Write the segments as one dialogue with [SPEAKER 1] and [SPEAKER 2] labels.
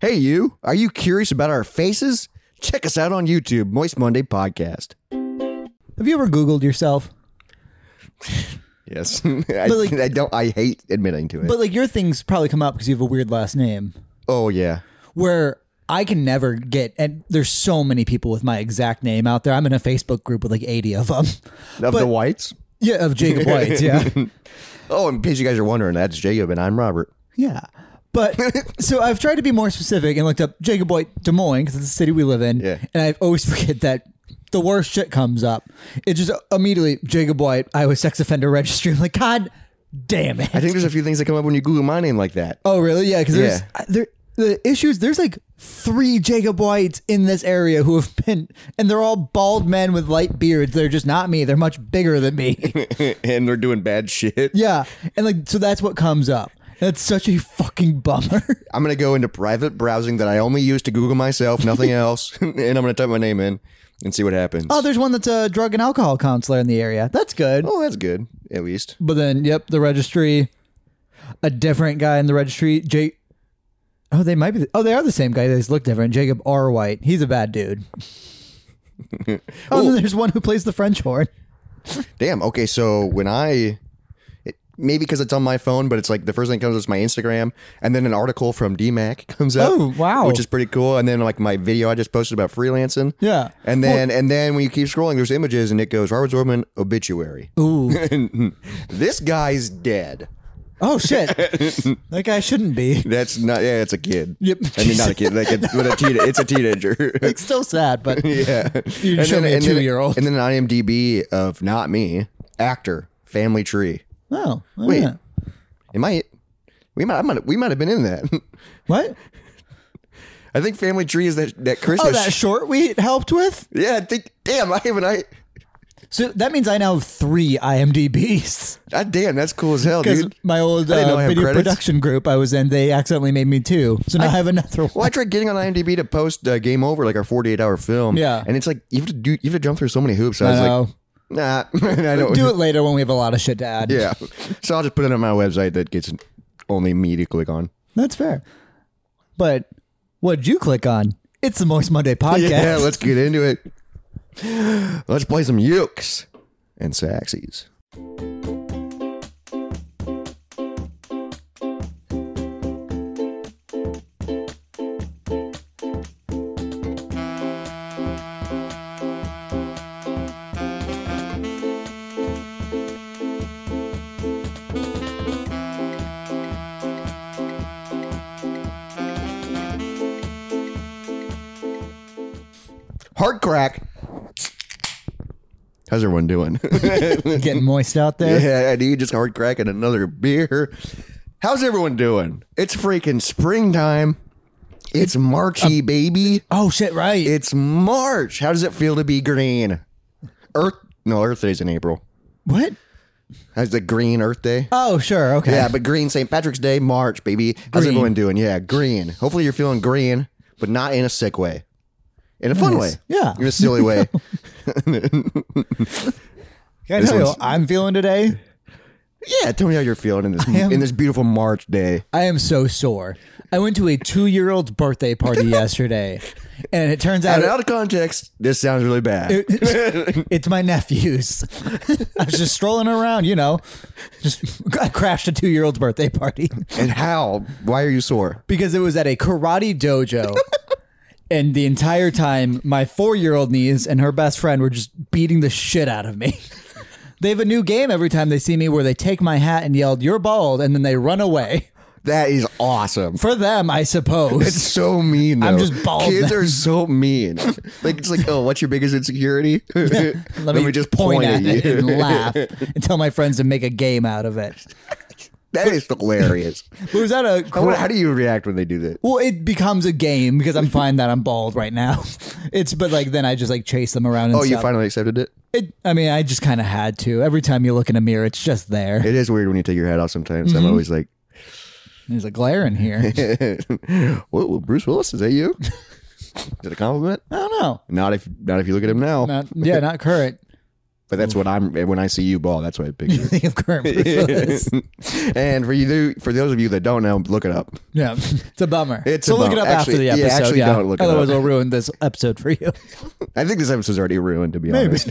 [SPEAKER 1] Hey, you, are you curious about our faces? Check us out on YouTube, Moist Monday Podcast.
[SPEAKER 2] Have you ever Googled yourself?
[SPEAKER 1] Yes. I,
[SPEAKER 2] like-
[SPEAKER 1] I don't, I hate admitting to it.
[SPEAKER 2] But like your things probably come up because you have a weird last name.
[SPEAKER 1] oh, yeah.
[SPEAKER 2] Where I can never get, and there's so many people with my exact name out there. I'm in a Facebook group with like 80 of them.
[SPEAKER 1] Of the
[SPEAKER 2] But-
[SPEAKER 1] whites?
[SPEAKER 2] Yeah, of Jacob White. Yeah,
[SPEAKER 1] Oh, in case you guys are wondering, that's Jacob and I'm Robert.
[SPEAKER 2] yeah. But so I've tried to be more specific and looked up Jacob White Des Moines because it's the city we live in.
[SPEAKER 1] Yeah.
[SPEAKER 2] And I always forget that the worst shit comes up. It just immediately Jacob White Iowa sex offender registry. I'm like, God damn it.
[SPEAKER 1] I think there's a few things that come up when you Google my name like that.
[SPEAKER 2] Oh, really? Yeah, because there's
[SPEAKER 1] Yeah.
[SPEAKER 2] I- there the issues. There's like three Jacob Whites in this area who have been, and they're all bald men with light beards. They're just not me. They're much bigger than me.
[SPEAKER 1] and they're doing bad shit.
[SPEAKER 2] yeah, and like so that's what comes up. That's such a fucking bummer.
[SPEAKER 1] I'm going to go into private browsing that I only use to Google myself, nothing else. and I'm going to type my name in and see what happens.
[SPEAKER 2] Oh, there's one that's a drug and alcohol counselor in the area. That's good.
[SPEAKER 1] oh, that's good, at least.
[SPEAKER 2] But then, yep, the registry, a different guy in the registry, Jake. Oh, they might be. The, oh, they are the same guy. They just look different. Jacob R. White. He's a bad dude. oh, and then there's one who plays the French horn.
[SPEAKER 1] Damn. Okay. So when I, it, maybe because it's on my phone, but it's like the first thing that comes up is my Instagram, and then an article from DMAC comes up.
[SPEAKER 2] Oh, wow.
[SPEAKER 1] Which is pretty cool. And then like my video I just posted about freelancing.
[SPEAKER 2] Yeah.
[SPEAKER 1] And then and then when you keep scrolling, there's images, and it goes Robert Zorman obituary.
[SPEAKER 2] Ooh.
[SPEAKER 1] this guy's dead.
[SPEAKER 2] Oh shit! that guy shouldn't be.
[SPEAKER 1] That's not. Yeah, it's a kid.
[SPEAKER 2] Yep.
[SPEAKER 1] I mean, not a kid. Like a, but a teen, it's a teenager.
[SPEAKER 2] It's still sad, but
[SPEAKER 1] yeah.
[SPEAKER 2] You
[SPEAKER 1] And
[SPEAKER 2] show me a
[SPEAKER 1] and then-
[SPEAKER 2] two-year-old.
[SPEAKER 1] And then an IMDb of not me, actor, family tree.
[SPEAKER 2] oh well,
[SPEAKER 1] Wait.
[SPEAKER 2] yeah.
[SPEAKER 1] Am I? We might, I might, we might have been in that.
[SPEAKER 2] What?
[SPEAKER 1] I think Family Tree is that that
[SPEAKER 2] Oh,
[SPEAKER 1] Christmas.
[SPEAKER 2] that short we helped with.
[SPEAKER 1] yeah, I think. Damn, I even I.
[SPEAKER 2] So that means I now have three IMDb's
[SPEAKER 1] I damn, that's cool as hell,
[SPEAKER 2] because
[SPEAKER 1] dude.
[SPEAKER 2] my old
[SPEAKER 1] didn't
[SPEAKER 2] uh,
[SPEAKER 1] know I had
[SPEAKER 2] video
[SPEAKER 1] credits.
[SPEAKER 2] production group I was in, they accidentally made me two, so now I, have another one.
[SPEAKER 1] Well, I tried getting on IMDb to post uh, Game Over, like our forty-eight hour film.
[SPEAKER 2] Yeah.
[SPEAKER 1] and it's like you have to do, you have to jump through so many hoops. I
[SPEAKER 2] I
[SPEAKER 1] was
[SPEAKER 2] know.
[SPEAKER 1] like, nah, I don't.
[SPEAKER 2] Do it later when we have a lot of shit to add.
[SPEAKER 1] Yeah, so I'll just put it on my website that gets only me to click on.
[SPEAKER 2] that's fair. But what'd you click on? It's the Moist Monday podcast.
[SPEAKER 1] Yeah, let's get into it. Let's play some yukes and saxies. Hard crack. How's everyone doing?
[SPEAKER 2] Getting moist out there.
[SPEAKER 1] yeah, I need just hard crack and another beer. How's everyone doing? It's freaking springtime. It's Marchy, baby.
[SPEAKER 2] Oh shit! Right.
[SPEAKER 1] It's March. How does it feel to be green? Earth? No, Earth Day's in April.
[SPEAKER 2] what?
[SPEAKER 1] That's the green Earth Day.
[SPEAKER 2] Oh sure. Okay.
[SPEAKER 1] Yeah, but green St. Patrick's Day, March, baby. How's
[SPEAKER 2] Green.
[SPEAKER 1] everyone doing? Yeah, green. Hopefully you're feeling green, but not in a sick way. In a fun way.
[SPEAKER 2] Nice. Yeah.
[SPEAKER 1] In a silly way.
[SPEAKER 2] Can I
[SPEAKER 1] This
[SPEAKER 2] tell you how
[SPEAKER 1] one's-
[SPEAKER 2] I'm feeling today?
[SPEAKER 1] yeah, tell me how you're feeling in this
[SPEAKER 2] am-
[SPEAKER 1] in this beautiful March day.
[SPEAKER 2] I am so sore. I went to a two year old's birthday party yesterday, and it turns out
[SPEAKER 1] And out of context, this sounds really bad.
[SPEAKER 2] it's my nephew's. I was just strolling around, you know, just I crashed a two year old's birthday party
[SPEAKER 1] and how? Why are you sore?
[SPEAKER 2] because it was at a karate dojo. And the entire time, my four year old niece and her best friend were just beating the shit out of me. They have a new game every time they see me where they take my hat and yelled, You're bald, and then they run away.
[SPEAKER 1] That is awesome.
[SPEAKER 2] For them, I suppose.
[SPEAKER 1] It's so mean. Though.
[SPEAKER 2] I'm just bald
[SPEAKER 1] Kids
[SPEAKER 2] then.
[SPEAKER 1] are so mean. Like it's like, oh, what's your biggest insecurity? Let,
[SPEAKER 2] Let, me, just point, at, it and laugh and tell my friends to make a game out of it.
[SPEAKER 1] That is hilarious.
[SPEAKER 2] But was that a
[SPEAKER 1] I wonder, how do you react when they do that?
[SPEAKER 2] well? It becomes a game because I'm fine that I'm bald right now. It's but like then I just like chase them around. And
[SPEAKER 1] Oh, you
[SPEAKER 2] stuff.
[SPEAKER 1] finally accepted it.
[SPEAKER 2] It, I mean, I just kind of had to. Every time you look in a mirror, it's just there.
[SPEAKER 1] It is weird when you take your hat off. Sometimes
[SPEAKER 2] Mm-hmm.
[SPEAKER 1] I'm always like,
[SPEAKER 2] There's a glare in here.
[SPEAKER 1] "Whoa, Bruce Willis, is that you?" is it a compliment?
[SPEAKER 2] I don't know.
[SPEAKER 1] Not if not if you look at him now.
[SPEAKER 2] Not yeah, not current.
[SPEAKER 1] But that's what I'm when I see you ball. That's what I picture.
[SPEAKER 2] Think of current personas.
[SPEAKER 1] and for you, for those of you that don't know, look it up.
[SPEAKER 2] yeah, it's a bummer.
[SPEAKER 1] It's
[SPEAKER 2] so
[SPEAKER 1] a
[SPEAKER 2] look
[SPEAKER 1] bummer.
[SPEAKER 2] it up
[SPEAKER 1] Actually-
[SPEAKER 2] after the
[SPEAKER 1] yeah,
[SPEAKER 2] episode.
[SPEAKER 1] actually don't look it
[SPEAKER 2] Otherwise,
[SPEAKER 1] up.
[SPEAKER 2] we'll ruin this episode for you.
[SPEAKER 1] I think this episode's already ruined, to be honest.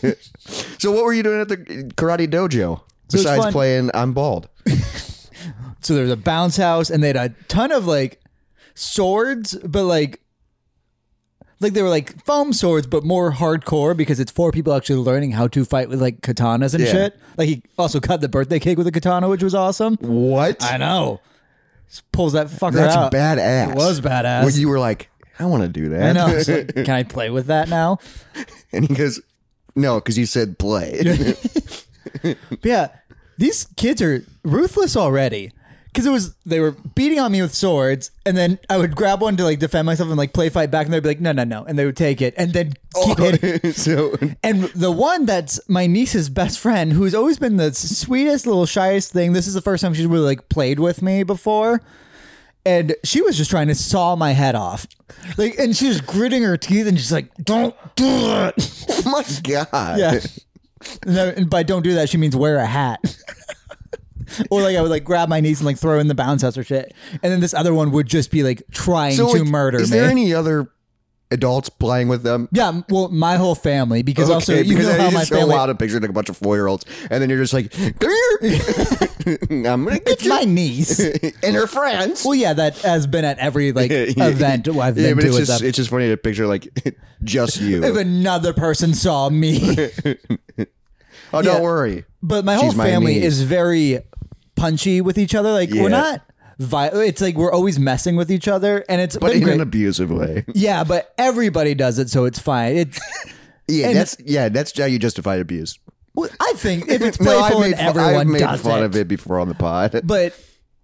[SPEAKER 1] so, what were you doing at the karate dojo
[SPEAKER 2] it's
[SPEAKER 1] besides
[SPEAKER 2] fun.
[SPEAKER 1] playing I'm Bald?
[SPEAKER 2] So there's a bounce house, and they had a ton of like swords, but like like they were like foam swords, but more hardcore because it's four people actually learning how to fight with like katanas and
[SPEAKER 1] Yeah.
[SPEAKER 2] shit. Like he also cut the birthday cake with a katana, which was awesome.
[SPEAKER 1] What?
[SPEAKER 2] I know. Just pulls that fucker
[SPEAKER 1] That's
[SPEAKER 2] out.
[SPEAKER 1] badass.
[SPEAKER 2] It was badass.
[SPEAKER 1] When you were like, I want to do that.
[SPEAKER 2] I know. I was like, Can I play with that now?
[SPEAKER 1] and he goes, No, because you said play.
[SPEAKER 2] But yeah, these kids are ruthless already. Cause it was they were beating on me with swords, and then I would grab one to like defend myself and like play fight back, and they'd be like, "No, no, no," and they would take it, and then
[SPEAKER 1] Oh.
[SPEAKER 2] keep hitting.
[SPEAKER 1] so,
[SPEAKER 2] And the one that's my niece's best friend, who's always been the sweetest little shyest thing. This is the first time she's really like played with me before, and she was just trying to saw my head off, like, and she was gritting her teeth and she's like, "Don't do it."
[SPEAKER 1] oh my God.
[SPEAKER 2] Yeah. No, and by don't do that, she means wear a hat. or like I would like grab my niece and like throw in the bounce house or shit. And then this other one would just be like trying
[SPEAKER 1] So,
[SPEAKER 2] to
[SPEAKER 1] like,
[SPEAKER 2] murder
[SPEAKER 1] Is
[SPEAKER 2] me.
[SPEAKER 1] there any other adults playing with them?
[SPEAKER 2] yeah, m- well, my whole family because also
[SPEAKER 1] Okay,
[SPEAKER 2] you
[SPEAKER 1] because
[SPEAKER 2] know
[SPEAKER 1] I
[SPEAKER 2] how
[SPEAKER 1] just
[SPEAKER 2] my
[SPEAKER 1] show
[SPEAKER 2] family.
[SPEAKER 1] out a picture of like a bunch of four year olds, and then you're just like, "Come here, I'm gonna get
[SPEAKER 2] It's my niece.
[SPEAKER 1] you," and her friends.
[SPEAKER 2] well, yeah, that has been at every like event I've been
[SPEAKER 1] yeah, but
[SPEAKER 2] to
[SPEAKER 1] it's
[SPEAKER 2] with
[SPEAKER 1] just,
[SPEAKER 2] them.
[SPEAKER 1] it's just funny to picture like just
[SPEAKER 2] If
[SPEAKER 1] you.
[SPEAKER 2] another person saw me,
[SPEAKER 1] Oh,
[SPEAKER 2] yeah.
[SPEAKER 1] don't worry.
[SPEAKER 2] but my whole
[SPEAKER 1] She's my
[SPEAKER 2] family
[SPEAKER 1] niece.
[SPEAKER 2] is very punchy with each other. Like
[SPEAKER 1] Yeah.
[SPEAKER 2] we're not. Vi- it's like we're always messing with each other, and it's
[SPEAKER 1] But
[SPEAKER 2] been
[SPEAKER 1] in
[SPEAKER 2] great.
[SPEAKER 1] an abusive way.
[SPEAKER 2] yeah, but everybody does it, so it's fine. It's
[SPEAKER 1] Yeah,
[SPEAKER 2] And-
[SPEAKER 1] that's yeah, that's how you justify abuse.
[SPEAKER 2] Well, I think if it's
[SPEAKER 1] No, I've
[SPEAKER 2] playful and
[SPEAKER 1] made fu-
[SPEAKER 2] everyone
[SPEAKER 1] I've made
[SPEAKER 2] does
[SPEAKER 1] fun
[SPEAKER 2] it.
[SPEAKER 1] of it before on the pod.
[SPEAKER 2] But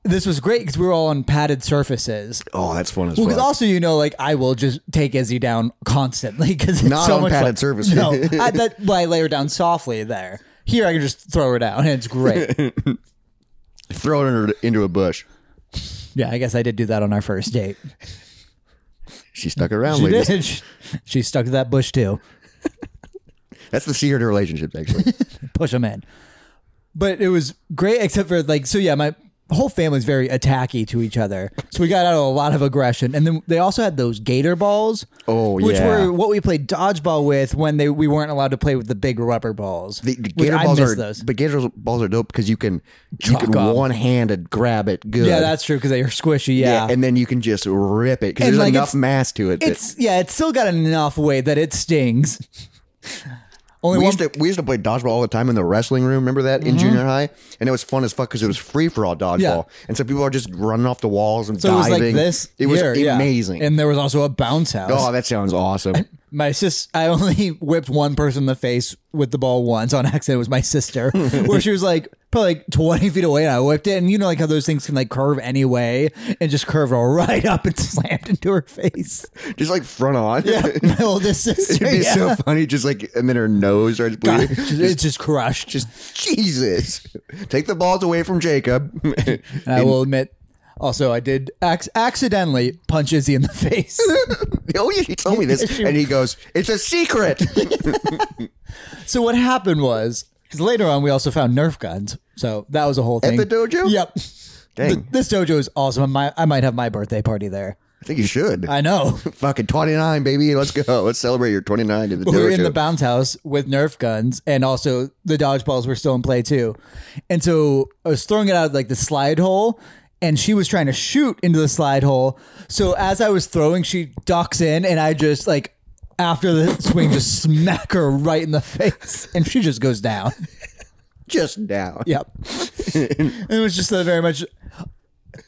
[SPEAKER 2] this was great because we were all on padded surfaces.
[SPEAKER 1] oh, that's fun as
[SPEAKER 2] Because
[SPEAKER 1] well.
[SPEAKER 2] also, you know, like I will just take Izzy down constantly because it's
[SPEAKER 1] Not
[SPEAKER 2] so
[SPEAKER 1] on
[SPEAKER 2] much
[SPEAKER 1] padded
[SPEAKER 2] fun.
[SPEAKER 1] surfaces.
[SPEAKER 2] No, I, that, well, I lay her down softly there. Here, I can just throw her down, and it's great.
[SPEAKER 1] Throwing her into a bush.
[SPEAKER 2] yeah, I guess I did do that on our first date.
[SPEAKER 1] She stuck around,
[SPEAKER 2] She
[SPEAKER 1] ladies.
[SPEAKER 2] did. She stuck to that bush too.
[SPEAKER 1] That's the secret of relationships, actually.
[SPEAKER 2] push them in. But it was great, except for like, so yeah, my whole family's very attacky to each other. So we got out of a lot of aggression. And then they also had those gator balls.
[SPEAKER 1] Oh,
[SPEAKER 2] Which
[SPEAKER 1] yeah.
[SPEAKER 2] were what we played dodgeball with when they we weren't allowed to play with the big rubber balls.
[SPEAKER 1] The, the
[SPEAKER 2] Which
[SPEAKER 1] gator
[SPEAKER 2] I
[SPEAKER 1] balls
[SPEAKER 2] miss
[SPEAKER 1] are,
[SPEAKER 2] those.
[SPEAKER 1] but gator balls are dope because you can you
[SPEAKER 2] Chalk
[SPEAKER 1] can
[SPEAKER 2] 'em.
[SPEAKER 1] one-handed grab it good.
[SPEAKER 2] yeah, that's true because they are squishy. Yeah.
[SPEAKER 1] and then you can just rip it because
[SPEAKER 2] And,
[SPEAKER 1] there's
[SPEAKER 2] like,
[SPEAKER 1] enough
[SPEAKER 2] it's-
[SPEAKER 1] mass to it. that-
[SPEAKER 2] it's, yeah, it's still got enough weight that it stings. Only
[SPEAKER 1] we
[SPEAKER 2] one.
[SPEAKER 1] used to we used to play dodgeball all the time in the wrestling room. Remember that in junior high, and it was fun as fuck because it was free for all dodgeball,
[SPEAKER 2] Mm-hmm. Yeah.
[SPEAKER 1] and so people are just running off the walls and
[SPEAKER 2] so it was
[SPEAKER 1] diving.
[SPEAKER 2] like this.
[SPEAKER 1] It was
[SPEAKER 2] here, yeah.
[SPEAKER 1] amazing.
[SPEAKER 2] And there was also a bounce house.
[SPEAKER 1] oh, that sounds awesome.
[SPEAKER 2] My sis, I only whipped one person in the face with the ball once on accident. It was my sister, where she was like probably like twenty feet away, and I whipped it. And you know, like how those things can like curve anyway, and just curved right up and slammed into her face.
[SPEAKER 1] just like front on.
[SPEAKER 2] My oldest sister,
[SPEAKER 1] It'd be
[SPEAKER 2] yeah.
[SPEAKER 1] so funny, just like and then her nose starts bleeding.
[SPEAKER 2] it's just crushed. Just,
[SPEAKER 1] Jesus, take the balls away from Jacob.
[SPEAKER 2] and I will admit, also I did ac- accidentally punch Izzy in the face.
[SPEAKER 1] oh yeah, he told me this, and he goes, "It's a secret."
[SPEAKER 2] so what happened was, because later on we also found Nerf guns, so that was a whole thing
[SPEAKER 1] the dojo?
[SPEAKER 2] Yep.
[SPEAKER 1] Dang,
[SPEAKER 2] Th- this dojo is awesome. I might, I might have my birthday party there.
[SPEAKER 1] I think you should.
[SPEAKER 2] I know.
[SPEAKER 1] Fucking twenty nine, baby. Let's go. Let's celebrate your twenty nine to the
[SPEAKER 2] we were
[SPEAKER 1] dojo.
[SPEAKER 2] in the bounce house with Nerf guns, and also the dodgeballs were still in play too. And so I was throwing it out of like the slide hole, and she was trying to shoot into the slide hole. So as I was throwing, she ducks in, and I just like after the swing just smack her right in the face, and she just goes down.
[SPEAKER 1] Just now.
[SPEAKER 2] Yep. it was just a very much.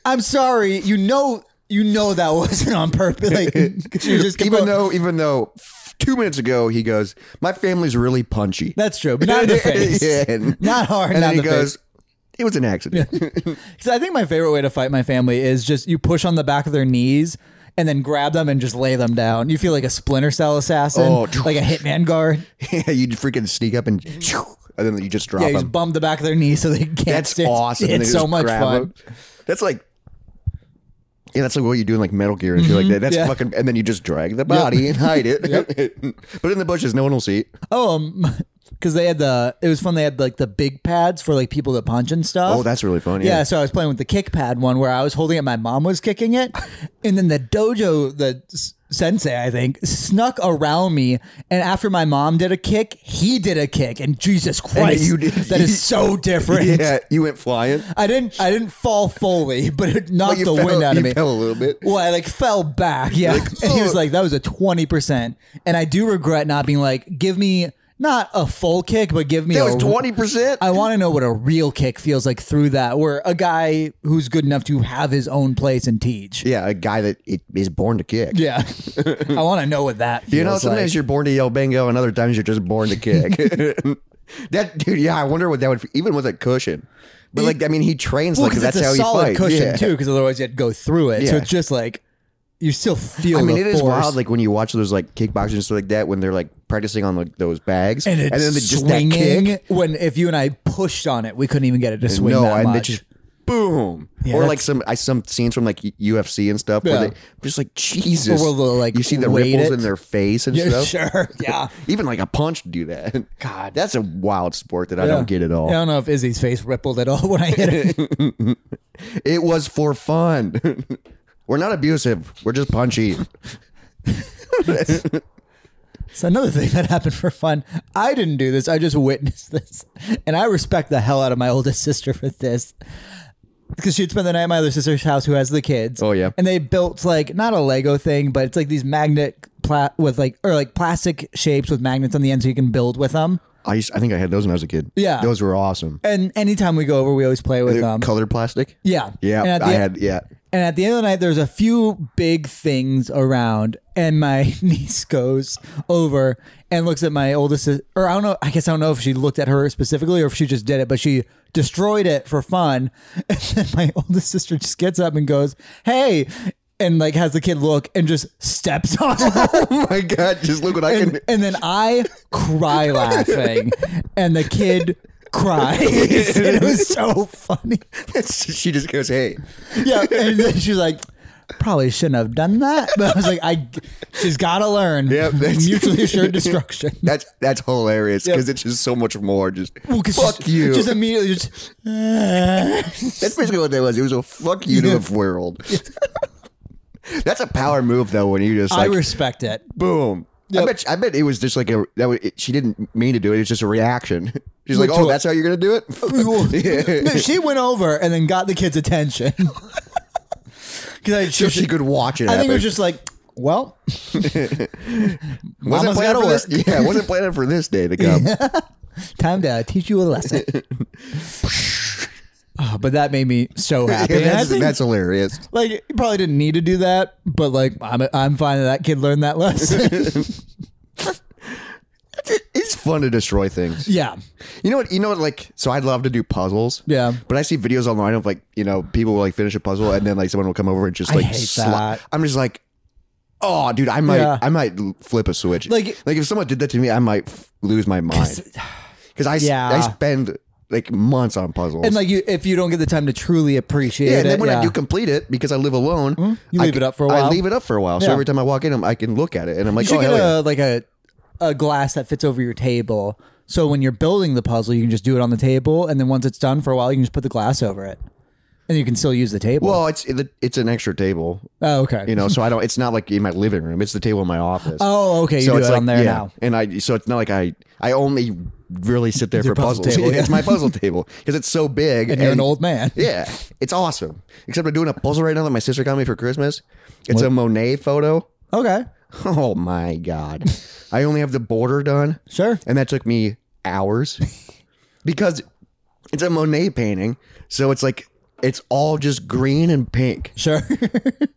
[SPEAKER 2] I'm sorry. You know. You know that wasn't on purpose. Like she was just
[SPEAKER 1] Even though, even though, two minutes ago he goes, "My family's really punchy."
[SPEAKER 2] That's true, but not in the face.
[SPEAKER 1] yeah, and,
[SPEAKER 2] Not hard,
[SPEAKER 1] and
[SPEAKER 2] not
[SPEAKER 1] then
[SPEAKER 2] in
[SPEAKER 1] he
[SPEAKER 2] the face.
[SPEAKER 1] goes, "It was an accident."
[SPEAKER 2] Because I think my favorite way to fight my family is just you push on the back of their knees and then grab them and just lay them down. You feel like a Splinter Cell assassin,
[SPEAKER 1] Oh,
[SPEAKER 2] like a hitman guard.
[SPEAKER 1] Yeah, you freaking sneak up and, and then you just drop
[SPEAKER 2] Yeah, you
[SPEAKER 1] him.
[SPEAKER 2] just bum the back of their knees so they can't.
[SPEAKER 1] That's
[SPEAKER 2] stand.
[SPEAKER 1] awesome. And
[SPEAKER 2] It's
[SPEAKER 1] they
[SPEAKER 2] so
[SPEAKER 1] just
[SPEAKER 2] much
[SPEAKER 1] grab
[SPEAKER 2] fun.
[SPEAKER 1] him. That's like. Yeah, that's like what you do in like Metal Gear and shit like that. That's
[SPEAKER 2] Mm-hmm. Yeah.
[SPEAKER 1] fucking, and then you just drag the body and hide it. but in the bushes, no one will see.
[SPEAKER 2] Oh, um, because they had the it was fun. They had like the big pads for like people that punch and stuff.
[SPEAKER 1] Oh, that's really fun.
[SPEAKER 2] yeah.
[SPEAKER 1] Yeah.
[SPEAKER 2] So I was playing with the kick pad one where I was holding it, my mom was kicking it, and then the dojo the s- sensei I think snuck around me, and after my mom did a kick, he did a kick, and Jesus Christ,
[SPEAKER 1] you did-
[SPEAKER 2] that is so different.
[SPEAKER 1] Yeah, you went flying.
[SPEAKER 2] I didn't I didn't fall fully, but it knocked
[SPEAKER 1] you
[SPEAKER 2] the
[SPEAKER 1] fell-
[SPEAKER 2] wind out
[SPEAKER 1] you
[SPEAKER 2] of me.
[SPEAKER 1] fell a little bit.
[SPEAKER 2] Well, I like fell back. Yeah. and he was like, that was a 20%. And I do regret not being like, give me not a full kick, but give me
[SPEAKER 1] That
[SPEAKER 2] a.
[SPEAKER 1] was twenty percent.
[SPEAKER 2] I want to know what a real kick feels like through that, where a guy who's good enough to have his own place and teach.
[SPEAKER 1] Yeah, a guy that it is born to kick.
[SPEAKER 2] Yeah. I want to know what that feels
[SPEAKER 1] You know, sometimes
[SPEAKER 2] like.
[SPEAKER 1] you're born to yell bingo, and other times you're just born to kick. that dude, yeah, I wonder what that would even with a cushion. But like, I mean, he trains like
[SPEAKER 2] Because
[SPEAKER 1] that's
[SPEAKER 2] it's
[SPEAKER 1] how
[SPEAKER 2] a
[SPEAKER 1] he
[SPEAKER 2] solid
[SPEAKER 1] fights.
[SPEAKER 2] cushion,
[SPEAKER 1] yeah.
[SPEAKER 2] too, because otherwise you'd go through it. So
[SPEAKER 1] Yeah.
[SPEAKER 2] it's just like, you still feel
[SPEAKER 1] I mean,
[SPEAKER 2] the
[SPEAKER 1] it is
[SPEAKER 2] force.
[SPEAKER 1] wild. Like when you watch those like kickboxers and stuff like that, when they're like practicing on like those bags,
[SPEAKER 2] and it's
[SPEAKER 1] then they just that
[SPEAKER 2] swinging
[SPEAKER 1] kick.
[SPEAKER 2] when if you and I pushed on it, we couldn't even get it to swing
[SPEAKER 1] no,
[SPEAKER 2] that
[SPEAKER 1] and they
[SPEAKER 2] much.
[SPEAKER 1] just boom.
[SPEAKER 2] Yeah,
[SPEAKER 1] or
[SPEAKER 2] that's-
[SPEAKER 1] like some I some scenes from like UFC and stuff
[SPEAKER 2] Yeah.
[SPEAKER 1] where they I'm just like Jesus.
[SPEAKER 2] Or they'll, like,
[SPEAKER 1] you see the
[SPEAKER 2] weight
[SPEAKER 1] ripples
[SPEAKER 2] it.
[SPEAKER 1] in their face and
[SPEAKER 2] yeah,
[SPEAKER 1] stuff.
[SPEAKER 2] sure, yeah.
[SPEAKER 1] Even like a punch to do that. God, that's a wild sport that I don't get at all.
[SPEAKER 2] I don't know if Izzy's face rippled at all when I hit it.
[SPEAKER 1] It was for fun. We're not abusive. We're just punchy.
[SPEAKER 2] so another thing that happened for fun. I didn't do this. I just witnessed this, and I respect the hell out of my oldest sister for this. Because she'd spend the night at my other sister's house, who has the kids.
[SPEAKER 1] Oh, yeah.
[SPEAKER 2] and they built like not a Lego thing, but it's like these magnet pla- with like or like plastic shapes with magnets on the end, so you can build with them.
[SPEAKER 1] I used, I think I had those when I was a kid.
[SPEAKER 2] Yeah.
[SPEAKER 1] those were awesome.
[SPEAKER 2] And anytime we go over, we always play with them.
[SPEAKER 1] Colored plastic.
[SPEAKER 2] yeah, And
[SPEAKER 1] Yeah,
[SPEAKER 2] at the
[SPEAKER 1] I
[SPEAKER 2] end-
[SPEAKER 1] had. Yeah,
[SPEAKER 2] And at the end of the night, there's a few big things around, and my niece goes over and looks at my oldest, sis- or I don't know. I guess I don't know if she looked at her specifically or if she just did it, but she destroyed it for fun. And then my oldest sister just gets up and goes, "Hey," and like has the kid look and just steps on her
[SPEAKER 1] Oh my god! Just look what I can.
[SPEAKER 2] and, and then I cry laughing, and the kid cries. And it was so funny.
[SPEAKER 1] she just goes, "Hey,
[SPEAKER 2] Yeah, and then she's like, probably shouldn't have done that. But I was like, I, she's got to learn.
[SPEAKER 1] Yep, that's-
[SPEAKER 2] mutually assured destruction.
[SPEAKER 1] that's that's hilarious
[SPEAKER 2] Yep.
[SPEAKER 1] because it's just so much more." Just
[SPEAKER 2] 'cause
[SPEAKER 1] fuck
[SPEAKER 2] she's-
[SPEAKER 1] you.
[SPEAKER 2] Just immediately, just uh,
[SPEAKER 1] that's basically what that was. It was a fuck you to the world. that's a power move though. When you just
[SPEAKER 2] I
[SPEAKER 1] like
[SPEAKER 2] respect it.
[SPEAKER 1] boom. I
[SPEAKER 2] Yep.
[SPEAKER 1] bet. I bet it was just like a. That was, it, she didn't mean to do it. It's just a reaction. She's like,
[SPEAKER 2] Well, to
[SPEAKER 1] "Oh,
[SPEAKER 2] a-
[SPEAKER 1] that's how you're gonna do it."
[SPEAKER 2] No, she went over and then got the kid's attention because I,
[SPEAKER 1] so she could watch it.
[SPEAKER 2] I think
[SPEAKER 1] happen.
[SPEAKER 2] it was just like, well,
[SPEAKER 1] wasn't
[SPEAKER 2] mama's
[SPEAKER 1] planned
[SPEAKER 2] gotta
[SPEAKER 1] for this. Yeah, wasn't planned for this day to come.
[SPEAKER 2] time to teach you a lesson. Oh, but that made me so happy.
[SPEAKER 1] Yeah,
[SPEAKER 2] And I
[SPEAKER 1] that's,
[SPEAKER 2] think-
[SPEAKER 1] that's hilarious.
[SPEAKER 2] Like, you probably didn't need to do that, but like, I'm I'm fine that that kid learned that lesson.
[SPEAKER 1] It's fun to destroy things.
[SPEAKER 2] yeah,
[SPEAKER 1] You know what? You know what? Like, so I'd love to do puzzles.
[SPEAKER 2] Yeah.
[SPEAKER 1] But I see videos online of like, you know, people will like finish a puzzle and then like someone will come over and just
[SPEAKER 2] I
[SPEAKER 1] like
[SPEAKER 2] hate
[SPEAKER 1] slide.
[SPEAKER 2] that.
[SPEAKER 1] I'm just like, oh, dude, I might,
[SPEAKER 2] Yeah.
[SPEAKER 1] I might l- flip a switch.
[SPEAKER 2] Like-
[SPEAKER 1] like if someone did that to me, I might f- lose my mind. Because I, s-
[SPEAKER 2] Yeah.
[SPEAKER 1] I spend like months on puzzles.
[SPEAKER 2] and like, you if you don't get the time to truly appreciate
[SPEAKER 1] yeah,
[SPEAKER 2] it,
[SPEAKER 1] and then when
[SPEAKER 2] yeah. Mm-hmm.
[SPEAKER 1] I do complete it, because I live alone,
[SPEAKER 2] You
[SPEAKER 1] I
[SPEAKER 2] leave it
[SPEAKER 1] c-
[SPEAKER 2] up for a
[SPEAKER 1] I
[SPEAKER 2] while.
[SPEAKER 1] leave it up for a while. So
[SPEAKER 2] Yeah.
[SPEAKER 1] every time I walk in, I'm- I can look at it, and I'm
[SPEAKER 2] you
[SPEAKER 1] like,
[SPEAKER 2] should
[SPEAKER 1] oh,
[SPEAKER 2] get
[SPEAKER 1] hell
[SPEAKER 2] a
[SPEAKER 1] yeah.
[SPEAKER 2] like a a glass that fits over your table. So when you're building the puzzle, you can just do it on the table, and then once it's done for a while, you can just put the glass over it, and you can still use the table.
[SPEAKER 1] Well, it's it- it's an extra table,
[SPEAKER 2] oh, okay.
[SPEAKER 1] you know. So I don't. It's not like in my living room. It's the table in my office.
[SPEAKER 2] oh, okay. You
[SPEAKER 1] so
[SPEAKER 2] do it
[SPEAKER 1] it's like,
[SPEAKER 2] on there
[SPEAKER 1] yeah.
[SPEAKER 2] now.
[SPEAKER 1] And I so it's not like I I only really sit there
[SPEAKER 2] your
[SPEAKER 1] for
[SPEAKER 2] puzzle
[SPEAKER 1] puzzles.
[SPEAKER 2] table, yeah.
[SPEAKER 1] it's my puzzle table because it's so big.
[SPEAKER 2] And you're an old man.
[SPEAKER 1] Yeah, it's awesome. Except I'm doing a puzzle right now that my sister got me for Christmas. It's a Monet photo.
[SPEAKER 2] Okay.
[SPEAKER 1] Oh my god! I only have the border done,
[SPEAKER 2] Sure.
[SPEAKER 1] and that took me hours because it's a Monet painting. So it's like it's all just green and pink
[SPEAKER 2] Sure.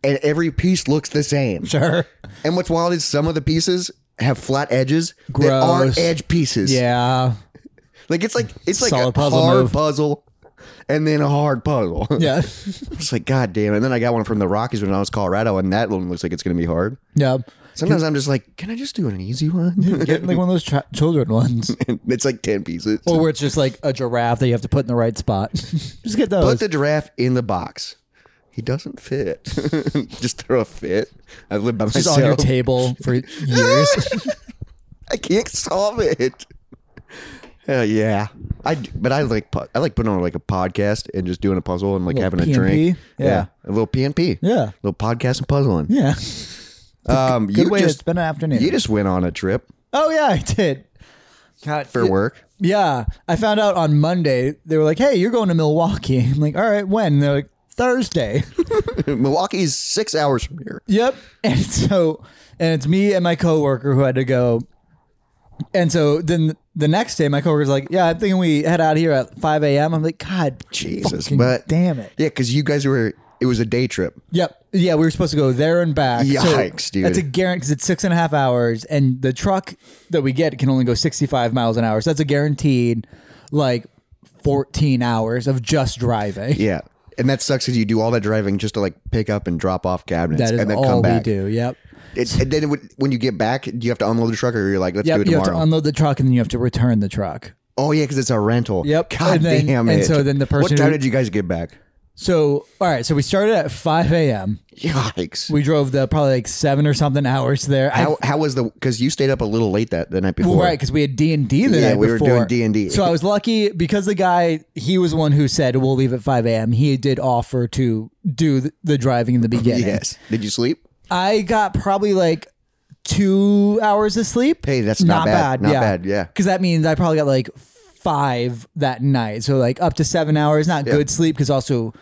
[SPEAKER 1] and every piece looks the same.
[SPEAKER 2] sure.
[SPEAKER 1] And what's wild is some of the pieces have flat edges that
[SPEAKER 2] Gross.
[SPEAKER 1] aren't edge pieces.
[SPEAKER 2] Yeah.
[SPEAKER 1] Like it's like it's like
[SPEAKER 2] Solid
[SPEAKER 1] a
[SPEAKER 2] puzzle
[SPEAKER 1] hard
[SPEAKER 2] move.
[SPEAKER 1] puzzle and then a hard puzzle.
[SPEAKER 2] Yeah.
[SPEAKER 1] it's like god damn. it. And then I got one from the Rockies when I was Colorado and that one looks like it's going to be hard.
[SPEAKER 2] yeah.
[SPEAKER 1] Sometimes I'm just like, can I just do an easy one?
[SPEAKER 2] Get like one of those chi- children ones.
[SPEAKER 1] it's like 10 pieces.
[SPEAKER 2] Or where it's just like a giraffe that you have to put in the right spot. just get those.
[SPEAKER 1] Put the giraffe in the box. He doesn't fit. just throw a fit. I live by
[SPEAKER 2] just
[SPEAKER 1] myself.
[SPEAKER 2] on your table for years.
[SPEAKER 1] I can't solve it. Hell yeah. I d- but I like pu- I like putting on like a podcast and just doing a puzzle and like having a
[SPEAKER 2] PNP?
[SPEAKER 1] drink.
[SPEAKER 2] Yeah.
[SPEAKER 1] a little PNP.
[SPEAKER 2] Yeah.
[SPEAKER 1] little podcast and puzzling.
[SPEAKER 2] Yeah.
[SPEAKER 1] Um,
[SPEAKER 2] Good
[SPEAKER 1] you
[SPEAKER 2] way to
[SPEAKER 1] just
[SPEAKER 2] spend an afternoon.
[SPEAKER 1] you just went on a trip
[SPEAKER 2] oh yeah, I did. God,
[SPEAKER 1] for
[SPEAKER 2] yeah,
[SPEAKER 1] work.
[SPEAKER 2] Yeah, I found out on Monday. They were like, "Hey, you're going to Milwaukee." I'm like, "All right, when?" And they're like, "Thursday."
[SPEAKER 1] Milwaukee's six hours from here.
[SPEAKER 2] Yep. And so, and it's me and my coworker who had to go. And so then the next day, my coworker's like, "Yeah, I'm thinking we head out here at 5 a.m." I'm like, "God,
[SPEAKER 1] Jesus,
[SPEAKER 2] fucking
[SPEAKER 1] but
[SPEAKER 2] damn it."
[SPEAKER 1] Yeah, because you guys were. It was a day trip.
[SPEAKER 2] Yep. Yeah, we were supposed to go there and back. So
[SPEAKER 1] Yikes, dude.
[SPEAKER 2] That's a guarantee because it's six and a half hours, and the truck that we get can only go 65 miles an hour. So that's a guaranteed like 14 hours of just driving.
[SPEAKER 1] Yeah, and that sucks because you do all that driving just to like pick up and drop off cabinets
[SPEAKER 2] That is
[SPEAKER 1] and then
[SPEAKER 2] all
[SPEAKER 1] come back.
[SPEAKER 2] we do. Yep.
[SPEAKER 1] It, and then it would, when you get back, do you have to unload the truck or you're like, let's do
[SPEAKER 2] Yep.
[SPEAKER 1] it
[SPEAKER 2] You have to
[SPEAKER 1] tomorrow?
[SPEAKER 2] unload the truck and then you have to return the truck.
[SPEAKER 1] oh yeah, because it's a rental.
[SPEAKER 2] Yep.
[SPEAKER 1] God
[SPEAKER 2] And then-
[SPEAKER 1] damn it.
[SPEAKER 2] and so then the
[SPEAKER 1] What
[SPEAKER 2] person
[SPEAKER 1] time
[SPEAKER 2] who-
[SPEAKER 1] did you guys get back?
[SPEAKER 2] So, all right. So we started at 5 a.m.
[SPEAKER 1] Yikes.
[SPEAKER 2] We drove the probably like seven or something hours there. I
[SPEAKER 1] How how was the? Because you stayed up a little late that the night before.
[SPEAKER 2] Well, right, because we had D and D the
[SPEAKER 1] Yeah,
[SPEAKER 2] night
[SPEAKER 1] we were
[SPEAKER 2] before.
[SPEAKER 1] doing D&D.
[SPEAKER 2] So I was lucky because the guy he was one who said we'll leave at five a.m. He did offer to do th- the driving in the beginning.
[SPEAKER 1] Yes. Did you sleep?
[SPEAKER 2] I got probably like two hours of sleep.
[SPEAKER 1] Hey, that's not bad. Not
[SPEAKER 2] yeah.
[SPEAKER 1] bad, yeah.
[SPEAKER 2] because that means I probably got like five that night. So like up to seven hours. Not good sleep because also.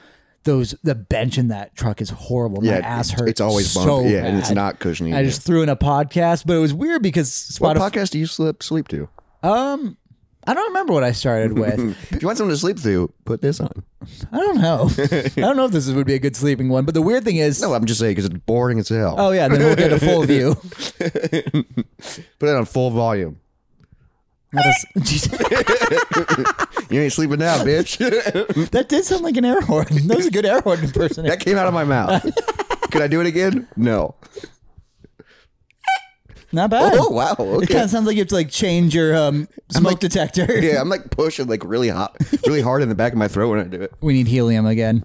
[SPEAKER 2] Those the bench in that truck is horrible. My
[SPEAKER 1] Yeah,
[SPEAKER 2] ass
[SPEAKER 1] it's-
[SPEAKER 2] hurts.
[SPEAKER 1] it's always
[SPEAKER 2] so
[SPEAKER 1] bumpy. Yeah, and it's
[SPEAKER 2] bad.
[SPEAKER 1] not cushiony.
[SPEAKER 2] I just threw in a podcast, but it was weird because Spotify.
[SPEAKER 1] What podcast do you slip, sleep to?
[SPEAKER 2] I don't remember what I started with.
[SPEAKER 1] If you want someone to sleep through, put this on.
[SPEAKER 2] I don't know. I don't know if this would be a good sleeping one, but the weird thing is,
[SPEAKER 1] No, I'm just saying because it's boring as hell.
[SPEAKER 2] oh yeah, then we'll get a full view.
[SPEAKER 1] Put it on full volume.
[SPEAKER 2] That, is, Jeez,
[SPEAKER 1] You ain't sleeping now, bitch.
[SPEAKER 2] that did sound like an air horn. That was a good air horn impersonation.
[SPEAKER 1] that came out of my mouth. Could I do it again? No.
[SPEAKER 2] Not bad.
[SPEAKER 1] Oh wow.
[SPEAKER 2] It kind
[SPEAKER 1] Okay.
[SPEAKER 2] of sounds like you have to like change your um, smoke detector.
[SPEAKER 1] Yeah, I'm like pushing like really hot, really hard in the back of my throat when I do it.
[SPEAKER 2] We need helium again.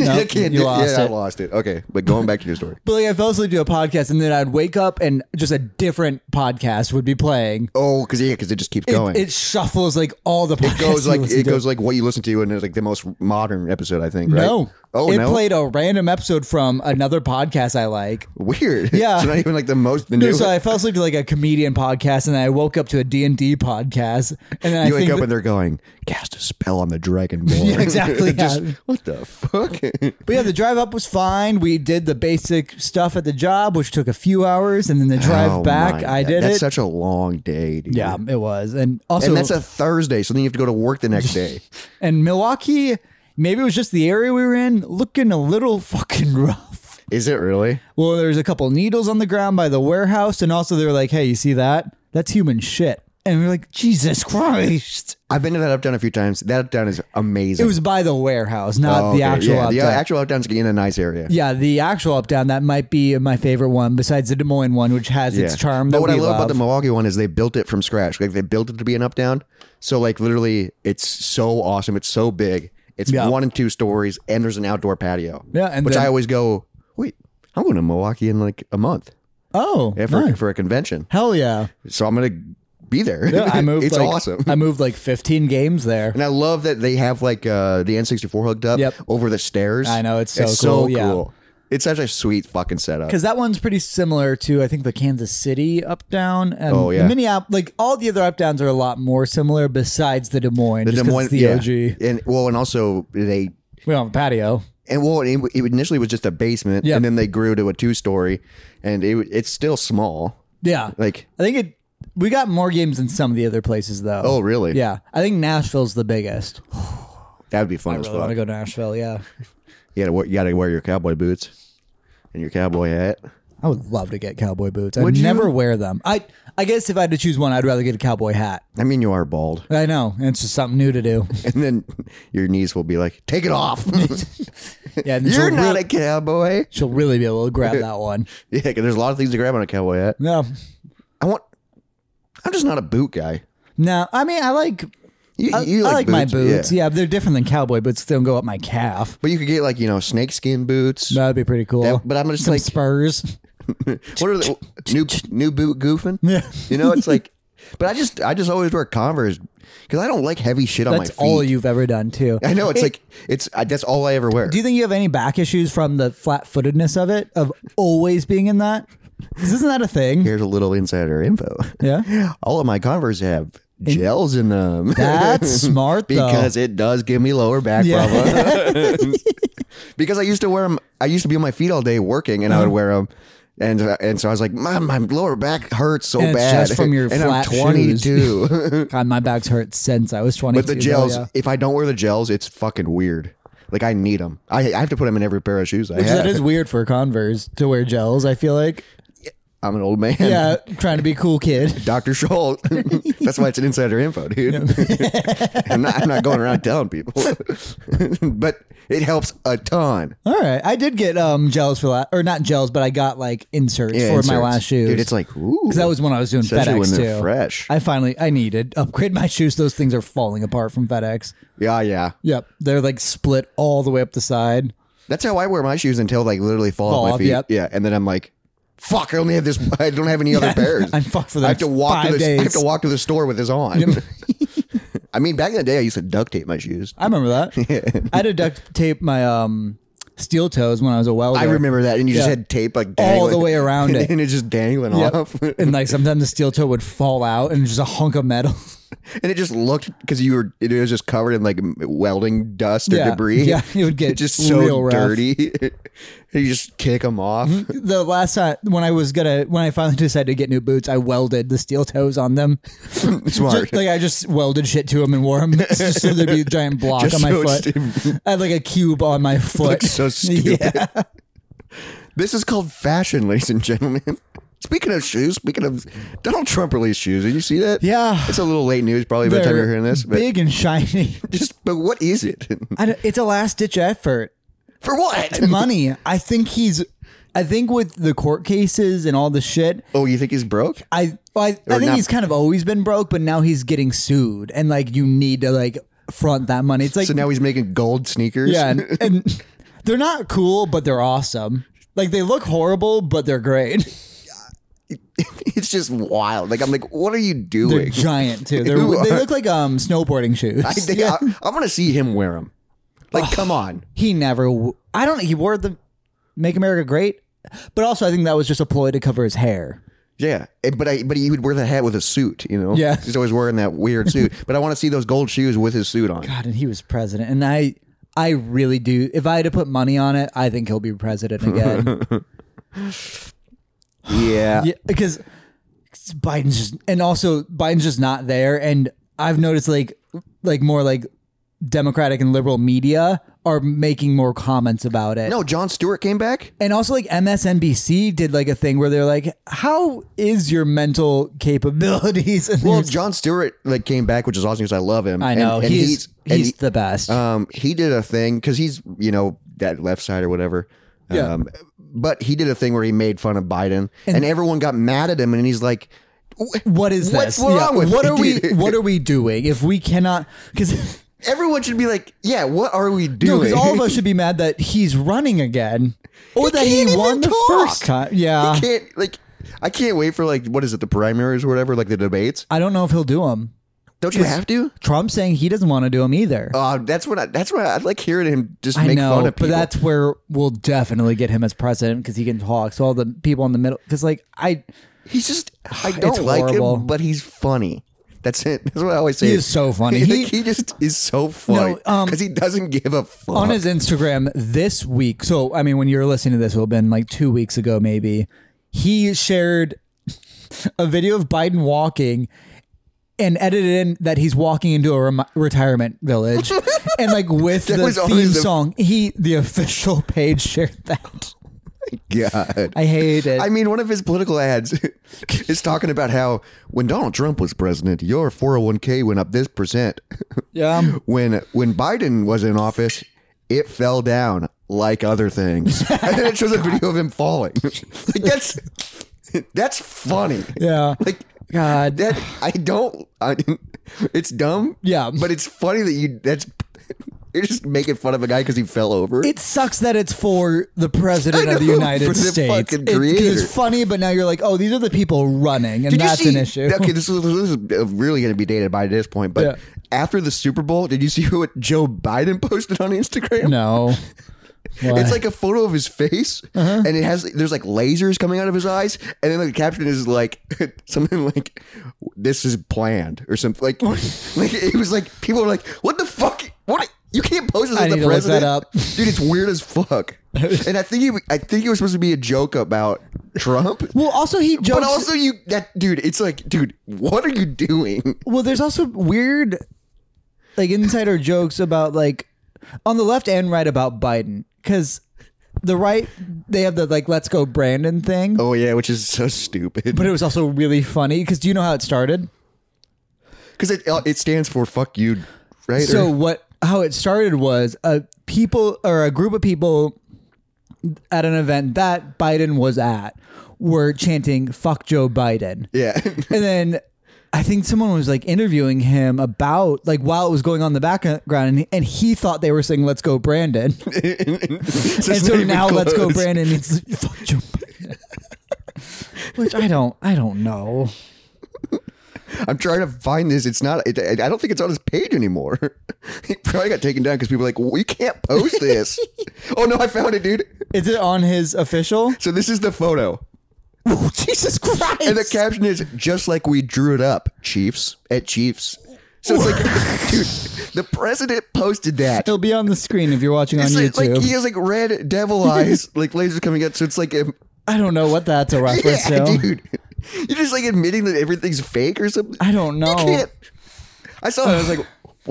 [SPEAKER 2] No,
[SPEAKER 1] I can't
[SPEAKER 2] you
[SPEAKER 1] do-
[SPEAKER 2] lost
[SPEAKER 1] yeah, I
[SPEAKER 2] it.
[SPEAKER 1] lost it. Okay, but going back to your story.
[SPEAKER 2] But like, I fell asleep to a podcast, and then I'd wake up and just a different podcast would be playing.
[SPEAKER 1] Oh, because yeah, because it just keeps going.
[SPEAKER 2] It shuffles like all the
[SPEAKER 1] It
[SPEAKER 2] podcasts.
[SPEAKER 1] goes
[SPEAKER 2] you
[SPEAKER 1] like
[SPEAKER 2] listen
[SPEAKER 1] it
[SPEAKER 2] to.
[SPEAKER 1] goes like what you listen to, and it's like the most modern episode, I think. Right?
[SPEAKER 2] No.
[SPEAKER 1] Oh
[SPEAKER 2] it
[SPEAKER 1] no.
[SPEAKER 2] played a random episode from another podcast I like.
[SPEAKER 1] Weird.
[SPEAKER 2] Yeah.
[SPEAKER 1] it's not even like the most the
[SPEAKER 2] No,
[SPEAKER 1] new.
[SPEAKER 2] so uh, I fell asleep to like a comedian podcast, and I woke up to a D and D podcast, and then
[SPEAKER 1] you
[SPEAKER 2] I
[SPEAKER 1] wake
[SPEAKER 2] think
[SPEAKER 1] up
[SPEAKER 2] that-
[SPEAKER 1] and they're going cast a spell on the dragonborn.
[SPEAKER 2] Yeah, exactly,
[SPEAKER 1] Just,
[SPEAKER 2] yeah.
[SPEAKER 1] what the fuck?
[SPEAKER 2] but yeah, the drive up was fine. We did the basic stuff at the job, which took a few hours, and then the drive
[SPEAKER 1] Oh,
[SPEAKER 2] back,
[SPEAKER 1] my
[SPEAKER 2] I
[SPEAKER 1] God.
[SPEAKER 2] did
[SPEAKER 1] That's
[SPEAKER 2] it.
[SPEAKER 1] such a long day, dude.
[SPEAKER 2] yeah, it was, and also
[SPEAKER 1] And that's a Thursday, so then you have to go to work the next day.
[SPEAKER 2] and Milwaukee. Maybe it was just the area we were in, looking a little fucking rough.
[SPEAKER 1] Is it really?
[SPEAKER 2] Well, there's a couple needles on the ground by the warehouse, and also they were like, "Hey, you see that? That's human shit." And we were like, "Jesus Christ!"
[SPEAKER 1] I've been to that uptown a few times. That uptown is amazing.
[SPEAKER 2] It was by the warehouse, not
[SPEAKER 1] Oh,
[SPEAKER 2] the
[SPEAKER 1] okay.
[SPEAKER 2] actual.
[SPEAKER 1] yeah, the
[SPEAKER 2] outdoor.
[SPEAKER 1] actual uptown's in a nice area.
[SPEAKER 2] Yeah, the actual up down that might be my favorite one besides the Des Moines one, which has its charm. That
[SPEAKER 1] But what
[SPEAKER 2] we
[SPEAKER 1] I love,
[SPEAKER 2] love
[SPEAKER 1] about the Milwaukee one is they built it from scratch. Like they built it to be an up down. So like literally, it's so awesome. It's so big. It's
[SPEAKER 2] Yeah.
[SPEAKER 1] one and two stories, and there's an outdoor patio.
[SPEAKER 2] Yeah, and
[SPEAKER 1] which
[SPEAKER 2] then-
[SPEAKER 1] I always go. Wait, I'm going to Milwaukee in like a month
[SPEAKER 2] oh
[SPEAKER 1] yeah, for,
[SPEAKER 2] nice.
[SPEAKER 1] for a convention.
[SPEAKER 2] hell yeah!
[SPEAKER 1] So I'm gonna be there.
[SPEAKER 2] Yeah, I moved.
[SPEAKER 1] it's
[SPEAKER 2] like,
[SPEAKER 1] awesome.
[SPEAKER 2] I moved like 15 games there.
[SPEAKER 1] And I love that they have like uh, the N64 hooked up
[SPEAKER 2] Yep.
[SPEAKER 1] over the stairs.
[SPEAKER 2] I know, it's so cool, yeah.
[SPEAKER 1] It's such a sweet fucking setup.
[SPEAKER 2] Because that one's pretty similar to I think the Kansas City up down and
[SPEAKER 1] Oh, yeah.
[SPEAKER 2] the Minneapolis. Like all the other up downs are a lot more similar besides the Des Moines. The
[SPEAKER 1] Des Moines-
[SPEAKER 2] the
[SPEAKER 1] yeah.
[SPEAKER 2] OG. We
[SPEAKER 1] and well, and also they
[SPEAKER 2] don't have a patio.
[SPEAKER 1] and well, it, it initially was just a basement,
[SPEAKER 2] Yeah.
[SPEAKER 1] and then they grew to a two story, and it it's still small.
[SPEAKER 2] Yeah,
[SPEAKER 1] Like,
[SPEAKER 2] I think it. We got more games than some of the other places though.
[SPEAKER 1] oh, really?
[SPEAKER 2] yeah. I think Nashville's the biggest.
[SPEAKER 1] that would be fun as
[SPEAKER 2] I want
[SPEAKER 1] fuck.
[SPEAKER 2] to go to Nashville. Yeah,
[SPEAKER 1] You gotta wear, you gotta wear your cowboy boots and your cowboy hat.
[SPEAKER 2] I would love to get cowboy boots. I
[SPEAKER 1] Would
[SPEAKER 2] would
[SPEAKER 1] you?
[SPEAKER 2] never wear them. I I guess if I had to choose one, I'd rather get a cowboy hat.
[SPEAKER 1] I mean, you are bald,
[SPEAKER 2] I know and it's just something new to do.
[SPEAKER 1] and then your knees will be like, "Take it off."
[SPEAKER 2] Yeah, and
[SPEAKER 1] You're
[SPEAKER 2] she'll
[SPEAKER 1] not
[SPEAKER 2] Really,
[SPEAKER 1] a cowboy.
[SPEAKER 2] she'll really be able to grab that one.
[SPEAKER 1] Yeah, 'cause there's a lot of things to grab on a cowboy hat.
[SPEAKER 2] No,
[SPEAKER 1] I want. I'm just not a boot guy.
[SPEAKER 2] no. I mean, I like.
[SPEAKER 1] You,
[SPEAKER 2] I,
[SPEAKER 1] you
[SPEAKER 2] I like my
[SPEAKER 1] yeah.
[SPEAKER 2] boots. Yeah. they're different than cowboy boots. They don't go up my calf.
[SPEAKER 1] but you could get like you know snakeskin boots.
[SPEAKER 2] That'd be pretty cool.
[SPEAKER 1] That- but I'm just
[SPEAKER 2] Some
[SPEAKER 1] like,
[SPEAKER 2] spurs.
[SPEAKER 1] what are the new new boot goofing?
[SPEAKER 2] Yeah.
[SPEAKER 1] You know, it's like But I just I just always wear Converse because I don't like heavy shit on
[SPEAKER 2] That's
[SPEAKER 1] my feet.
[SPEAKER 2] all you've ever done too.
[SPEAKER 1] I know it's like it's I, that's all I ever wear.
[SPEAKER 2] Do you think you have any back issues from the flat-footedness of it, of always being in that? 'Cause isn't that a thing?
[SPEAKER 1] Here's a little insider info.
[SPEAKER 2] Yeah.
[SPEAKER 1] All of my Converse have gels in them.
[SPEAKER 2] That's smart though.
[SPEAKER 1] because it does give me lower back
[SPEAKER 2] Yeah.
[SPEAKER 1] problem. because I used to wear them. I used to be on my feet all day working,
[SPEAKER 2] Uh-huh.
[SPEAKER 1] and I would wear them. And and so I was like, my my lower back hurts so
[SPEAKER 2] And it's
[SPEAKER 1] bad.
[SPEAKER 2] just from your
[SPEAKER 1] and
[SPEAKER 2] flat
[SPEAKER 1] I'm
[SPEAKER 2] shoes.
[SPEAKER 1] 22.
[SPEAKER 2] God, my back's hurt since I was 22.
[SPEAKER 1] but the
[SPEAKER 2] though,
[SPEAKER 1] gels,
[SPEAKER 2] yeah.
[SPEAKER 1] if I don't wear the gels, it's fucking weird. Like I need them. I, I have to put them in every pair of shoes I
[SPEAKER 2] Which
[SPEAKER 1] have.
[SPEAKER 2] that is weird for Converse to wear gels, I feel like.
[SPEAKER 1] I'm an old man.
[SPEAKER 2] Yeah, trying to be cool kid.
[SPEAKER 1] Dr. Scholl. That's why it's an insider info, dude. I'm, not, I'm not going around telling people. but it helps a ton.
[SPEAKER 2] All right. I did get um gels for that or not gels, but I got like inserts
[SPEAKER 1] Yeah,
[SPEAKER 2] for my
[SPEAKER 1] inserts.
[SPEAKER 2] last shoes.
[SPEAKER 1] Dude, it's like, ooh.
[SPEAKER 2] Cuz that was when I was doing
[SPEAKER 1] Especially
[SPEAKER 2] FedEx
[SPEAKER 1] when they're
[SPEAKER 2] too.
[SPEAKER 1] fresh.
[SPEAKER 2] I finally I needed upgrade my shoes. Those things are falling apart from FedEx.
[SPEAKER 1] yeah, yeah.
[SPEAKER 2] Yep. They're like split all the way up the side.
[SPEAKER 1] That's how I wear my shoes until like literally fall,
[SPEAKER 2] Fall
[SPEAKER 1] off my
[SPEAKER 2] off,
[SPEAKER 1] feet.
[SPEAKER 2] yep.
[SPEAKER 1] Yeah, and then I'm like, fuck, I only have this. I don't have any other pairs.
[SPEAKER 2] I'm fucked for the
[SPEAKER 1] I have to
[SPEAKER 2] next
[SPEAKER 1] walk to
[SPEAKER 2] five
[SPEAKER 1] the, I have
[SPEAKER 2] days.
[SPEAKER 1] to walk to the store with this on. I mean, back in the day, I used to duct tape my shoes.
[SPEAKER 2] I remember that. I had to duct tape my um steel toes when I was a welder.
[SPEAKER 1] I remember that, and you just
[SPEAKER 2] Yeah.
[SPEAKER 1] had tape like
[SPEAKER 2] All the
[SPEAKER 1] dangling,
[SPEAKER 2] way around it.
[SPEAKER 1] and it's just dangling
[SPEAKER 2] Yep.
[SPEAKER 1] off, and
[SPEAKER 2] and like sometimes the steel toe would fall out and just a hunk of metal.
[SPEAKER 1] it just looked because you were it was just covered in like m- welding dust or
[SPEAKER 2] Yeah.
[SPEAKER 1] debris.
[SPEAKER 2] Yeah, it would get
[SPEAKER 1] just so
[SPEAKER 2] real rough.
[SPEAKER 1] dirty. you just kick them off.
[SPEAKER 2] the last time when I was gonna when I finally decided to get new boots, I welded the steel toes on them. Mm-hmm.
[SPEAKER 1] Smart.
[SPEAKER 2] Just- like I just welded shit to them and wore them just so there'd be a giant block
[SPEAKER 1] Just
[SPEAKER 2] on my
[SPEAKER 1] so
[SPEAKER 2] foot.
[SPEAKER 1] it's-
[SPEAKER 2] I had like a cube on my foot.
[SPEAKER 1] Looks so stupid.
[SPEAKER 2] Yeah.
[SPEAKER 1] This is called fashion, ladies and gentlemen. Speaking of shoes, speaking of Donald Trump released shoes, did you see that?
[SPEAKER 2] Yeah.
[SPEAKER 1] it's a little late news probably by the time
[SPEAKER 2] They're
[SPEAKER 1] you're hearing this, but
[SPEAKER 2] big and shiny.
[SPEAKER 1] just but what is it
[SPEAKER 2] I don't- it's a last ditch effort.
[SPEAKER 1] for what?
[SPEAKER 2] Money. I think he's. I think with the court cases and all the shit,
[SPEAKER 1] Oh, you think he's broke?
[SPEAKER 2] I well, I, I think
[SPEAKER 1] not-
[SPEAKER 2] he's kind of always been broke, but now he's getting sued, and like you need to like front that money. It's like
[SPEAKER 1] So now he's making gold sneakers.
[SPEAKER 2] Yeah, and, and they're not cool, but they're awesome. Like they look horrible, but they're great.
[SPEAKER 1] it's just wild. Like I'm like, what are you
[SPEAKER 2] They're
[SPEAKER 1] doing?
[SPEAKER 2] giant too. They're,
[SPEAKER 1] Who are-
[SPEAKER 2] they look like um snowboarding shoes.
[SPEAKER 1] I think I, I'm gonna see him wear them. Like, come on.
[SPEAKER 2] he never. w- I don't. He wore the "Make America Great," but also I think that was just a ploy to cover his hair.
[SPEAKER 1] Yeah, Eh, but I but he would wear the hat with a suit, you know.
[SPEAKER 2] Yeah.
[SPEAKER 1] he's always wearing that weird suit. but I want to see those gold shoes with his suit on.
[SPEAKER 2] God, and he was president, and I. I really do. If I had to put money on it, I think he'll be president again.
[SPEAKER 1] Yeah,
[SPEAKER 2] yeah, because Biden's just, and also Biden's just not there. And I've noticed like, like more like Democratic and liberal media are making more comments about it.
[SPEAKER 1] No, John Stewart came back.
[SPEAKER 2] And also like MSNBC did like a thing where they're like, how is your mental capabilities? And
[SPEAKER 1] Well,
[SPEAKER 2] there's-
[SPEAKER 1] John Stewart like came back, which is awesome because I love him.
[SPEAKER 2] I know
[SPEAKER 1] and, and
[SPEAKER 2] he's,
[SPEAKER 1] he's,
[SPEAKER 2] he's,
[SPEAKER 1] and he-
[SPEAKER 2] the best.
[SPEAKER 1] um he did a thing because he's you know that left side or whatever.
[SPEAKER 2] Yeah.
[SPEAKER 1] Um, but he did a thing where he made fun of Biden, and, everyone got mad at him, and he's like,
[SPEAKER 2] what is
[SPEAKER 1] what's
[SPEAKER 2] this?
[SPEAKER 1] wrong with
[SPEAKER 2] what
[SPEAKER 1] it,
[SPEAKER 2] are we?
[SPEAKER 1] dude?
[SPEAKER 2] What are we doing if we cannot? Because
[SPEAKER 1] everyone should be like, yeah, what are we
[SPEAKER 2] No,
[SPEAKER 1] doing?
[SPEAKER 2] because all of us should be mad that he's running again, or that
[SPEAKER 1] can't
[SPEAKER 2] he
[SPEAKER 1] even
[SPEAKER 2] won the
[SPEAKER 1] talk.
[SPEAKER 2] first time. Yeah,
[SPEAKER 1] I can't like. I can't wait for like what is it the primaries or whatever like the debates.
[SPEAKER 2] I don't know if he'll do them.
[SPEAKER 1] Don't you have to?
[SPEAKER 2] Trump's saying he doesn't want to do them either.
[SPEAKER 1] Uh, that's what I, that's what I, I like hearing him just
[SPEAKER 2] I
[SPEAKER 1] make
[SPEAKER 2] know,
[SPEAKER 1] fun of
[SPEAKER 2] but
[SPEAKER 1] people.
[SPEAKER 2] that's where we'll definitely get him as president because he can talk. So all the people in the middle, because like I,
[SPEAKER 1] he's just I don't like
[SPEAKER 2] horrible.
[SPEAKER 1] him, but he's funny. That's it. That's what I always say.
[SPEAKER 2] He is so funny.
[SPEAKER 1] Like,
[SPEAKER 2] He-
[SPEAKER 1] he, just is so funny
[SPEAKER 2] No, um,
[SPEAKER 1] because he doesn't give a fuck.
[SPEAKER 2] on his Instagram this week. So I mean, when you're listening to this, it will have been like two weeks ago, maybe. He shared a video of Biden walking and edited in that he's walking into a rem- retirement village, and like with the
[SPEAKER 1] was
[SPEAKER 2] theme
[SPEAKER 1] always the-
[SPEAKER 2] song, he the official page shared that.
[SPEAKER 1] God.
[SPEAKER 2] I hate it.
[SPEAKER 1] I mean, one of his political ads is talking about how when Donald Trump was president, your 401k went up this percent.
[SPEAKER 2] yeah.
[SPEAKER 1] When when Biden was in office, it fell down like other things. and then it shows a video of him falling. like that's that's funny.
[SPEAKER 2] Yeah.
[SPEAKER 1] Like
[SPEAKER 2] God.
[SPEAKER 1] that I don't I, it's dumb.
[SPEAKER 2] Yeah.
[SPEAKER 1] But it's funny that you that's You're just making fun of a guy because he fell over.
[SPEAKER 2] It sucks that it's for the president
[SPEAKER 1] I
[SPEAKER 2] of the
[SPEAKER 1] know,
[SPEAKER 2] United
[SPEAKER 1] for the
[SPEAKER 2] States.
[SPEAKER 1] fucking
[SPEAKER 2] It- 'cause
[SPEAKER 1] creator.
[SPEAKER 2] it's funny, but now you're like, oh, these are the people running,
[SPEAKER 1] Did
[SPEAKER 2] and
[SPEAKER 1] you
[SPEAKER 2] that's
[SPEAKER 1] see-
[SPEAKER 2] an issue.
[SPEAKER 1] Okay, this is, this is really going to be dated by this point. But
[SPEAKER 2] Yeah.
[SPEAKER 1] after the Super Bowl, did you see what Joe Biden posted on Instagram?
[SPEAKER 2] No, What?
[SPEAKER 1] It's like a photo of his face,
[SPEAKER 2] Uh-huh.
[SPEAKER 1] and it has there's like lasers coming out of his eyes, and then the caption is like something like "This is planned" or something like like it was like people were like, "What the fuck? What you can't post this
[SPEAKER 2] I
[SPEAKER 1] as
[SPEAKER 2] need
[SPEAKER 1] the
[SPEAKER 2] to look that
[SPEAKER 1] president,
[SPEAKER 2] up.
[SPEAKER 1] dude? It's weird as fuck." and I think he, I think it was supposed to be a joke about Trump.
[SPEAKER 2] well, also he jokes.
[SPEAKER 1] But also, you that dude, it's like, dude, what are you doing?
[SPEAKER 2] Well, there's also weird, like insider jokes about like on the left and right about Biden because the right they have the like "Let's go Brandon" thing,
[SPEAKER 1] Oh yeah, which is so stupid
[SPEAKER 2] but it was also really funny because do you know how it started?
[SPEAKER 1] because it it stands for "fuck you," right?
[SPEAKER 2] So
[SPEAKER 1] Or-
[SPEAKER 2] what? How it started was a people or a group of people at an event that Biden was at were chanting "fuck Joe Biden,"
[SPEAKER 1] yeah,
[SPEAKER 2] and then I think someone was like interviewing him about like while it was going on in the background, and he, and he thought they were saying "Let's go Brandon,"
[SPEAKER 1] so
[SPEAKER 2] and so now "Let's go Brandon" means "fuck Joe Biden," which I don't I don't know.
[SPEAKER 1] I'm trying to find this. It's not. It, I don't think it's on his page anymore. it probably got taken down because people were like, "We can't post this." oh no, I found it, dude.
[SPEAKER 2] Is it on his official?
[SPEAKER 1] So this is the photo,
[SPEAKER 2] Jesus Christ!
[SPEAKER 1] and the caption is just like we drew it up, Chiefs at Chiefs. So it's like, dude, the president posted that.
[SPEAKER 2] It'll be on the screen if you're watching on
[SPEAKER 1] It's like,
[SPEAKER 2] YouTube.
[SPEAKER 1] like he has like red devil eyes, like lasers coming out. So it's like, um,
[SPEAKER 2] I don't know what that's a reference
[SPEAKER 1] yeah,
[SPEAKER 2] to.
[SPEAKER 1] dude, you're just like admitting that everything's fake or something.
[SPEAKER 2] I don't know.
[SPEAKER 1] You can't. I saw it. I was like,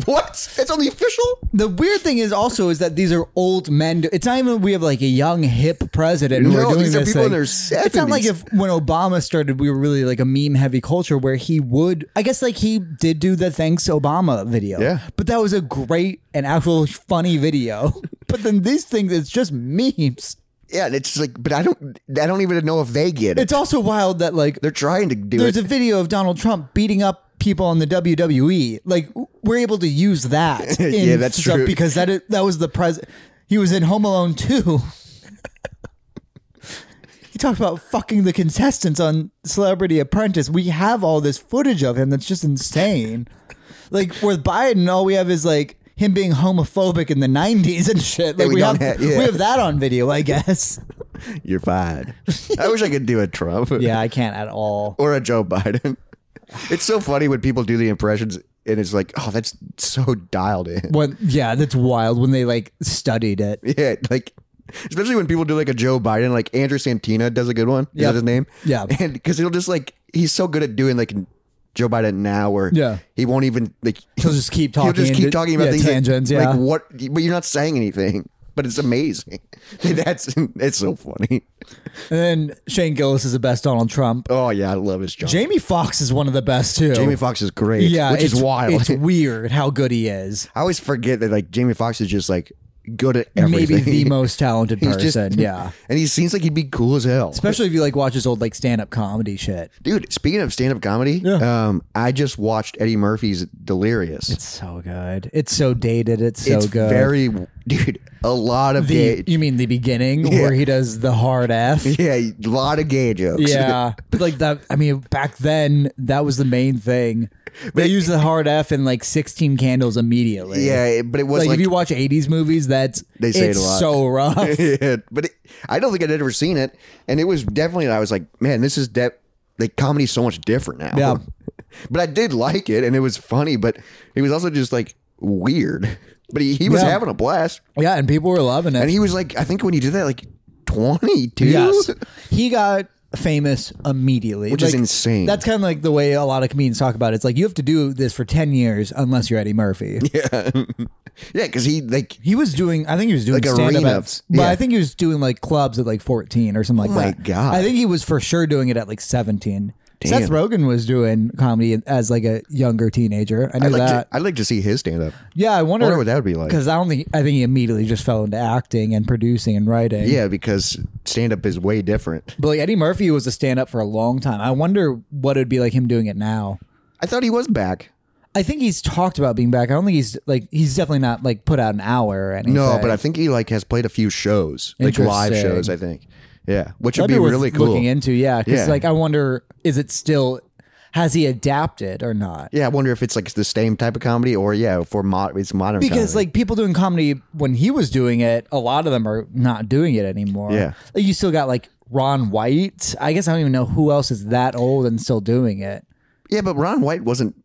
[SPEAKER 1] what? That's on the official.
[SPEAKER 2] The weird thing is also is that these are old men. do- It's not even we have like a young hip president who
[SPEAKER 1] No,
[SPEAKER 2] are doing
[SPEAKER 1] these are
[SPEAKER 2] this
[SPEAKER 1] people in
[SPEAKER 2] thing.
[SPEAKER 1] their
[SPEAKER 2] It's not like
[SPEAKER 1] 70s.
[SPEAKER 2] if when Obama started, we were really like a meme heavy culture where he would. I guess like he did do the thanks Obama video.
[SPEAKER 1] Yeah.
[SPEAKER 2] but that was a great and actual funny video. but then these things, it's just memes.
[SPEAKER 1] Yeah, and it's just like, but I don't, I don't even know if they get it.
[SPEAKER 2] It's also wild that like
[SPEAKER 1] They're trying to do
[SPEAKER 2] there's
[SPEAKER 1] it.
[SPEAKER 2] a video of Donald Trump beating up people on the WWE. Like we're able to use that. In
[SPEAKER 1] Yeah, that's
[SPEAKER 2] stuff
[SPEAKER 1] true.
[SPEAKER 2] Because that is, that was the pres. He was in Home Alone too. he talked about fucking the contestants on Celebrity Apprentice. We have all this footage of him. That's just insane. Like with Biden, all we have is like him being homophobic in the '90s and shit. Like
[SPEAKER 1] we
[SPEAKER 2] we, have
[SPEAKER 1] don't have- yeah.
[SPEAKER 2] we have that on video, I guess.
[SPEAKER 1] You're fine. I wish I could do a Trump.
[SPEAKER 2] yeah, I can't at all.
[SPEAKER 1] Or a Joe Biden. It's so funny when people do the impressions, and it's like, oh, that's so dialed in.
[SPEAKER 2] When yeah, that's wild when they like studied it.
[SPEAKER 1] Yeah, like especially when people do like a Joe Biden, like Andrew Santina does a good one. Is
[SPEAKER 2] Yep.
[SPEAKER 1] that his name?
[SPEAKER 2] Yeah.
[SPEAKER 1] and because he'll just like he's so good at doing like Joe Biden now, where
[SPEAKER 2] Yeah.
[SPEAKER 1] he won't even like
[SPEAKER 2] He'll just keep
[SPEAKER 1] he'll
[SPEAKER 2] talking.
[SPEAKER 1] just keep talking about
[SPEAKER 2] yeah,
[SPEAKER 1] things that-
[SPEAKER 2] tangents. yeah,
[SPEAKER 1] like what, but you're not saying anything. But it's amazing. That's it's so funny.
[SPEAKER 2] and then Shane Gillis is the best Donald Trump.
[SPEAKER 1] Oh yeah, I love his job.
[SPEAKER 2] Jamie Foxx is one of the best too.
[SPEAKER 1] Jamie Foxx is great.
[SPEAKER 2] yeah,
[SPEAKER 1] which is
[SPEAKER 2] it's-
[SPEAKER 1] wild.
[SPEAKER 2] It's weird how good he is.
[SPEAKER 1] I always forget that like Jamie Foxx is just like good at everything.
[SPEAKER 2] Maybe the most talented
[SPEAKER 1] He's just-
[SPEAKER 2] person. yeah,
[SPEAKER 1] and he seems like he'd be cool as hell.
[SPEAKER 2] especially if you like watch his old like stand up comedy shit.
[SPEAKER 1] Dude, speaking of stand up comedy,
[SPEAKER 2] Yeah.
[SPEAKER 1] um, I just watched Eddie Murphy's Delirious.
[SPEAKER 2] It's so good. It's so dated. It's so
[SPEAKER 1] It's
[SPEAKER 2] good.
[SPEAKER 1] very dude, a lot of
[SPEAKER 2] the,
[SPEAKER 1] gay
[SPEAKER 2] you mean the beginning where he does the hard F?
[SPEAKER 1] Yeah, a lot of gay jokes.
[SPEAKER 2] Yeah, but like that. I mean, back then that was the main thing. They used the hard F in like sixteen candles immediately.
[SPEAKER 1] Yeah, it- but it was
[SPEAKER 2] like,
[SPEAKER 1] like,
[SPEAKER 2] if you watch '80s movies, that's
[SPEAKER 1] They say it
[SPEAKER 2] it's
[SPEAKER 1] a lot.
[SPEAKER 2] so rough.
[SPEAKER 1] Yeah, but it, I don't think I'd ever seen it, and it was definitely. I was like, man, this is de- like comedy's so much different now.
[SPEAKER 2] Yeah.
[SPEAKER 1] but I did like it, and it was funny, but it was also just like weird. But he, he was
[SPEAKER 2] Yeah.
[SPEAKER 1] having a blast,
[SPEAKER 2] yeah, and people were loving it.
[SPEAKER 1] and he was like, I think when you did that, like twenty two.
[SPEAKER 2] yes, he got famous immediately,
[SPEAKER 1] Which is insane.
[SPEAKER 2] That's kind of like the way a lot of comedians talk about it. It's like you have to do this for ten years unless you're Eddie Murphy.
[SPEAKER 1] yeah, because he like.
[SPEAKER 2] He was doing, I think he was doing
[SPEAKER 1] Like
[SPEAKER 2] stand
[SPEAKER 1] arena.
[SPEAKER 2] up, but
[SPEAKER 1] Yeah. Oh
[SPEAKER 2] I think he was doing like clubs at like 14 or something like
[SPEAKER 1] my
[SPEAKER 2] that.
[SPEAKER 1] God.
[SPEAKER 2] I think he was for sure doing it at like 17.
[SPEAKER 1] Damn.
[SPEAKER 2] Seth Rogen was doing comedy as like a younger teenager. I knew
[SPEAKER 1] I'd like,
[SPEAKER 2] that.
[SPEAKER 1] to, I'd like to see his stand up.
[SPEAKER 2] yeah, I wonder,
[SPEAKER 1] I wonder what that would be like.
[SPEAKER 2] Because I don't think I think he immediately just fell into acting and producing and writing.
[SPEAKER 1] Yeah, because stand up is way different.
[SPEAKER 2] But like Eddie Murphy was a stand up for a long time. I wonder what it'd be like him doing it now.
[SPEAKER 1] I thought he was back.
[SPEAKER 2] I think he's talked about being back. I don't think he's like he's definitely not like put out an hour or anything.
[SPEAKER 1] No, but I think he like has played a few shows, like live
[SPEAKER 2] Interesting.
[SPEAKER 1] shows. I think, yeah, which would
[SPEAKER 2] That'd
[SPEAKER 1] be,
[SPEAKER 2] worth
[SPEAKER 1] really cool.
[SPEAKER 2] looking into. Yeah, because
[SPEAKER 1] Yeah.
[SPEAKER 2] like I wonder, is it still has he adapted or not?
[SPEAKER 1] yeah, I wonder if it's like the same type of comedy or yeah, for mod it's modern
[SPEAKER 2] Because
[SPEAKER 1] comedy.
[SPEAKER 2] like people doing comedy when he was doing it, a lot of them are not doing it anymore.
[SPEAKER 1] Yeah.
[SPEAKER 2] like, you still got like Ron White. I guess I don't even know who else is that old and still doing it.
[SPEAKER 1] yeah, but Ron White wasn't.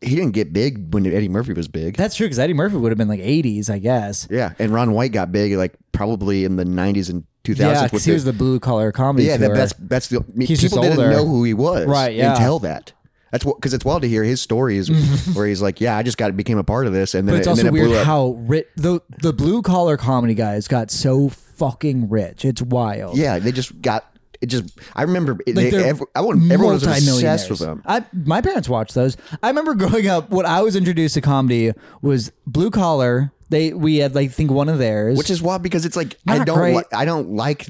[SPEAKER 1] He didn't get big when Eddie Murphy was big.
[SPEAKER 2] That's true because Eddie Murphy would have been like 80s, I guess.
[SPEAKER 1] yeah, and Ron White got big like probably in the '90s and 2000s.
[SPEAKER 2] Yeah,
[SPEAKER 1] with
[SPEAKER 2] because he
[SPEAKER 1] the-
[SPEAKER 2] was the blue collar comedy.
[SPEAKER 1] yeah, that,
[SPEAKER 2] tour.
[SPEAKER 1] that's that's the me-
[SPEAKER 2] He's
[SPEAKER 1] people
[SPEAKER 2] just
[SPEAKER 1] didn't
[SPEAKER 2] older.
[SPEAKER 1] know who he was,
[SPEAKER 2] Right, yeah.
[SPEAKER 1] Until that. That's what because it's wild to hear his stories where he's like, yeah, I just got became a part of this, and then
[SPEAKER 2] Mhm. But it's
[SPEAKER 1] and
[SPEAKER 2] also
[SPEAKER 1] then it
[SPEAKER 2] weird
[SPEAKER 1] blew up.
[SPEAKER 2] how ri- the the blue collar comedy guys got so fucking rich. It's wild.
[SPEAKER 1] Yeah, they just got it. Just I remember it, they,
[SPEAKER 2] they're
[SPEAKER 1] ev- I want everyone was obsessed
[SPEAKER 2] multimillionaires.
[SPEAKER 1] with them.
[SPEAKER 2] I, my parents watched those. I remember growing up. What I was introduced to comedy was blue collar. They we had like I think one of theirs.
[SPEAKER 1] which is wild because it's like I
[SPEAKER 2] Not
[SPEAKER 1] don't
[SPEAKER 2] great.
[SPEAKER 1] li- I don't like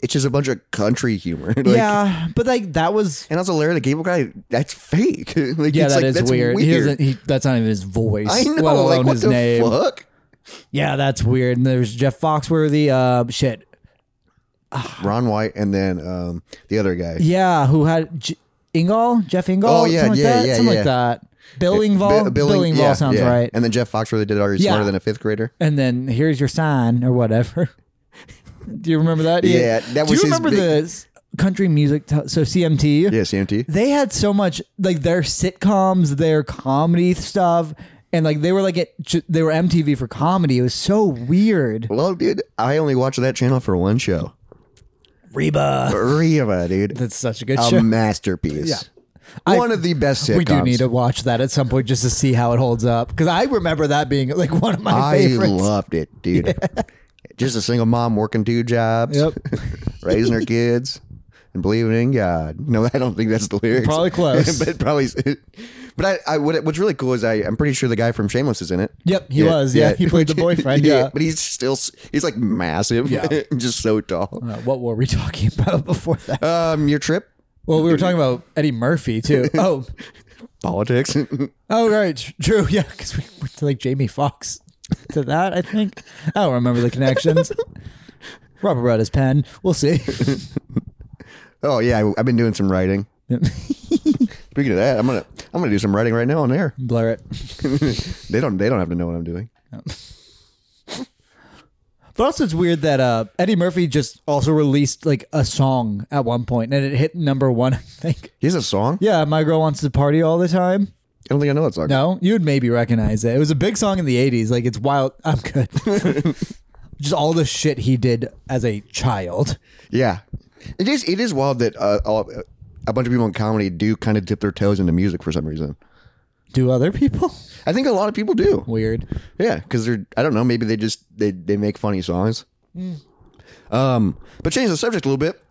[SPEAKER 1] it's just a bunch of country humor. like,
[SPEAKER 2] yeah, but like that was
[SPEAKER 1] and also Larry the Cable Guy, that's fake. like,
[SPEAKER 2] yeah
[SPEAKER 1] it's
[SPEAKER 2] that
[SPEAKER 1] like,
[SPEAKER 2] is
[SPEAKER 1] that's
[SPEAKER 2] weird. He doesn't. He, that's not even his voice.
[SPEAKER 1] I know,
[SPEAKER 2] let alone
[SPEAKER 1] like what
[SPEAKER 2] his
[SPEAKER 1] the
[SPEAKER 2] name.
[SPEAKER 1] fuck?
[SPEAKER 2] Yeah, that's weird. And there's Jeff Foxworthy. Uh, shit.
[SPEAKER 1] Ron White and then um, the other guy.
[SPEAKER 2] Yeah, who had J- Ingall? Jeff Ingall?
[SPEAKER 1] Oh, yeah,
[SPEAKER 2] something like
[SPEAKER 1] yeah,
[SPEAKER 2] that?
[SPEAKER 1] yeah,
[SPEAKER 2] something
[SPEAKER 1] yeah.
[SPEAKER 2] like that. Bill Ingvall,
[SPEAKER 1] Bi-
[SPEAKER 2] Bill Ingvall
[SPEAKER 1] yeah,
[SPEAKER 2] sounds
[SPEAKER 1] yeah.
[SPEAKER 2] right.
[SPEAKER 1] And then Jeff Fox really did already
[SPEAKER 2] Yeah.
[SPEAKER 1] smarter than a fifth grader.
[SPEAKER 2] And then here's your sign or whatever. Do you remember that?
[SPEAKER 1] Yeah, that
[SPEAKER 2] Do
[SPEAKER 1] was
[SPEAKER 2] you
[SPEAKER 1] his
[SPEAKER 2] remember
[SPEAKER 1] big-
[SPEAKER 2] the s- country music? T- so CMT.
[SPEAKER 1] Yeah, CMT.
[SPEAKER 2] They had so much like their sitcoms, their comedy stuff, and like they were like at, j- they were MTV for comedy. It was so weird.
[SPEAKER 1] Well, dude, I only watched that channel for one show.
[SPEAKER 2] Reba.
[SPEAKER 1] Riva, dude.
[SPEAKER 2] That's such a good
[SPEAKER 1] a
[SPEAKER 2] show.
[SPEAKER 1] masterpiece.
[SPEAKER 2] I-
[SPEAKER 1] One of the best Um, sitcoms.
[SPEAKER 2] We do need to watch that at some point just to see how it holds up because I remember that being like one of my
[SPEAKER 1] I
[SPEAKER 2] favorites.
[SPEAKER 1] loved it, dude. Just a single mom working two jobs,
[SPEAKER 2] Yep.
[SPEAKER 1] raising her kids, and believing in God. No, I don't think that's the lyrics.
[SPEAKER 2] Probably close.
[SPEAKER 1] but probably. But I, I what, what's really cool is I, I'm pretty sure the guy from Shameless is in it.
[SPEAKER 2] Yep, he was. Yeah, he played the boyfriend. Yeah.
[SPEAKER 1] but he's still s- he's like massive.
[SPEAKER 2] Yeah.
[SPEAKER 1] just so tall.
[SPEAKER 2] Uh, what were we talking about before that?
[SPEAKER 1] Um, your trip,
[SPEAKER 2] Well, we were talking about Eddie Murphy too. Oh,
[SPEAKER 1] politics.
[SPEAKER 2] oh, right, tr- true. Yeah, because we went to like Jamie Foxx to that. I think I don't remember the connections. Robert brought his pen. We'll see.
[SPEAKER 1] oh yeah, I, I've been doing some writing. Speaking of that, I'm gonna I'm gonna do some writing right now on air.
[SPEAKER 2] Blur it.
[SPEAKER 1] They don't they don't have to know what I'm doing.
[SPEAKER 2] But also, it's weird that uh, Eddie Murphy just also released like a song at one point, and it hit number one. I think.
[SPEAKER 1] He has a song.
[SPEAKER 2] Yeah, my girl wants to party all the time.
[SPEAKER 1] I don't think I know that song.
[SPEAKER 2] No, you'd maybe recognize it. It was a big song in the '80s. Like it's wild. I'm good. Just all the shit he did as a child.
[SPEAKER 1] Yeah, it is. It is wild that uh, all, a bunch of people in comedy do kind of dip their toes into music for some reason.
[SPEAKER 2] Do other people?
[SPEAKER 1] I think a lot of people do.
[SPEAKER 2] Weird.
[SPEAKER 1] Yeah, because they're. I don't know. Maybe they just they they make funny songs. Um, but change the subject a little bit.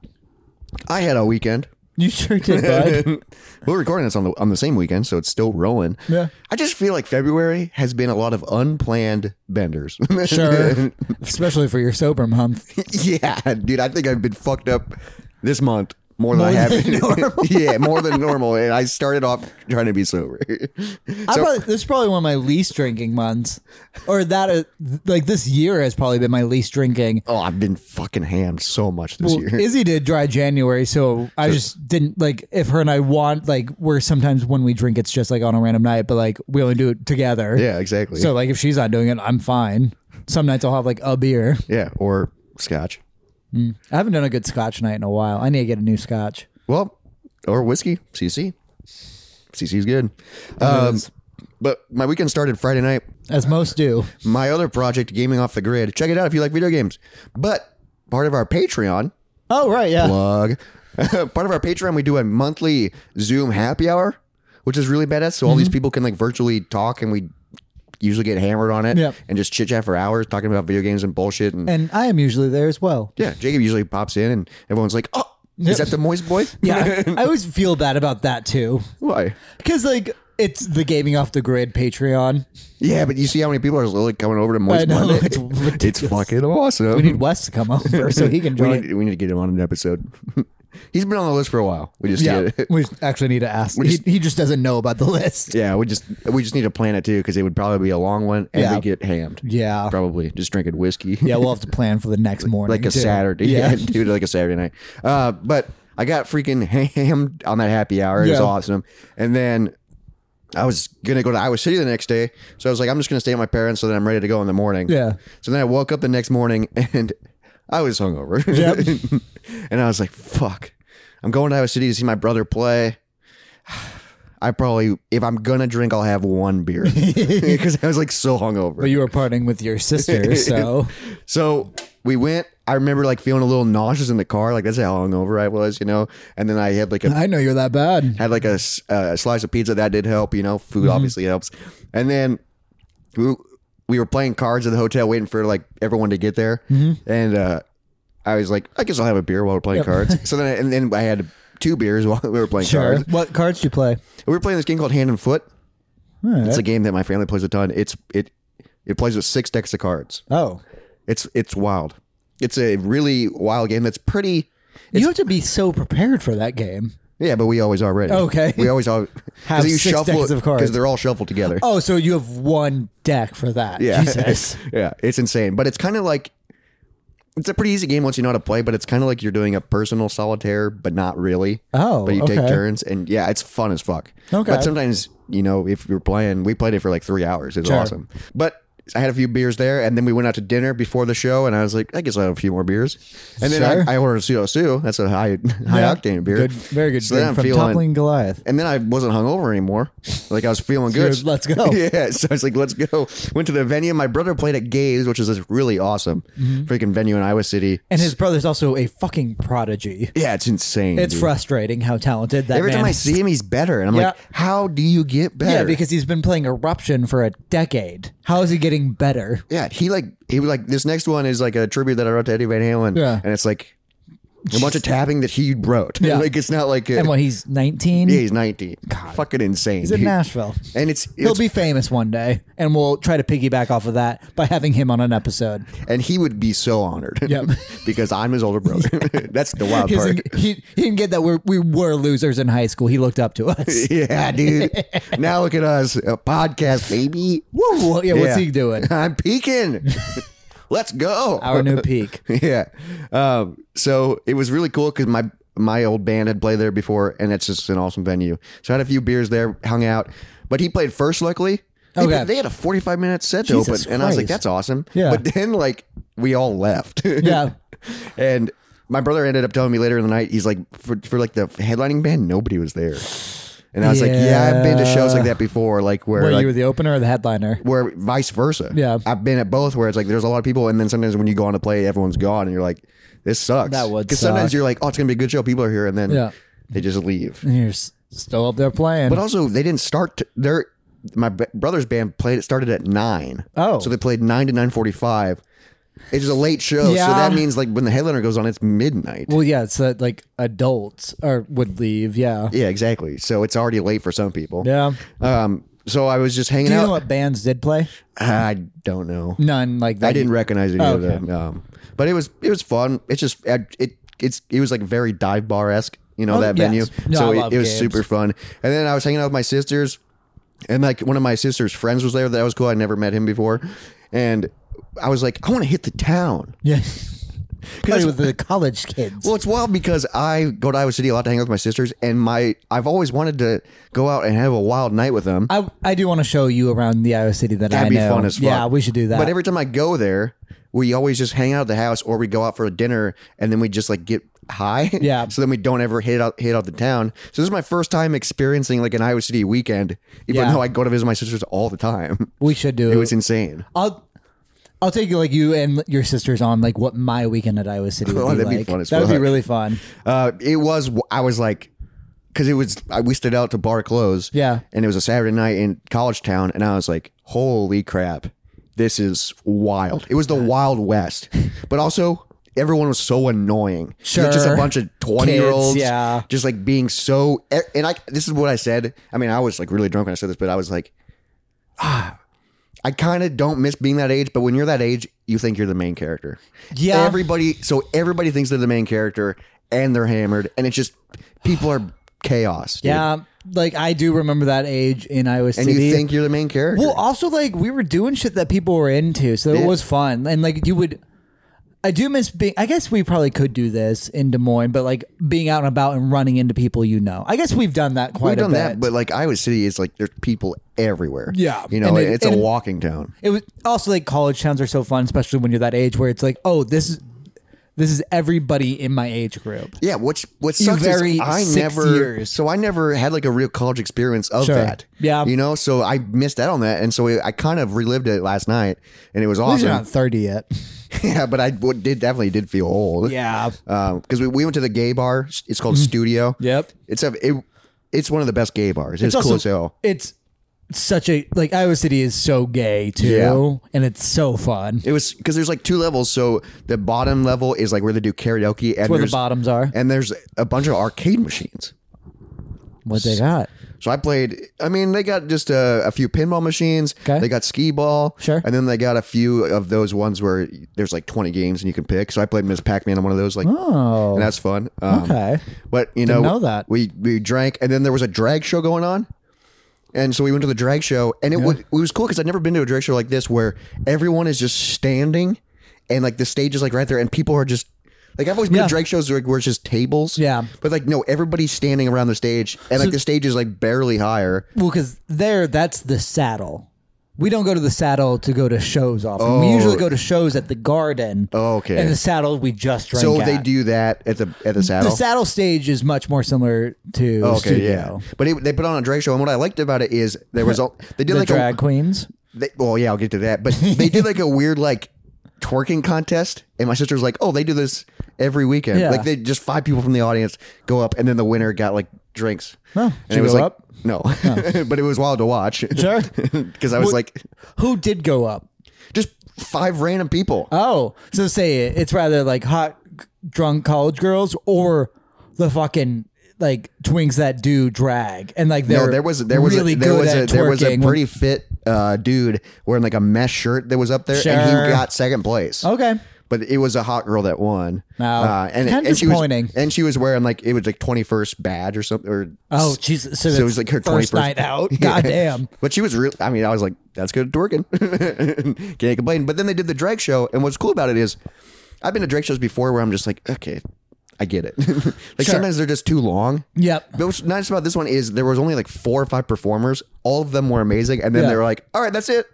[SPEAKER 1] I had a weekend.
[SPEAKER 2] You sure did, bud.
[SPEAKER 1] We're recording this on the on the same weekend, so it's still rolling.
[SPEAKER 2] Yeah.
[SPEAKER 1] I just feel like February has been a lot of unplanned benders.
[SPEAKER 2] sure. Especially for your sober month.
[SPEAKER 1] Yeah, dude, I think I've been fucked up this month more than I have.
[SPEAKER 2] than
[SPEAKER 1] yeah, more than normal. And I started off trying to be sober.
[SPEAKER 2] I
[SPEAKER 1] So-
[SPEAKER 2] probably, this is probably one of my least drinking months, or that uh, like this year has probably been my least drinking.
[SPEAKER 1] oh, I've been fucking hammed so much this
[SPEAKER 2] Well,
[SPEAKER 1] year.
[SPEAKER 2] Izzy did dry January, so I just didn't like if her and I want like we're sometimes when we drink it's just like on a random night, but like we only do it together.
[SPEAKER 1] yeah, exactly.
[SPEAKER 2] So like if she's not doing it, I'm fine. Some nights I'll have like a beer.
[SPEAKER 1] yeah, or scotch.
[SPEAKER 2] I haven't done a good scotch night in a while. I need to get a new scotch.
[SPEAKER 1] Well, or whiskey. CC. CC's good. Um,
[SPEAKER 2] is.
[SPEAKER 1] but my weekend started Friday night.
[SPEAKER 2] As most do.
[SPEAKER 1] My other project, Gaming Off the Grid. Check it out if you like video games. But part of our Patreon,
[SPEAKER 2] Oh right, yeah.
[SPEAKER 1] plug. Part of our Patreon, we do a monthly Zoom happy hour, which is really badass. So all
[SPEAKER 2] Mm-hmm.
[SPEAKER 1] these people can like virtually talk, and we usually get hammered on it
[SPEAKER 2] Yep.
[SPEAKER 1] and just chit chat for hours talking about video games and bullshit. And,
[SPEAKER 2] And I am usually there as well.
[SPEAKER 1] yeah, Jacob usually pops in, and everyone's like, "Oh, is that the Moist Boys?"
[SPEAKER 2] Yeah. I always feel bad about that too.
[SPEAKER 1] Why?
[SPEAKER 2] Cause like it's the gaming off the grid Patreon.
[SPEAKER 1] Yeah, but you see how many people are literally coming over to Moist
[SPEAKER 2] I know,
[SPEAKER 1] Monday?
[SPEAKER 2] it's ridiculous.
[SPEAKER 1] fucking awesome.
[SPEAKER 2] We need Wes to come over so he can
[SPEAKER 1] We
[SPEAKER 2] join.
[SPEAKER 1] need, we need to get him on an episode. He's been on the list for a while. We just
[SPEAKER 2] Yeah,
[SPEAKER 1] need it.
[SPEAKER 2] we actually need to ask. He, he just doesn't know about the list.
[SPEAKER 1] Yeah, we just we just need to plan it too because it would probably be a long one and
[SPEAKER 2] Yeah.
[SPEAKER 1] we get hammed.
[SPEAKER 2] Yeah,
[SPEAKER 1] Probably just drinking whiskey.
[SPEAKER 2] yeah, we'll have to plan for the next morning,
[SPEAKER 1] like a
[SPEAKER 2] too.
[SPEAKER 1] Saturday. Yeah,
[SPEAKER 2] Yeah,
[SPEAKER 1] dude, like a Saturday night. Uh, but I got freaking hammed on that happy hour. It was
[SPEAKER 2] Yeah.
[SPEAKER 1] awesome. And then I was gonna go to Iowa City the next day, so I was like, I'm just gonna stay at my parents so that I'm ready to go in the morning.
[SPEAKER 2] Yeah.
[SPEAKER 1] So then I woke up the next morning and I was hungover.
[SPEAKER 2] Yep.
[SPEAKER 1] and I was like, fuck, I'm going to Iowa City to see my brother play. I probably, if I'm gonna drink, I'll have one beer because I was like so hungover.
[SPEAKER 2] but you were partying with your sister, so
[SPEAKER 1] So we went. I remember like feeling a little nauseous in the car, like that's how hungover I was, you know. And then I had like a
[SPEAKER 2] I know you're that bad.
[SPEAKER 1] had like a, s- uh, slice of pizza that did help, you know. Food obviously helps. And then we we were playing cards at the hotel, waiting for like everyone to get there. And uh, I was like, I guess I'll have a beer while we're playing cards. So then I, and then I had two beers while we were playing
[SPEAKER 2] Sure.
[SPEAKER 1] cards.
[SPEAKER 2] What cards do you play?
[SPEAKER 1] We were playing this game called Hand and Foot. It's a game that my family plays a ton. It's it it plays with six decks of cards.
[SPEAKER 2] Oh,
[SPEAKER 1] It's it's wild. It's a really wild game that's pretty.
[SPEAKER 2] you have to be so prepared for that game.
[SPEAKER 1] Yeah, but we always are ready.
[SPEAKER 2] Okay.
[SPEAKER 1] we always are.
[SPEAKER 2] Have six decks of cards.
[SPEAKER 1] because they're all shuffled together.
[SPEAKER 2] Oh, so you have one deck for that?
[SPEAKER 1] yeah,
[SPEAKER 2] Jesus.
[SPEAKER 1] yeah, it's insane. But it's kind of like it's a pretty easy game once you know how to play. But it's kind of like you're doing a personal solitaire, but not really.
[SPEAKER 2] Oh,
[SPEAKER 1] but you take
[SPEAKER 2] okay.
[SPEAKER 1] turns, and yeah, it's fun as fuck.
[SPEAKER 2] Okay.
[SPEAKER 1] but sometimes you know if you're playing, we played it for like three hours. It's
[SPEAKER 2] Sure.
[SPEAKER 1] awesome. But. I had a few beers there, and then we went out to dinner before the show, and I was like, I guess I'll have a few more beers. And then
[SPEAKER 2] Sure.
[SPEAKER 1] I, I ordered a CO2. That's a high high
[SPEAKER 2] Yeah.
[SPEAKER 1] octane beer.
[SPEAKER 2] Good, very good.
[SPEAKER 1] So then
[SPEAKER 2] drink
[SPEAKER 1] I'm
[SPEAKER 2] from
[SPEAKER 1] feeling-
[SPEAKER 2] Toppling Goliath.
[SPEAKER 1] and then I wasn't hungover anymore. Like I was feeling good.
[SPEAKER 2] you're, "Let's go."
[SPEAKER 1] yeah. So I was like, let's go. Went to the venue. My brother played at Gabe's, which is this really awesome
[SPEAKER 2] Mm-hmm.
[SPEAKER 1] freaking venue in Iowa City.
[SPEAKER 2] And his brother's also a fucking prodigy.
[SPEAKER 1] Yeah, it's insane.
[SPEAKER 2] It's
[SPEAKER 1] dude.
[SPEAKER 2] frustrating how talented that
[SPEAKER 1] every
[SPEAKER 2] man
[SPEAKER 1] time I
[SPEAKER 2] is.
[SPEAKER 1] see him, he's better, and I'm like,
[SPEAKER 2] Yeah.
[SPEAKER 1] how do you get better?
[SPEAKER 2] Yeah, because he's been playing Eruption for a decade. How is he getting better?
[SPEAKER 1] yeah, he like he was like this next one is like a tribute that I wrote to Eddie Van Halen.
[SPEAKER 2] Yeah.
[SPEAKER 1] and it's like a bunch of tapping that he wrote.
[SPEAKER 2] Yeah.
[SPEAKER 1] like it's not like a,
[SPEAKER 2] And what, he's 19?
[SPEAKER 1] yeah, he's 19. Fucking insane.
[SPEAKER 2] he's in
[SPEAKER 1] dude.
[SPEAKER 2] Nashville.
[SPEAKER 1] And it's,
[SPEAKER 2] He'll
[SPEAKER 1] it's
[SPEAKER 2] be famous one day, and we'll try to piggyback off of that by having him on an episode.
[SPEAKER 1] and he would be so honored.
[SPEAKER 2] Yep.
[SPEAKER 1] because I'm his older brother. That's the wild
[SPEAKER 2] He
[SPEAKER 1] part.
[SPEAKER 2] doesn't- he, he didn't get that we're, we were losers in high school. He looked up to us.
[SPEAKER 1] Yeah, dude. now look at us, a podcast, baby.
[SPEAKER 2] Woo! Yeah, what's
[SPEAKER 1] Yeah.
[SPEAKER 2] he doing?
[SPEAKER 1] I'm peaking. Let's go.
[SPEAKER 2] Our new peak.
[SPEAKER 1] yeah. Um, so it was really cool because my my old band had played there before, and it's just an awesome venue. So I had a few beers there, hung out. But he played first, luckily. They,
[SPEAKER 2] Okay.
[SPEAKER 1] they had a 45 minute set to open,
[SPEAKER 2] Oh, Jesus
[SPEAKER 1] and I was like,
[SPEAKER 2] Christ.
[SPEAKER 1] that's awesome.
[SPEAKER 2] Yeah.
[SPEAKER 1] But then, like, we all left.
[SPEAKER 2] Yeah.
[SPEAKER 1] and my brother ended up telling me later in the night, he's like, for, for like the headlining band, nobody was there. And I was like, yeah, I've been to shows like that before, like where,
[SPEAKER 2] Where
[SPEAKER 1] like,
[SPEAKER 2] you were the opener or the headliner?
[SPEAKER 1] where vice versa.
[SPEAKER 2] Yeah.
[SPEAKER 1] I've been at both where it's like there's a lot of people, and then sometimes when you go on to play, everyone's gone, and you're like, this sucks.
[SPEAKER 2] That would
[SPEAKER 1] sometimes
[SPEAKER 2] suck.
[SPEAKER 1] you're like, oh, it's gonna be a good show. People are here, and then
[SPEAKER 2] Yeah.
[SPEAKER 1] they just leave.
[SPEAKER 2] And you're s- still up there playing.
[SPEAKER 1] But also, they didn't start to, their my b- brother's band played it started at nine.
[SPEAKER 2] Oh.
[SPEAKER 1] so they played nine to nine forty five. It's a late show, so
[SPEAKER 2] Yeah.
[SPEAKER 1] that means like when the headliner goes on, it's midnight.
[SPEAKER 2] well, yeah, it's that like adults are would leave. Yeah.
[SPEAKER 1] yeah, exactly. So it's already late for some people.
[SPEAKER 2] Yeah.
[SPEAKER 1] Um. So I was just hanging
[SPEAKER 2] Do you
[SPEAKER 1] out.
[SPEAKER 2] know what bands did play?
[SPEAKER 1] I don't know.
[SPEAKER 2] None like that.
[SPEAKER 1] I didn't recognize any of
[SPEAKER 2] okay.
[SPEAKER 1] them. Um, but it was it was fun. It's just I- it it's it was like very dive bar esque, you know that
[SPEAKER 2] Oh, yes.
[SPEAKER 1] venue.
[SPEAKER 2] No,
[SPEAKER 1] so
[SPEAKER 2] I
[SPEAKER 1] it,
[SPEAKER 2] love
[SPEAKER 1] it was
[SPEAKER 2] Gabe's.
[SPEAKER 1] super fun. And then I was hanging out with my sisters, and like one of my sister's friends was there. That was cool. I never met him before, and I was like, I want to hit the town.
[SPEAKER 2] Yeah. Play with the college kids.
[SPEAKER 1] Well, it's wild because I go to Iowa City a lot to hang out with my sisters, and my I've always wanted to go out and have a wild night with them.
[SPEAKER 2] I, I do want to show you around the Iowa City that I
[SPEAKER 1] That'd be
[SPEAKER 2] know.
[SPEAKER 1] fun as fuck.
[SPEAKER 2] Yeah, we should do that.
[SPEAKER 1] But every time I go there, we always just hang out at the house, or we go out for a dinner, and then we just like get high.
[SPEAKER 2] Yeah.
[SPEAKER 1] so then we don't ever hit out hit out the town. So this is my first time experiencing like an Iowa City weekend, even
[SPEAKER 2] Yeah.
[SPEAKER 1] though I go to visit my sisters all the time.
[SPEAKER 2] we should do
[SPEAKER 1] It
[SPEAKER 2] it.
[SPEAKER 1] was insane.
[SPEAKER 2] I'll I'll take you like you and your sisters on like what my weekend at Iowa City would
[SPEAKER 1] Oh,
[SPEAKER 2] be
[SPEAKER 1] that'd be
[SPEAKER 2] like.
[SPEAKER 1] fun as
[SPEAKER 2] that would be
[SPEAKER 1] fuck.
[SPEAKER 2] really fun.
[SPEAKER 1] Uh, it was. I was like, because it was. I, we stood out to bar close.
[SPEAKER 2] Yeah.
[SPEAKER 1] and it was a Saturday night in College Town, and I was like, "Holy crap, this is wild!" It was the Wild West, but also everyone was so annoying. It was just a
[SPEAKER 2] Sure.
[SPEAKER 1] bunch of twenty-year-olds,
[SPEAKER 2] Kids, yeah.
[SPEAKER 1] just like being so. e, And I, this is what I said. I mean, I was like really drunk when I said this, but I was like, "Ah, I kind of don't miss being that age, but when you're that age, you think you're the main character.
[SPEAKER 2] Yeah.
[SPEAKER 1] Everybody, so everybody thinks they're the main character. and they're hammered, and it's just people are chaos. dude.
[SPEAKER 2] Yeah, like I do remember that age in Iowa
[SPEAKER 1] and
[SPEAKER 2] City.
[SPEAKER 1] you think you're the main character.
[SPEAKER 2] Well, also like we were doing shit that people were into, so it
[SPEAKER 1] Yeah.
[SPEAKER 2] was fun. And like you would, I do miss being. I guess we probably could do this in Des Moines, but like being out and about and running into people you know. I guess we've done that quite
[SPEAKER 1] We've
[SPEAKER 2] a
[SPEAKER 1] done
[SPEAKER 2] bit.
[SPEAKER 1] that, but like Iowa City is like there's people everywhere.
[SPEAKER 2] Yeah.
[SPEAKER 1] you know,
[SPEAKER 2] And
[SPEAKER 1] and
[SPEAKER 2] it-
[SPEAKER 1] it's
[SPEAKER 2] and-
[SPEAKER 1] a walking town.
[SPEAKER 2] it was also like college towns are so fun, especially when you're that age where it's like, oh, this is this is everybody in my age group.
[SPEAKER 1] Yeah, what's what sucks
[SPEAKER 2] vary
[SPEAKER 1] is I
[SPEAKER 2] six
[SPEAKER 1] never
[SPEAKER 2] years.
[SPEAKER 1] so I never had like a real college experience of
[SPEAKER 2] Sure.
[SPEAKER 1] that.
[SPEAKER 2] Yeah.
[SPEAKER 1] you know, so I missed out on that, and so I I kind of relived it last night, and it was
[SPEAKER 2] At least
[SPEAKER 1] awesome.
[SPEAKER 2] you're not thirty yet.
[SPEAKER 1] yeah, but I w- did definitely did feel old.
[SPEAKER 2] Yeah.
[SPEAKER 1] because Um, we, we went to the gay bar. It's called Studio.
[SPEAKER 2] Mm-hmm. Yep.
[SPEAKER 1] It's a it, it's one of the best gay bars. It's, cool
[SPEAKER 2] also-
[SPEAKER 1] as hell.
[SPEAKER 2] It's such a like Iowa City is so gay too,
[SPEAKER 1] Yeah.
[SPEAKER 2] and it's so fun.
[SPEAKER 1] It was because there's like two levels. So the bottom level is like where they do karaoke, and
[SPEAKER 2] Where the
[SPEAKER 1] there's-
[SPEAKER 2] bottoms are,
[SPEAKER 1] and there's a bunch of arcade machines.
[SPEAKER 2] what they got.
[SPEAKER 1] So I played. I mean, they got just a, a few pinball machines.
[SPEAKER 2] Okay.
[SPEAKER 1] They got skee ball.
[SPEAKER 2] Sure.
[SPEAKER 1] And then they got a few of those ones where there's like 20 games and you can pick. So I played Miss Pac-Man on one of those. Like,
[SPEAKER 2] Oh,
[SPEAKER 1] and that's fun. Um,
[SPEAKER 2] Okay.
[SPEAKER 1] But you know,
[SPEAKER 2] know that.
[SPEAKER 1] we we drank, and then there was a drag show going on. And so we went to the drag show, and it, was, it was cool because I'd never been to a drag show like this where everyone is just standing, and like the stage is like right there, and people are just like I've always been
[SPEAKER 2] Yeah.
[SPEAKER 1] to drag shows where, where it's just tables,
[SPEAKER 2] Yeah.
[SPEAKER 1] But like no, everybody's standing around the stage, and like the stage is like barely higher.
[SPEAKER 2] Well, because there, that's the saddle. We don't go to the saddle to go to shows often. We
[SPEAKER 1] Oh.
[SPEAKER 2] usually go to shows at the garden.
[SPEAKER 1] Oh, okay.
[SPEAKER 2] And the saddle we just drank
[SPEAKER 1] So
[SPEAKER 2] at.
[SPEAKER 1] they do that at the at the
[SPEAKER 2] The
[SPEAKER 1] saddle.
[SPEAKER 2] saddle stage is much more similar to
[SPEAKER 1] Oh, okay,
[SPEAKER 2] studio.
[SPEAKER 1] yeah. But it, they put on a drag show, and what I liked about it is there was all they did
[SPEAKER 2] The
[SPEAKER 1] like a-
[SPEAKER 2] drag queens.
[SPEAKER 1] they, well, yeah, I'll get to that. But they did like a weird like twerking contest, and my sister was like, "Oh, they do this every weekend.
[SPEAKER 2] Yeah.
[SPEAKER 1] Like they just five people from the audience go up, and then the winner got like drinks.
[SPEAKER 2] Oh,
[SPEAKER 1] and
[SPEAKER 2] did you go up?
[SPEAKER 1] no, but it was wild to watch.
[SPEAKER 2] Sure.
[SPEAKER 1] because I was like,
[SPEAKER 2] Who did go up?
[SPEAKER 1] just five random people.
[SPEAKER 2] Oh, so say it. It's rather like hot, drunk college girls or the fucking like twinks that do drag and like they're
[SPEAKER 1] no, there was there was
[SPEAKER 2] really
[SPEAKER 1] a, there
[SPEAKER 2] good
[SPEAKER 1] was a
[SPEAKER 2] at
[SPEAKER 1] there was a
[SPEAKER 2] twerking.
[SPEAKER 1] pretty fit uh, dude wearing like a mesh shirt that was up there, and
[SPEAKER 2] Sure.
[SPEAKER 1] he got second place.
[SPEAKER 2] okay.
[SPEAKER 1] But it was a hot girl that won.
[SPEAKER 2] Oh.
[SPEAKER 1] uh, and,
[SPEAKER 2] Kinda
[SPEAKER 1] and she was,
[SPEAKER 2] disappointing.
[SPEAKER 1] and she was wearing like it was like twenty first badge or something or
[SPEAKER 2] Oh Jesus! So,
[SPEAKER 1] So
[SPEAKER 2] that's
[SPEAKER 1] it was like her
[SPEAKER 2] first
[SPEAKER 1] 21st
[SPEAKER 2] night out. God damn.
[SPEAKER 1] But she was real. I mean, I was like, that's good twerking. Can't complain. But then they did the drag show, and what's cool about it is, I've been to drag shows before where I'm just like, okay, I get it. like sometimes they're just too long.
[SPEAKER 2] Yep.
[SPEAKER 1] But what's nice about this one is there was only like four or five performers. All of them were amazing, and then
[SPEAKER 2] Yeah.
[SPEAKER 1] they were like, all right, that's it.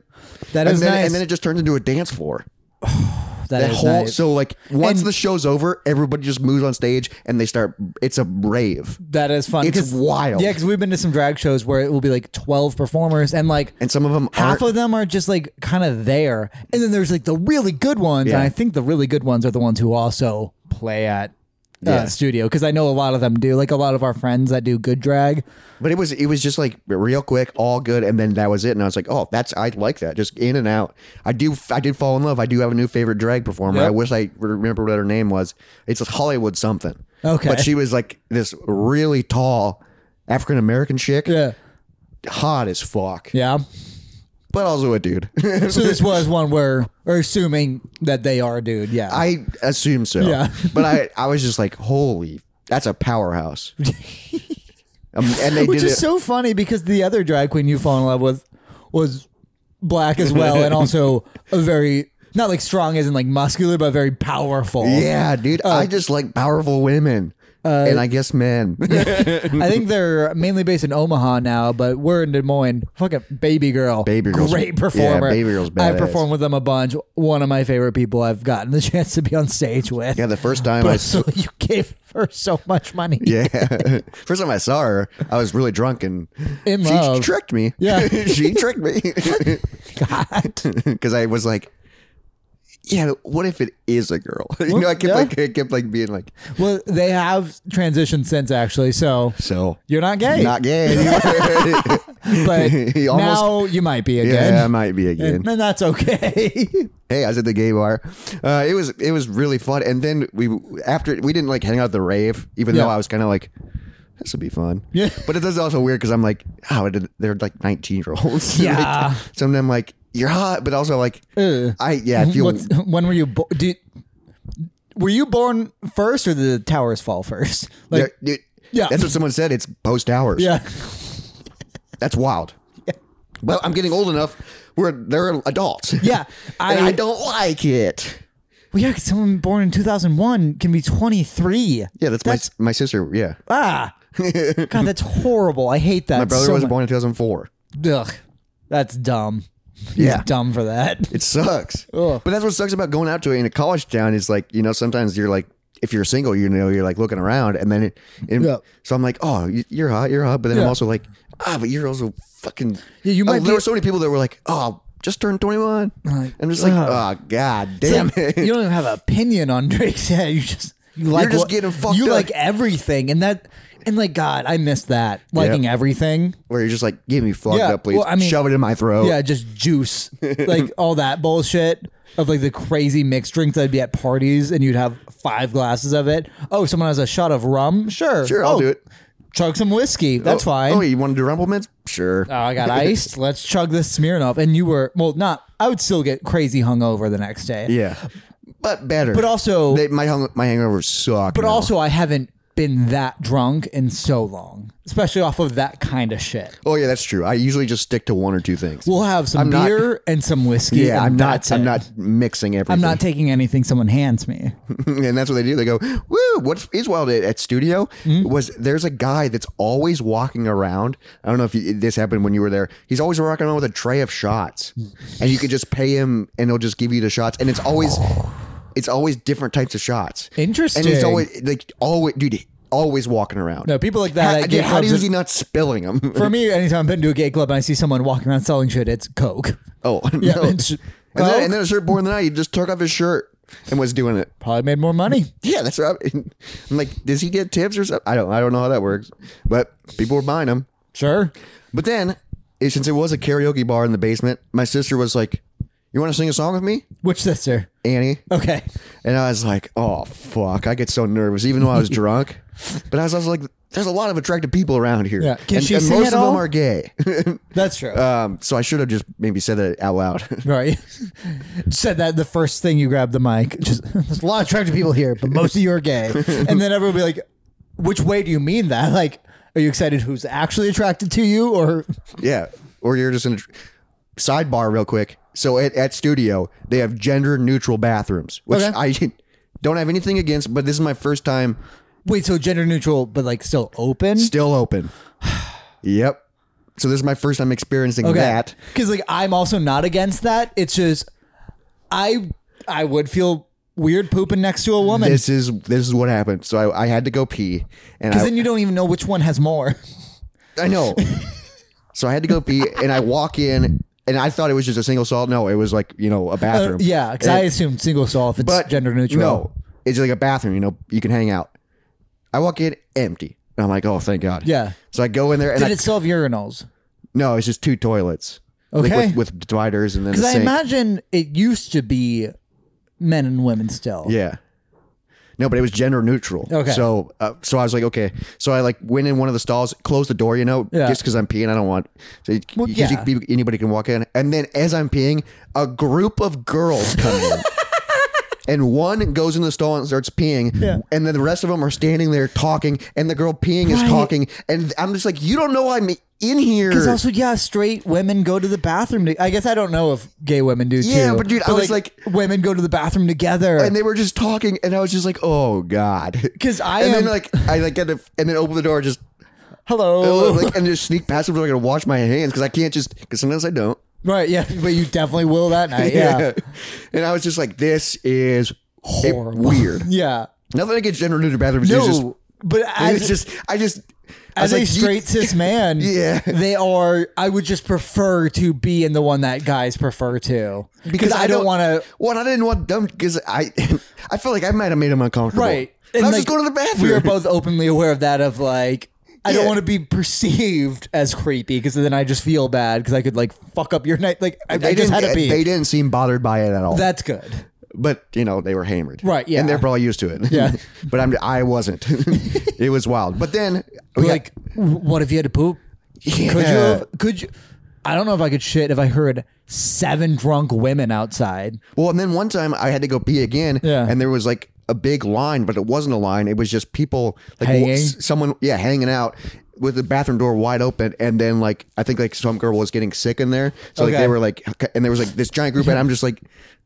[SPEAKER 2] That
[SPEAKER 1] and
[SPEAKER 2] is
[SPEAKER 1] then,
[SPEAKER 2] nice.
[SPEAKER 1] And then it just turns into a dance floor.
[SPEAKER 2] that
[SPEAKER 1] That
[SPEAKER 2] is
[SPEAKER 1] whole
[SPEAKER 2] nice.
[SPEAKER 1] so like once
[SPEAKER 2] And-
[SPEAKER 1] the show's over, everybody just moves on stage and they start. It's a rave.
[SPEAKER 2] that is fun.
[SPEAKER 1] It's
[SPEAKER 2] 'cause-
[SPEAKER 1] wild.
[SPEAKER 2] Yeah, because we've been to some drag shows where it will be like twelve performers, and like
[SPEAKER 1] And some of them aren't,
[SPEAKER 2] half of them are just like kind of there, and then there's like the really good ones, and
[SPEAKER 1] Yeah.
[SPEAKER 2] I think the really good ones are the ones who also play at. Uh,
[SPEAKER 1] Yeah.
[SPEAKER 2] studio because I know a lot of them do like a lot of our friends that do good drag
[SPEAKER 1] But it was it was just like real quick, all good, and then that was it. And I was like, oh, that's I like that, just in and out. I do I did fall in love. I do have a new favorite drag performer.
[SPEAKER 2] Yep.
[SPEAKER 1] I wish I remember what her name was. It's Hollywood something.
[SPEAKER 2] Okay.
[SPEAKER 1] but she was like this really tall African American chick,
[SPEAKER 2] yeah
[SPEAKER 1] hot as fuck,
[SPEAKER 2] yeah
[SPEAKER 1] but also a dude.
[SPEAKER 2] so this was one where or assuming that they are dude yeah
[SPEAKER 1] I assume so.
[SPEAKER 2] Yeah.
[SPEAKER 1] but I I was just like, holy, that's a powerhouse. Um, and they
[SPEAKER 2] Which
[SPEAKER 1] did
[SPEAKER 2] is
[SPEAKER 1] it.
[SPEAKER 2] so funny because the other drag queen you fall in love with was black as well, and also a very not like strong as in like muscular, but very powerful.
[SPEAKER 1] yeah, dude. I
[SPEAKER 2] Uh,
[SPEAKER 1] just like powerful women, and I guess men.
[SPEAKER 2] I think they're mainly based in Omaha now, but we're in Des Moines. Fucking baby girl,
[SPEAKER 1] Baby Girl's-
[SPEAKER 2] great performer.
[SPEAKER 1] yeah, Baby Girl's
[SPEAKER 2] I
[SPEAKER 1] badass.
[SPEAKER 2] performed with them a bunch. One of my favorite people I've gotten the chance to be on stage with.
[SPEAKER 1] Yeah, the first time I
[SPEAKER 2] But
[SPEAKER 1] s-
[SPEAKER 2] so you gave her so much money.
[SPEAKER 1] yeah, first time I saw her, I was really drunk and
[SPEAKER 2] In
[SPEAKER 1] she
[SPEAKER 2] love.
[SPEAKER 1] tricked me.
[SPEAKER 2] Yeah.
[SPEAKER 1] she tricked me
[SPEAKER 2] God.
[SPEAKER 1] because I was like, yeah, but what if it is a girl? you know, I kept
[SPEAKER 2] yeah.
[SPEAKER 1] like I kept like being like,
[SPEAKER 2] Well, they have transitioned since actually, so
[SPEAKER 1] so
[SPEAKER 2] you're not gay.
[SPEAKER 1] not gay.
[SPEAKER 2] but
[SPEAKER 1] He almost-
[SPEAKER 2] now you might be again.
[SPEAKER 1] yeah, I might be again.
[SPEAKER 2] and, and that's okay.
[SPEAKER 1] hey, I was at the gay bar. Uh, it was it was really fun. And then we after we didn't like hang out at the rave, even
[SPEAKER 2] Yeah.
[SPEAKER 1] though I was kind of like. This would be fun,
[SPEAKER 2] Yeah.
[SPEAKER 1] But it is also weird because I'm like, oh, did, they're like 19 year olds.
[SPEAKER 2] Yeah.
[SPEAKER 1] like, so then I'm like, you're hot, but also like,
[SPEAKER 2] Ugh.
[SPEAKER 1] I yeah, I feel
[SPEAKER 2] What's, when were you? Bo- do you- Were you born first or did the towers fall first? Like,
[SPEAKER 1] There- it-
[SPEAKER 2] Yeah.
[SPEAKER 1] That's what someone said. It's post hours.
[SPEAKER 2] yeah.
[SPEAKER 1] That's wild. Well, I'm getting old enough where they're adults.
[SPEAKER 2] Yeah,
[SPEAKER 1] I,
[SPEAKER 2] I-
[SPEAKER 1] I don't like it.
[SPEAKER 2] Well, yeah, 'cause someone born in 2001 can be 23.
[SPEAKER 1] Yeah, that's, my my sister. Yeah.
[SPEAKER 2] Ah, God, that's horrible. I hate that.
[SPEAKER 1] My brother
[SPEAKER 2] so
[SPEAKER 1] was
[SPEAKER 2] much.
[SPEAKER 1] born in 2004.
[SPEAKER 2] Ugh, that's dumb. He's
[SPEAKER 1] Yeah.
[SPEAKER 2] dumb for that.
[SPEAKER 1] It sucks.
[SPEAKER 2] Ugh.
[SPEAKER 1] But that's what sucks about going out to in a college town is like, you know, sometimes you're like, if you're single, you know, you're like looking around and then it, and
[SPEAKER 2] Yeah.
[SPEAKER 1] so I'm like, oh, y- you're hot, you're hot. But then
[SPEAKER 2] Yeah.
[SPEAKER 1] I'm also like, ah, but you're also fucking,
[SPEAKER 2] Yeah, you
[SPEAKER 1] Oh,
[SPEAKER 2] might
[SPEAKER 1] there
[SPEAKER 2] be-
[SPEAKER 1] were so many people that were like, oh, just turned 21.
[SPEAKER 2] Like,
[SPEAKER 1] I'm just like,
[SPEAKER 2] ugh.
[SPEAKER 1] oh, God
[SPEAKER 2] It's
[SPEAKER 1] damn
[SPEAKER 2] like,
[SPEAKER 1] it.
[SPEAKER 2] You don't even have an opinion on Drake's head. You just you like
[SPEAKER 1] just
[SPEAKER 2] what-
[SPEAKER 1] getting fucked
[SPEAKER 2] You
[SPEAKER 1] up.
[SPEAKER 2] like everything, and that and like God, I miss that liking everything.
[SPEAKER 1] Where you're just like, give me fucked
[SPEAKER 2] Yeah,
[SPEAKER 1] up, please.
[SPEAKER 2] well, I mean-
[SPEAKER 1] Shove it in my throat.
[SPEAKER 2] Yeah, just juice, like all that bullshit of like the crazy mixed drinks that'd be at parties, and you'd have five glasses of it. Oh, someone has a shot of rum. Sure,
[SPEAKER 1] Sure, I'll
[SPEAKER 2] Oh,
[SPEAKER 1] do it.
[SPEAKER 2] Chug some whiskey. That's
[SPEAKER 1] Oh,
[SPEAKER 2] fine.
[SPEAKER 1] Oh, you want to do rumplements? Sure.
[SPEAKER 2] Oh, I got iced. Let's chug this Smirnoff. And you were well, not. I would still get crazy hungover the next day.
[SPEAKER 1] yeah. But better.
[SPEAKER 2] But also,
[SPEAKER 1] they, my, hung, my hangovers suck.
[SPEAKER 2] but also, I haven't been that drunk in so long, especially off of that kind of shit.
[SPEAKER 1] Oh yeah, that's true. I usually just stick to one or two things.
[SPEAKER 2] We'll have some
[SPEAKER 1] I'm not-
[SPEAKER 2] beer and some whiskey.
[SPEAKER 1] yeah,
[SPEAKER 2] and
[SPEAKER 1] I'm not.
[SPEAKER 2] that's
[SPEAKER 1] I'm
[SPEAKER 2] it.
[SPEAKER 1] not mixing everything.
[SPEAKER 2] I'm not taking anything someone hands me.
[SPEAKER 1] and that's what they do. They go, "Woo!" What is wild at, at studio
[SPEAKER 2] Hmm?
[SPEAKER 1] was there's a guy that's always walking around. I don't know if you, this happened when you were there. He's always walking around with a tray of shots, and you could just pay him, and he'll just give you the shots. And it's always, it's always different types of shots.
[SPEAKER 2] Interesting.
[SPEAKER 1] And he's always like always, dude, always walking around.
[SPEAKER 2] No, people like that
[SPEAKER 1] How,
[SPEAKER 2] at
[SPEAKER 1] dude,
[SPEAKER 2] gay
[SPEAKER 1] how
[SPEAKER 2] clubs
[SPEAKER 1] is
[SPEAKER 2] are-
[SPEAKER 1] he not spilling them?
[SPEAKER 2] For me, anytime I've been to a gay club and I see someone walking around selling shit, it's coke.
[SPEAKER 1] oh,
[SPEAKER 2] Yeah,
[SPEAKER 1] no.
[SPEAKER 2] it's-
[SPEAKER 1] and,
[SPEAKER 2] Coke.
[SPEAKER 1] then, and then a shirt born the night, he just took off his shirt and was doing it.
[SPEAKER 2] Probably made more money.
[SPEAKER 1] Yeah, that's right. I'm like, does he get tips or something? I don't. I don't know how that works, but people were buying them.
[SPEAKER 2] Sure.
[SPEAKER 1] But then, it- since it was a karaoke bar in the basement, my sister was like, "You want to sing a song with me,
[SPEAKER 2] Which sister?
[SPEAKER 1] Annie?"
[SPEAKER 2] Okay.
[SPEAKER 1] And I was like, "Oh fuck!" I get so nervous, even though I was drunk. But I was also like, "There's a lot of attractive people around here,
[SPEAKER 2] Yeah. Can
[SPEAKER 1] and,
[SPEAKER 2] she
[SPEAKER 1] and
[SPEAKER 2] sing
[SPEAKER 1] most
[SPEAKER 2] at
[SPEAKER 1] of
[SPEAKER 2] all?
[SPEAKER 1] them are gay."
[SPEAKER 2] That's true.
[SPEAKER 1] um, so I should have just maybe said that out loud.
[SPEAKER 2] Right. Said that the first thing you grabbed the mic. Just there's a lot of attractive people here, but most of you are gay. And then everyone will be like, which way do you mean that? Like, are you excited who's actually attracted to you or
[SPEAKER 1] Yeah. Or you're just in a tr- sidebar real quick. So at, at studio, they have gender neutral bathrooms, which
[SPEAKER 2] Okay.
[SPEAKER 1] I don't have anything against, but this is my first time
[SPEAKER 2] wait, so gender neutral but like still open?
[SPEAKER 1] still open. yep. So this is my first time experiencing that.
[SPEAKER 2] Cuz like I'm also not against that. It's just I I would feel weird pooping next to a woman.
[SPEAKER 1] This is this is what happened. So I, I had to go pee and
[SPEAKER 2] Cuz
[SPEAKER 1] I,
[SPEAKER 2] then you don't even know which one has more.
[SPEAKER 1] I know. so I had to go pee and I walk in and I thought it was just a single stall. No, it was like, you know, a bathroom.
[SPEAKER 2] Uh, yeah, cuz I assume single stall if it's
[SPEAKER 1] but
[SPEAKER 2] gender neutral.
[SPEAKER 1] No, it's like a bathroom. You know, you can hang out. I walk in empty, and I'm like, oh, thank God.
[SPEAKER 2] Yeah.
[SPEAKER 1] So I go in there, and
[SPEAKER 2] Did
[SPEAKER 1] I,
[SPEAKER 2] it still have urinals?
[SPEAKER 1] no, it's just two toilets. like,
[SPEAKER 2] Okay.
[SPEAKER 1] with, with dividers and then a
[SPEAKER 2] Because I
[SPEAKER 1] sink.
[SPEAKER 2] imagine it used to be men and women still.
[SPEAKER 1] yeah. No, but it was gender neutral.
[SPEAKER 2] Okay.
[SPEAKER 1] So, uh, so I was like, okay. So I like went in one of the stalls, closed the door, you know,
[SPEAKER 2] Yeah.
[SPEAKER 1] just because I'm peeing. I don't want. So you-
[SPEAKER 2] Well,
[SPEAKER 1] you-
[SPEAKER 2] yeah.
[SPEAKER 1] you- anybody can walk in, and then as I'm peeing, a group of girls come in. and one goes in the stall and starts peeing,
[SPEAKER 2] Yeah.
[SPEAKER 1] and then the rest of them are standing there talking, and the girl peeing
[SPEAKER 2] Right.
[SPEAKER 1] is talking, and I'm just like, you don't know I'm in here.
[SPEAKER 2] Because also, yeah, straight women go to the bathroom. To, I guess I don't know if gay women do too.
[SPEAKER 1] Yeah, but dude, I was
[SPEAKER 2] women go to the bathroom together.
[SPEAKER 1] and they were just talking, and I was just like, "Oh God!"
[SPEAKER 2] 'Cause I
[SPEAKER 1] and
[SPEAKER 2] am-
[SPEAKER 1] then like I like get the, and then open the door, just
[SPEAKER 2] Hello.
[SPEAKER 1] like and just sneak past them so I can wash my hands because I can't just because sometimes I don't.
[SPEAKER 2] right, yeah, but you definitely will that night. Yeah.
[SPEAKER 1] and I was just like, "This is it-
[SPEAKER 2] Horrible.
[SPEAKER 1] weird."
[SPEAKER 2] yeah.
[SPEAKER 1] Nothing against gender neutral bathrooms.
[SPEAKER 2] No,
[SPEAKER 1] it's just,
[SPEAKER 2] but
[SPEAKER 1] it's
[SPEAKER 2] as,
[SPEAKER 1] just I just I was
[SPEAKER 2] as a
[SPEAKER 1] like, you-
[SPEAKER 2] straight cis man,
[SPEAKER 1] Yeah.
[SPEAKER 2] they are, I would just prefer to be in the one that guys prefer to. Because I don't want to.
[SPEAKER 1] Well, I didn't want them because I, I feel like I might have made them uncomfortable.
[SPEAKER 2] Right.
[SPEAKER 1] And I was
[SPEAKER 2] like,
[SPEAKER 1] just going to the bathroom.
[SPEAKER 2] We were both openly aware of that of like I don't
[SPEAKER 1] Yeah.
[SPEAKER 2] want to be perceived as creepy because then I just feel bad because I could like fuck up your night. Like I, I
[SPEAKER 1] They
[SPEAKER 2] just had
[SPEAKER 1] didn't-
[SPEAKER 2] to pee.
[SPEAKER 1] They didn't seem bothered by it at all.
[SPEAKER 2] That's good.
[SPEAKER 1] but you know they were hammered,
[SPEAKER 2] Right, yeah.
[SPEAKER 1] and they're probably used to it.
[SPEAKER 2] Yeah.
[SPEAKER 1] but I'm I wasn't. it was wild. But then we
[SPEAKER 2] Like, w- what if you had to poop?
[SPEAKER 1] Oh, Yeah.
[SPEAKER 2] Could you? Have, could you? I don't know if I could shit if I heard seven drunk women outside.
[SPEAKER 1] Well, and then one time I had to go pee again,
[SPEAKER 2] Yeah.
[SPEAKER 1] and there was like a big line, but it wasn't a line. It was just people like
[SPEAKER 2] Hanging?
[SPEAKER 1] s- someone yeah hanging out with the bathroom door wide open, and then like I think like some girl was getting sick in there, so like
[SPEAKER 2] Okay.
[SPEAKER 1] they were like and there was like this giant group, and I'm just like.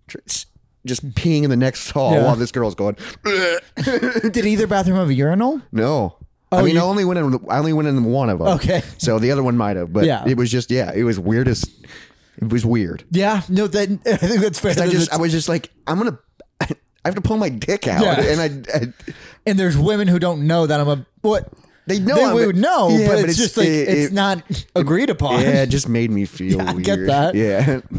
[SPEAKER 1] tr- s- Just peeing in the next hall
[SPEAKER 2] Yeah.
[SPEAKER 1] while this girl's going.
[SPEAKER 2] Did either bathroom have a urinal?
[SPEAKER 1] No, I mean I
[SPEAKER 2] Oh, you-
[SPEAKER 1] only went in. I only went in one of them.
[SPEAKER 2] Okay.
[SPEAKER 1] so the other one might have, but
[SPEAKER 2] Yeah.
[SPEAKER 1] it was just yeah, it was weirdest. It was weird.
[SPEAKER 2] Yeah, no, that I think that's fair.
[SPEAKER 1] I just I
[SPEAKER 2] That's-
[SPEAKER 1] was just like I'm gonna I have to pull my dick out
[SPEAKER 2] Yeah.
[SPEAKER 1] and I, I
[SPEAKER 2] and there's women who don't know that I'm a what
[SPEAKER 1] they know
[SPEAKER 2] they
[SPEAKER 1] I'm-
[SPEAKER 2] would know,
[SPEAKER 1] Yeah,
[SPEAKER 2] but, it's, just like
[SPEAKER 1] it-
[SPEAKER 2] it's
[SPEAKER 1] it-
[SPEAKER 2] not agreed upon.
[SPEAKER 1] yeah it just made me feel
[SPEAKER 2] I
[SPEAKER 1] weird
[SPEAKER 2] get that.
[SPEAKER 1] yeah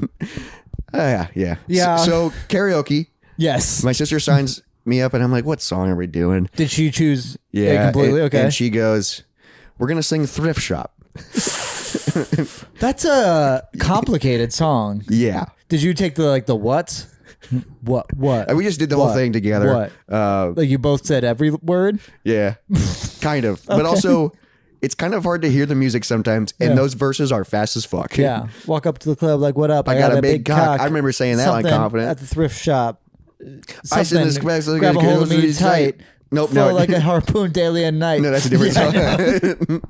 [SPEAKER 1] Ah, yeah yeah
[SPEAKER 2] Yeah.
[SPEAKER 1] so, so karaoke
[SPEAKER 2] Yes.
[SPEAKER 1] my sister signs me up and I'm like what song are we doing
[SPEAKER 2] Did she choose?
[SPEAKER 1] yeah
[SPEAKER 2] completely.
[SPEAKER 1] and-
[SPEAKER 2] okay.
[SPEAKER 1] and she goes we're gonna sing thrift shop
[SPEAKER 2] That's a complicated song.
[SPEAKER 1] yeah
[SPEAKER 2] Did you take the like the what? What what?
[SPEAKER 1] and we just did the whole
[SPEAKER 2] What?
[SPEAKER 1] thing together
[SPEAKER 2] What?
[SPEAKER 1] Uh,
[SPEAKER 2] like you both said every word.
[SPEAKER 1] yeah kind of but also it's kind of hard to hear the music sometimes and those verses are fast as fuck
[SPEAKER 2] Yeah. Walk up to the club like what up? I,
[SPEAKER 1] got a
[SPEAKER 2] that
[SPEAKER 1] big cock. I remember saying that on
[SPEAKER 2] Something
[SPEAKER 1] Confident.
[SPEAKER 2] at the thrift shop.
[SPEAKER 1] I said this
[SPEAKER 2] Something. grab a hold of me tight.
[SPEAKER 1] Nope,
[SPEAKER 2] Flow
[SPEAKER 1] no,
[SPEAKER 2] like a harpoon daily and night.
[SPEAKER 1] no, that's a different song.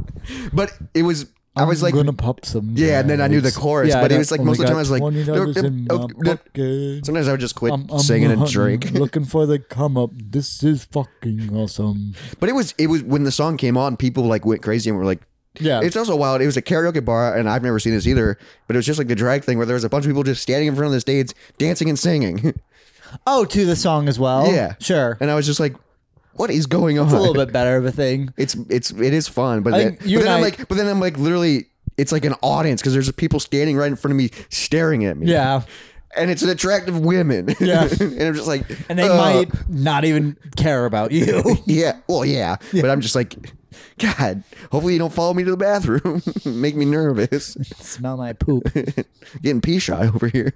[SPEAKER 1] but it was, I was like,
[SPEAKER 2] gonna pop some.
[SPEAKER 1] Yeah, and then I knew the
[SPEAKER 2] nights.
[SPEAKER 1] chorus, but
[SPEAKER 2] I Oh
[SPEAKER 1] it was like
[SPEAKER 2] only
[SPEAKER 1] most of the
[SPEAKER 2] got
[SPEAKER 1] time I was like,
[SPEAKER 2] $20
[SPEAKER 1] "Nope,
[SPEAKER 2] in
[SPEAKER 1] nope,
[SPEAKER 2] my
[SPEAKER 1] nope,
[SPEAKER 2] pocket.
[SPEAKER 1] sometimes I would just quit
[SPEAKER 2] I'm- I'm
[SPEAKER 1] singing and
[SPEAKER 2] hunting,
[SPEAKER 1] drink.
[SPEAKER 2] looking for the come up. This is fucking awesome.
[SPEAKER 1] But it was, it was when the song came on, people like went crazy and were like,
[SPEAKER 2] Yeah.
[SPEAKER 1] It's also wild. It was a karaoke bar, and I've never seen this either. But it was just like the drag thing where there was a bunch of people just standing in front of the stage, dancing and singing.
[SPEAKER 2] Oh, to the song as well.
[SPEAKER 1] Yeah.
[SPEAKER 2] sure.
[SPEAKER 1] And I was just like, "What is going on?"
[SPEAKER 2] It's a little bit better of a thing.
[SPEAKER 1] it's it's it is fun, but
[SPEAKER 2] I
[SPEAKER 1] then,
[SPEAKER 2] think
[SPEAKER 1] but
[SPEAKER 2] you
[SPEAKER 1] then
[SPEAKER 2] and
[SPEAKER 1] I'm
[SPEAKER 2] I-
[SPEAKER 1] like, but then I'm like, literally, it's like an audience because there's people standing right in front of me, staring at me.
[SPEAKER 2] Yeah,
[SPEAKER 1] and it's an attractive women.
[SPEAKER 2] Yeah.
[SPEAKER 1] and I'm just like,
[SPEAKER 2] and they
[SPEAKER 1] uh,
[SPEAKER 2] might not even care about you.
[SPEAKER 1] yeah, well, yeah, but I'm just like, God, hopefully you don't follow me to the bathroom, make me nervous,
[SPEAKER 2] Smell my poop.
[SPEAKER 1] getting pee shy over here.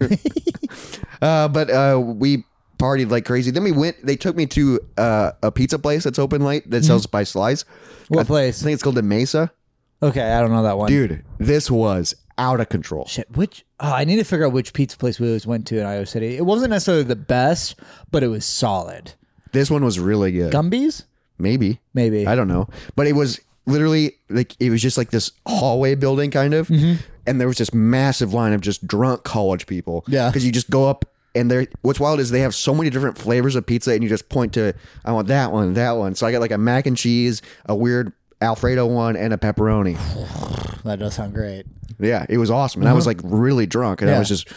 [SPEAKER 1] uh, but uh, we partied like crazy. Then we went. They took me to uh, a pizza place that's open late that sells by slice.
[SPEAKER 2] Mm-hmm. What
[SPEAKER 1] I
[SPEAKER 2] place?
[SPEAKER 1] think it's called the Mesa.
[SPEAKER 2] Okay, I don't know that one.
[SPEAKER 1] Dude, this was out of control.
[SPEAKER 2] Shit, which oh, I need to figure out which pizza place we always went to in Iowa City. It wasn't necessarily the best, but it was solid.
[SPEAKER 1] This one was really good.
[SPEAKER 2] Gumby's,
[SPEAKER 1] Maybe.
[SPEAKER 2] maybe.
[SPEAKER 1] I don't know. But it was literally like it was just like this hallway building kind of.
[SPEAKER 2] Mm-hmm.
[SPEAKER 1] And there was this massive line of just drunk college people.
[SPEAKER 2] Yeah.
[SPEAKER 1] Because you just go up and they're what's wild is they have so many different flavors of pizza and you just point to I want that one, that one. So I got like a mac and cheese, a weird Alfredo one and a pepperoni.
[SPEAKER 2] that does sound great.
[SPEAKER 1] Yeah, it was awesome. And I was like really drunk and I
[SPEAKER 2] Uh-huh. Yeah.
[SPEAKER 1] was just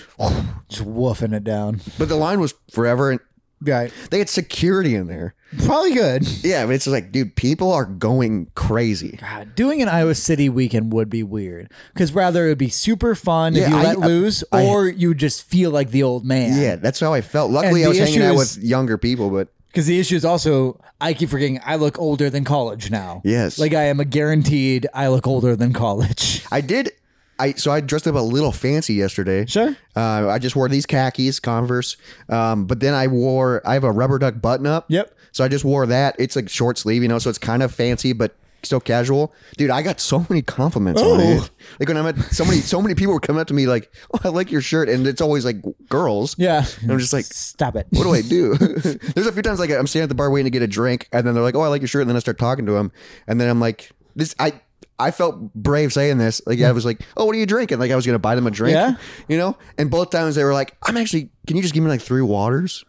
[SPEAKER 2] Just woofing it down.
[SPEAKER 1] but the line was forever and
[SPEAKER 2] Right.
[SPEAKER 1] they had security in there.
[SPEAKER 2] Probably good.
[SPEAKER 1] Yeah, but it's just like, dude, people are going crazy.
[SPEAKER 2] God, doing an Iowa City weekend would be weird because rather it would be super fun
[SPEAKER 1] Yeah,
[SPEAKER 2] if you
[SPEAKER 1] I-
[SPEAKER 2] let
[SPEAKER 1] I-
[SPEAKER 2] loose,
[SPEAKER 1] I-
[SPEAKER 2] or you just feel like the old man.
[SPEAKER 1] Yeah, that's how I felt. Luckily,
[SPEAKER 2] And
[SPEAKER 1] I was
[SPEAKER 2] the
[SPEAKER 1] hanging out
[SPEAKER 2] issue
[SPEAKER 1] with younger people, but
[SPEAKER 2] Because the issue is also, I keep forgetting I look older than college now.
[SPEAKER 1] Yes.
[SPEAKER 2] Like I am a guaranteed I look older than college.
[SPEAKER 1] I did. I so I dressed up a little fancy yesterday.
[SPEAKER 2] Sure.
[SPEAKER 1] Uh, I just wore these khakis, Converse. Um, but then I wore I have a rubber duck button up.
[SPEAKER 2] Yep.
[SPEAKER 1] So I just wore that. It's like short sleeve, you know, so it's kind of fancy, but still casual. Dude, I got so many compliments on
[SPEAKER 2] Oh.
[SPEAKER 1] it. Like when I'm at so many, so many people were coming up to me like, "Oh, I like your shirt," and it's always like girls.
[SPEAKER 2] Yeah.
[SPEAKER 1] And I'm just like,
[SPEAKER 2] Stop it.
[SPEAKER 1] what do I do? There's a few times like I'm standing at the bar waiting to get a drink, and then they're like, "Oh, I like your shirt," and then I start talking to them, and then I'm like, "This I." I felt brave saying this. Like I was like, "Oh, what are you drinking?" Like I was gonna buy them a drink,
[SPEAKER 2] Yeah.
[SPEAKER 1] you know. And both times they were like, "I'm actually. Can you just give me like three waters?"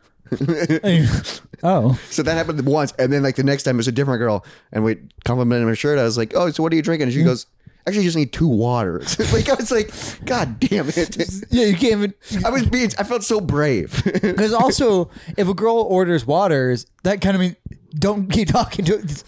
[SPEAKER 2] oh.
[SPEAKER 1] So that happened once, and then like the next time it was a different girl, and we complimented her shirt. I was like, "Oh, so what are you drinking?"
[SPEAKER 2] Mm-hmm.
[SPEAKER 1] And she goes, "Actually, I just need two waters." like I was like, "God damn it!"
[SPEAKER 2] Yeah, you can't even.
[SPEAKER 1] I was being. I felt so brave.
[SPEAKER 2] Because also, if a girl orders waters, that kind of means don't keep talking to it.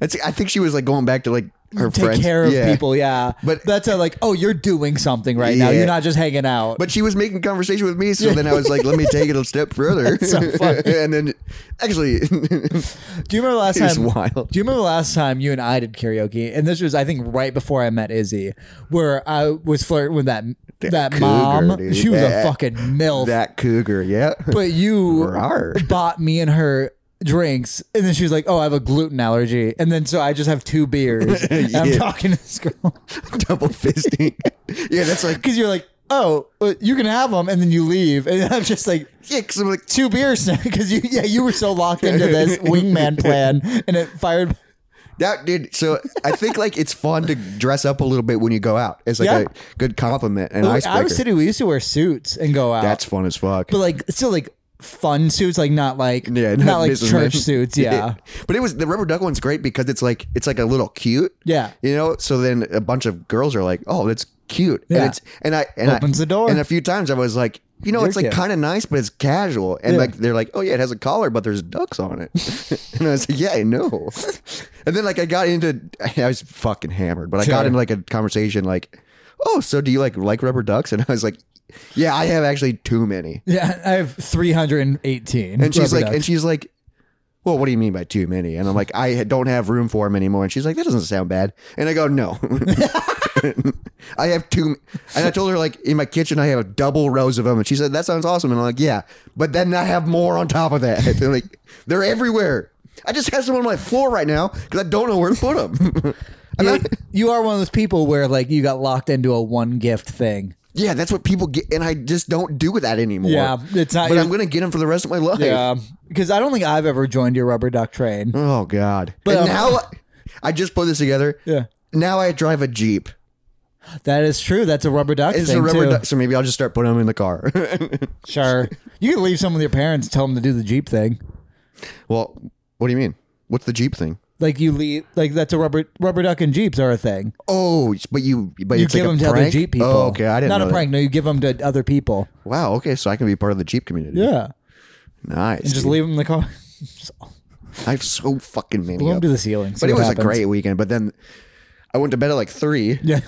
[SPEAKER 1] That's, I think she was like going back to like her
[SPEAKER 2] Take
[SPEAKER 1] friends.
[SPEAKER 2] care of
[SPEAKER 1] Yeah.
[SPEAKER 2] people. Yeah.
[SPEAKER 1] But-
[SPEAKER 2] that's a, like, oh, you're doing something right now.
[SPEAKER 1] Yeah.
[SPEAKER 2] You're not just hanging out.
[SPEAKER 1] But she was making conversation with me, so then I was like, "Let me take it a step further."
[SPEAKER 2] so funny.
[SPEAKER 1] and then, actually, it
[SPEAKER 2] Do you remember last
[SPEAKER 1] was
[SPEAKER 2] time?
[SPEAKER 1] wild.
[SPEAKER 2] Do you remember last time you and I did karaoke? And this was, I think, right before I met Izzy, where I was flirting with that that
[SPEAKER 1] cougar,
[SPEAKER 2] mom.
[SPEAKER 1] dude.
[SPEAKER 2] She was
[SPEAKER 1] That-
[SPEAKER 2] a fucking milf.
[SPEAKER 1] That cougar, yeah.
[SPEAKER 2] but you
[SPEAKER 1] Rawr.
[SPEAKER 2] bought me and her drinks, and then she was like, "Oh, I have a gluten allergy," and then so I just have two beers. and I'm
[SPEAKER 1] Yeah.
[SPEAKER 2] talking to this girl
[SPEAKER 1] Double fisting. yeah, that's like
[SPEAKER 2] because you're like, "Oh, uh, you can have them," and then you leave, and I'm just like,
[SPEAKER 1] Yeah, because I'm like,
[SPEAKER 2] two beers now because you yeah you were so locked into this wingman plan and it fired
[SPEAKER 1] That dude. So I think like it's fun to dress up a little bit when you go out. It's like
[SPEAKER 2] Yeah.
[SPEAKER 1] a good compliment and
[SPEAKER 2] I
[SPEAKER 1] icebreaker.
[SPEAKER 2] was city we used to wear suits and go out
[SPEAKER 1] That's fun as fuck.
[SPEAKER 2] but like still like fun suits like not like
[SPEAKER 1] yeah,
[SPEAKER 2] not, like
[SPEAKER 1] businessman.
[SPEAKER 2] church suits yeah
[SPEAKER 1] but it was the rubber duck one's great because it's like it's like a little cute.
[SPEAKER 2] Yeah.
[SPEAKER 1] you know. So then a bunch of girls are like, "Oh, that's cute."
[SPEAKER 2] Yeah.
[SPEAKER 1] And it's and I and I-
[SPEAKER 2] Opens the door.
[SPEAKER 1] And a few times I was like, you know,
[SPEAKER 2] You're
[SPEAKER 1] it's like
[SPEAKER 2] cute.
[SPEAKER 1] kind of nice, but it's casual. And
[SPEAKER 2] Yeah.
[SPEAKER 1] like they're like, "Oh yeah, it has a collar, but there's ducks on it." and I was like, "Yeah, I know." and then like I got into I was fucking hammered, but I
[SPEAKER 2] Sure.
[SPEAKER 1] got into like a conversation like, "Oh, so do you like like rubber ducks?" And I was like, "Yeah, I have actually too many."
[SPEAKER 2] yeah I have 318
[SPEAKER 1] And she's
[SPEAKER 2] rubber
[SPEAKER 1] like,
[SPEAKER 2] ducks.
[SPEAKER 1] and she's like, well, what do you mean by too many? And I'm like, I don't have room for him anymore. And she's like, that doesn't sound bad. And I go, no, I have two. m-" And I told her like in my kitchen, I have a double rows of them. And she said, that sounds awesome. And I'm like, yeah, but then I have more on top of that. And like they're everywhere. I just have some on my floor right now because I don't know where to put them.
[SPEAKER 2] Yeah, you are one of those people where like you got locked into a one gift thing
[SPEAKER 1] yeah, that's what people get, and I just don't do that anymore.
[SPEAKER 2] Yeah, it's not
[SPEAKER 1] But
[SPEAKER 2] your-
[SPEAKER 1] I'm gonna get them for the rest of my life.
[SPEAKER 2] because Um, I don't think I've ever joined your rubber duck train
[SPEAKER 1] Oh God!
[SPEAKER 2] But,
[SPEAKER 1] But
[SPEAKER 2] um,
[SPEAKER 1] now I just put this together.
[SPEAKER 2] Yeah.
[SPEAKER 1] Now I drive a jeep.
[SPEAKER 2] that is true that's a rubber duck
[SPEAKER 1] It's
[SPEAKER 2] thing
[SPEAKER 1] a rubber
[SPEAKER 2] too.
[SPEAKER 1] duck, so maybe I'll just start putting them in the car.
[SPEAKER 2] sure you can leave some with your parents tell them to do the jeep thing
[SPEAKER 1] well, what do you mean? What's the jeep thing?
[SPEAKER 2] Like you leave, like that's a rubber rubber duck and jeeps are a thing.
[SPEAKER 1] Oh, but you but
[SPEAKER 2] You
[SPEAKER 1] it's
[SPEAKER 2] give
[SPEAKER 1] like
[SPEAKER 2] them
[SPEAKER 1] a
[SPEAKER 2] to other
[SPEAKER 1] prank?
[SPEAKER 2] jeep people.
[SPEAKER 1] Oh, okay, I didn't
[SPEAKER 2] Not
[SPEAKER 1] know
[SPEAKER 2] a
[SPEAKER 1] that.
[SPEAKER 2] prank. No, you give them to other people.
[SPEAKER 1] Wow. Okay, so I can be part of the jeep community.
[SPEAKER 2] Yeah,
[SPEAKER 1] Nice.
[SPEAKER 2] and just
[SPEAKER 1] dude.
[SPEAKER 2] leave them in the car.
[SPEAKER 1] I have so fucking many.
[SPEAKER 2] Blow them
[SPEAKER 1] up.
[SPEAKER 2] to the ceiling. see
[SPEAKER 1] but it
[SPEAKER 2] what
[SPEAKER 1] was
[SPEAKER 2] happens.
[SPEAKER 1] a great weekend. But then I went to bed at like three,
[SPEAKER 2] Yeah,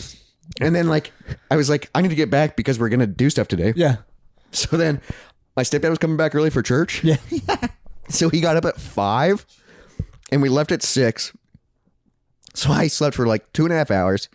[SPEAKER 1] and then like I was like, I need to get back because we're gonna do stuff today.
[SPEAKER 2] yeah,
[SPEAKER 1] So then my stepdad was coming back early for church.
[SPEAKER 2] yeah.
[SPEAKER 1] So he got up at five and we left at six. So I slept for like two and a half hours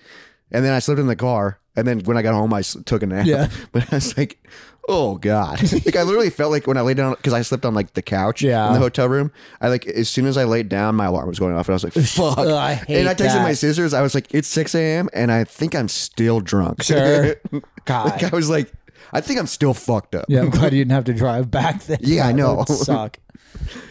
[SPEAKER 1] and then I slept in the car. And then when I got home, I s- took a nap.
[SPEAKER 2] Yeah.
[SPEAKER 1] But I was like, oh God. like I literally felt like when I laid down, because I slept on like the couch
[SPEAKER 2] Yeah.
[SPEAKER 1] in the hotel room. I like, as soon as I laid down, my alarm was going off and I was like, fuck.
[SPEAKER 2] Ugh, I hate
[SPEAKER 1] and I texted
[SPEAKER 2] that.
[SPEAKER 1] my sisters. I was like, it's 6 a.m. and I think I'm still drunk.
[SPEAKER 2] Sure.
[SPEAKER 1] like I
[SPEAKER 2] God.
[SPEAKER 1] was like, I think I'm still fucked up.
[SPEAKER 2] Yeah, I'm glad you didn't have to drive back then.
[SPEAKER 1] Yeah, I
[SPEAKER 2] That
[SPEAKER 1] know.
[SPEAKER 2] would Suck.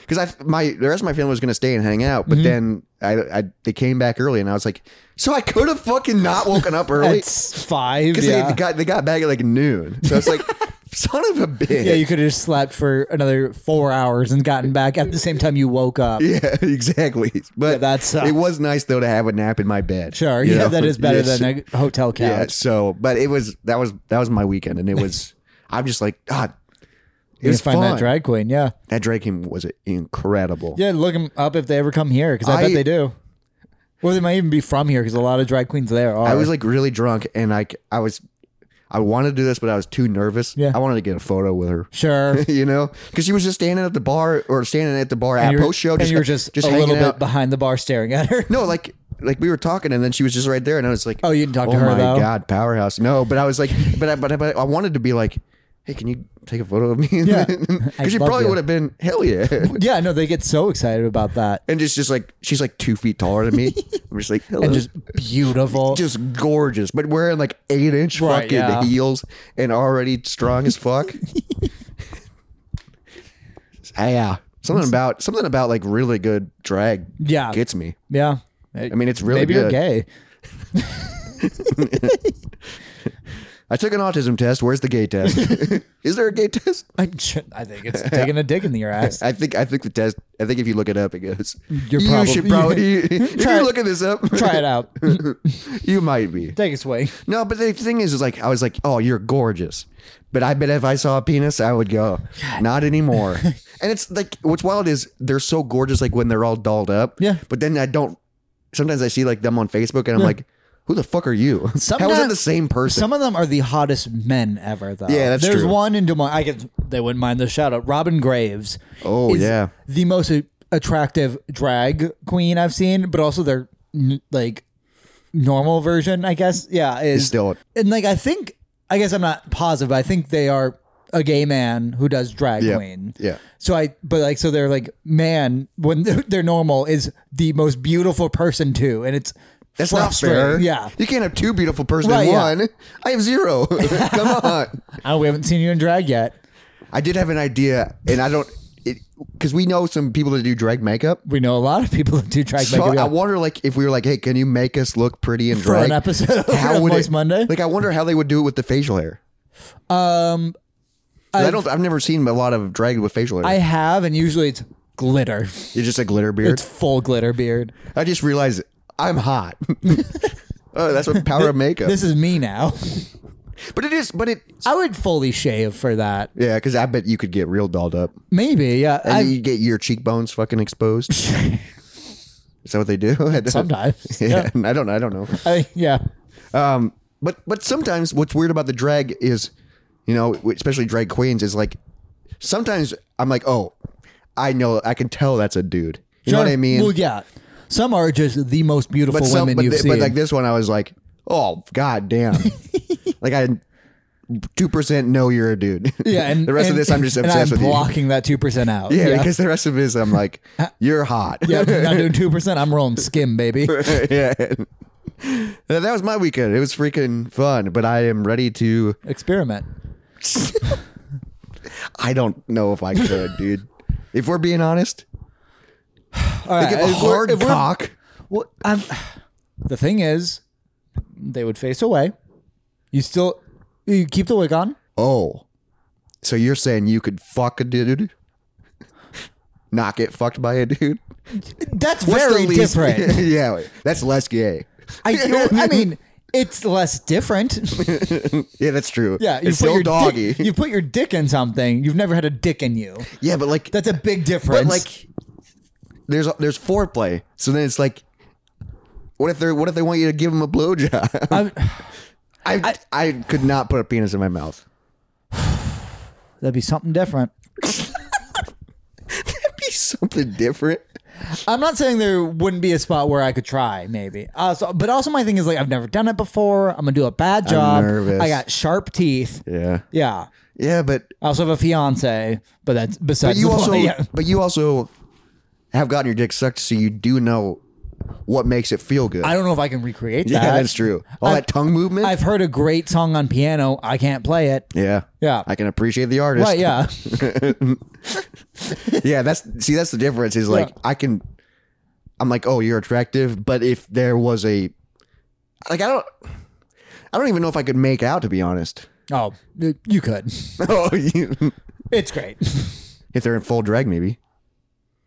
[SPEAKER 1] because I my the rest of my family was gonna stay and hang out, but
[SPEAKER 2] Mm-hmm.
[SPEAKER 1] then I, I they came back early, and I was like, so I could have fucking not woken up early
[SPEAKER 2] It's five.
[SPEAKER 1] because
[SPEAKER 2] Yeah.
[SPEAKER 1] they got they got back at like noon. So it's like, son of a bitch.
[SPEAKER 2] yeah, you could have just slept for another four hours and gotten back at the same time you woke up.
[SPEAKER 1] Yeah, exactly. But
[SPEAKER 2] Yeah, that sucks.
[SPEAKER 1] it was nice though to have a nap in my bed.
[SPEAKER 2] Sure.
[SPEAKER 1] you
[SPEAKER 2] Yeah,
[SPEAKER 1] know?
[SPEAKER 2] that is better
[SPEAKER 1] Yes.
[SPEAKER 2] than a hotel couch.
[SPEAKER 1] yeah. So, but it was that was that was my weekend, and it was I'm just like God. It
[SPEAKER 2] You
[SPEAKER 1] was
[SPEAKER 2] find
[SPEAKER 1] fun.
[SPEAKER 2] that drag queen. Yeah.
[SPEAKER 1] That drag game was incredible.
[SPEAKER 2] Yeah, look them up if they ever come here because I, bet
[SPEAKER 1] I-
[SPEAKER 2] they do. Or they might even be from here because a lot of drag queens there are.
[SPEAKER 1] I was like really drunk, and I I was I wanted to do this, but I was too nervous.
[SPEAKER 2] Yeah.
[SPEAKER 1] I wanted to get a photo with her.
[SPEAKER 2] sure.
[SPEAKER 1] You know, because she was just standing at the bar or standing at the bar at
[SPEAKER 2] you're-
[SPEAKER 1] post show.
[SPEAKER 2] and you were just, a
[SPEAKER 1] hanging
[SPEAKER 2] little bit
[SPEAKER 1] out.
[SPEAKER 2] behind the bar staring at her.
[SPEAKER 1] No, like like we were talking, and then she was just right there, and I was like,
[SPEAKER 2] Oh, you didn't talk to
[SPEAKER 1] "Oh
[SPEAKER 2] her,
[SPEAKER 1] my
[SPEAKER 2] though?"
[SPEAKER 1] god, powerhouse! No, but I was like, but I, but I, but I wanted to be like, hey, can you take a photo of me?
[SPEAKER 2] Yeah. I
[SPEAKER 1] because she
[SPEAKER 2] love
[SPEAKER 1] probably
[SPEAKER 2] you.
[SPEAKER 1] would have been hell yeah.
[SPEAKER 2] Yeah, no, they get so excited about that.
[SPEAKER 1] And just, just like she's like two feet taller than me. I'm just like, hello.
[SPEAKER 2] And just beautiful.
[SPEAKER 1] just gorgeous, but wearing like eight inch
[SPEAKER 2] Right,
[SPEAKER 1] fucking
[SPEAKER 2] yeah.
[SPEAKER 1] heels and already strong as fuck. Ah, yeah, something about something about like really good drag.
[SPEAKER 2] Yeah.
[SPEAKER 1] gets me.
[SPEAKER 2] yeah.
[SPEAKER 1] I mean, it's really
[SPEAKER 2] Maybe
[SPEAKER 1] good.
[SPEAKER 2] you're gay.
[SPEAKER 1] I took an autism test. Where's the gay test? Is there a gay test?
[SPEAKER 2] I, I think it's taking a dick in your ass.
[SPEAKER 1] I think I think the test. I think if you look it up, it goes.
[SPEAKER 2] You're
[SPEAKER 1] you
[SPEAKER 2] probab-
[SPEAKER 1] should probably. if
[SPEAKER 2] Try it.
[SPEAKER 1] you're looking this up,
[SPEAKER 2] Try it out.
[SPEAKER 1] you might be.
[SPEAKER 2] Take it away.
[SPEAKER 1] No, but the thing is, is like I was like, oh, you're gorgeous, but I bet if I saw a penis, I would go, not anymore. and it's like what's wild is they're so gorgeous, like when they're all dolled up.
[SPEAKER 2] Yeah.
[SPEAKER 1] But then I don't. Sometimes I see like them on Facebook, and I'm like, who the fuck are you? How is
[SPEAKER 2] Sometimes-
[SPEAKER 1] that the same person?
[SPEAKER 2] Some of them are the hottest men ever, though.
[SPEAKER 1] Yeah, that's
[SPEAKER 2] There's
[SPEAKER 1] true.
[SPEAKER 2] one in Des Moines. I could, they wouldn't mind the shout out. Robin Graves.
[SPEAKER 1] Oh,
[SPEAKER 2] is
[SPEAKER 1] yeah.
[SPEAKER 2] the most a- attractive drag queen I've seen, but also their n- like normal version, I guess. Yeah, is
[SPEAKER 1] Still,
[SPEAKER 2] and like I think I guess I'm not positive. But I think they are a gay man who does drag
[SPEAKER 1] Yeah.
[SPEAKER 2] queen.
[SPEAKER 1] Yeah.
[SPEAKER 2] So I, but like, so they're like, man, when they're, they're normal is the most beautiful person too, and it's
[SPEAKER 1] That's not fair.
[SPEAKER 2] Frustrating, yeah.
[SPEAKER 1] You can't have two beautiful person
[SPEAKER 2] Right,
[SPEAKER 1] in
[SPEAKER 2] yeah.
[SPEAKER 1] one. I have zero. Come on.
[SPEAKER 2] Oh, we haven't seen you in drag yet.
[SPEAKER 1] I did have an idea, and I don't, because we know some people that do drag makeup.
[SPEAKER 2] We know a lot of people that do drag
[SPEAKER 1] So
[SPEAKER 2] makeup.
[SPEAKER 1] I
[SPEAKER 2] yeah.
[SPEAKER 1] wonder, like, if we were like, "Hey, can you make us look pretty in
[SPEAKER 2] For
[SPEAKER 1] drag?"
[SPEAKER 2] an episode of Voice
[SPEAKER 1] it,
[SPEAKER 2] Monday?
[SPEAKER 1] Like, I wonder how they would do it with the facial hair.
[SPEAKER 2] um,
[SPEAKER 1] 'Cause I
[SPEAKER 2] I've-
[SPEAKER 1] don't. I've never seen a lot of drag with facial hair.
[SPEAKER 2] I have, and usually it's glitter.
[SPEAKER 1] it's just a glitter beard.
[SPEAKER 2] It's full glitter beard.
[SPEAKER 1] I just realized I'm hot. oh, that's what power of makeup.
[SPEAKER 2] This is me now.
[SPEAKER 1] but it is. But it.
[SPEAKER 2] I would fully shave for that.
[SPEAKER 1] Yeah, because I bet you could get real dolled up,
[SPEAKER 2] Maybe, yeah.
[SPEAKER 1] and
[SPEAKER 2] I,
[SPEAKER 1] you get your cheekbones fucking exposed. is that what they do? I don't-
[SPEAKER 2] sometimes.
[SPEAKER 1] Yeah, I don't. I don't know.
[SPEAKER 2] I, yeah.
[SPEAKER 1] Um, but but sometimes what's weird about the drag is, you know, especially drag queens is like, sometimes I'm like, oh, I know, I can tell that's a dude. You know what
[SPEAKER 2] Sure.
[SPEAKER 1] I mean?
[SPEAKER 2] Well, yeah. Some are just the most beautiful
[SPEAKER 1] but some,
[SPEAKER 2] women
[SPEAKER 1] but,
[SPEAKER 2] you've
[SPEAKER 1] th-
[SPEAKER 2] seen.
[SPEAKER 1] but like this one, I was like, oh god damn, like I. Two percent know you're a dude.
[SPEAKER 2] yeah, and
[SPEAKER 1] the rest
[SPEAKER 2] and-
[SPEAKER 1] of this I'm just
[SPEAKER 2] and
[SPEAKER 1] obsessed with you.
[SPEAKER 2] blocking that two percent out.
[SPEAKER 1] Yeah, because the rest of this I'm like, you're hot.
[SPEAKER 2] yeah. I'm not doing two percent. I'm rolling skim, baby.
[SPEAKER 1] yeah. That was my weekend. It was freaking fun, but I am ready to
[SPEAKER 2] Experiment.
[SPEAKER 1] I don't know if I could, dude. If we're being honest,
[SPEAKER 2] All right.
[SPEAKER 1] like if a
[SPEAKER 2] we're-
[SPEAKER 1] hard
[SPEAKER 2] if we're-
[SPEAKER 1] cock.
[SPEAKER 2] Well, I'm, the thing is, they would face away. You still, you keep the wig on.
[SPEAKER 1] Oh, so you're saying you could fuck a dude, not get fucked by a dude?
[SPEAKER 2] That's
[SPEAKER 1] What's the
[SPEAKER 2] very
[SPEAKER 1] least-
[SPEAKER 2] different.
[SPEAKER 1] yeah, wait, that's less gay.
[SPEAKER 2] I, I mean, it's less different.
[SPEAKER 1] Yeah, that's true.
[SPEAKER 2] Yeah,
[SPEAKER 1] it's
[SPEAKER 2] your
[SPEAKER 1] still doggy.
[SPEAKER 2] Dick, you put your dick in something. You've never had a dick in you.
[SPEAKER 1] yeah, but like,
[SPEAKER 2] That's a big difference.
[SPEAKER 1] but like, there's there's foreplay. So then it's like, what if they are what if they want you to give them a blowjob?
[SPEAKER 2] I'm-
[SPEAKER 1] I, I I could not put a penis in my mouth.
[SPEAKER 2] that'd be something different.
[SPEAKER 1] Be something different.
[SPEAKER 2] I'm not saying there wouldn't be a spot where I could try, maybe. Uh, so, but also, my thing is like I've never done it before. I'm gonna do a bad job.
[SPEAKER 1] nervous.
[SPEAKER 2] I got sharp teeth.
[SPEAKER 1] Yeah.
[SPEAKER 2] Yeah.
[SPEAKER 1] Yeah, but
[SPEAKER 2] I also have a fiance, but that's besides.
[SPEAKER 1] But you
[SPEAKER 2] the point.
[SPEAKER 1] also,
[SPEAKER 2] Yeah.
[SPEAKER 1] but you also have gotten your dick sucked, so you do know what makes it feel good.
[SPEAKER 2] I don't know if I can recreate
[SPEAKER 1] yeah,
[SPEAKER 2] that.
[SPEAKER 1] that's true. All
[SPEAKER 2] I-
[SPEAKER 1] that tongue movement.
[SPEAKER 2] I've heard a great song on piano. I can't play it.
[SPEAKER 1] yeah,
[SPEAKER 2] Yeah.
[SPEAKER 1] I can appreciate the artist.
[SPEAKER 2] Right? Yeah.
[SPEAKER 1] yeah. That's see, that's the difference. Is like
[SPEAKER 2] Yeah.
[SPEAKER 1] I can. I'm like, oh, you're attractive, but if there was a, like, I don't, I don't even know if I could make out to be honest.
[SPEAKER 2] Oh, y- you could.
[SPEAKER 1] oh, you,
[SPEAKER 2] It's great.
[SPEAKER 1] if they're in full drag, maybe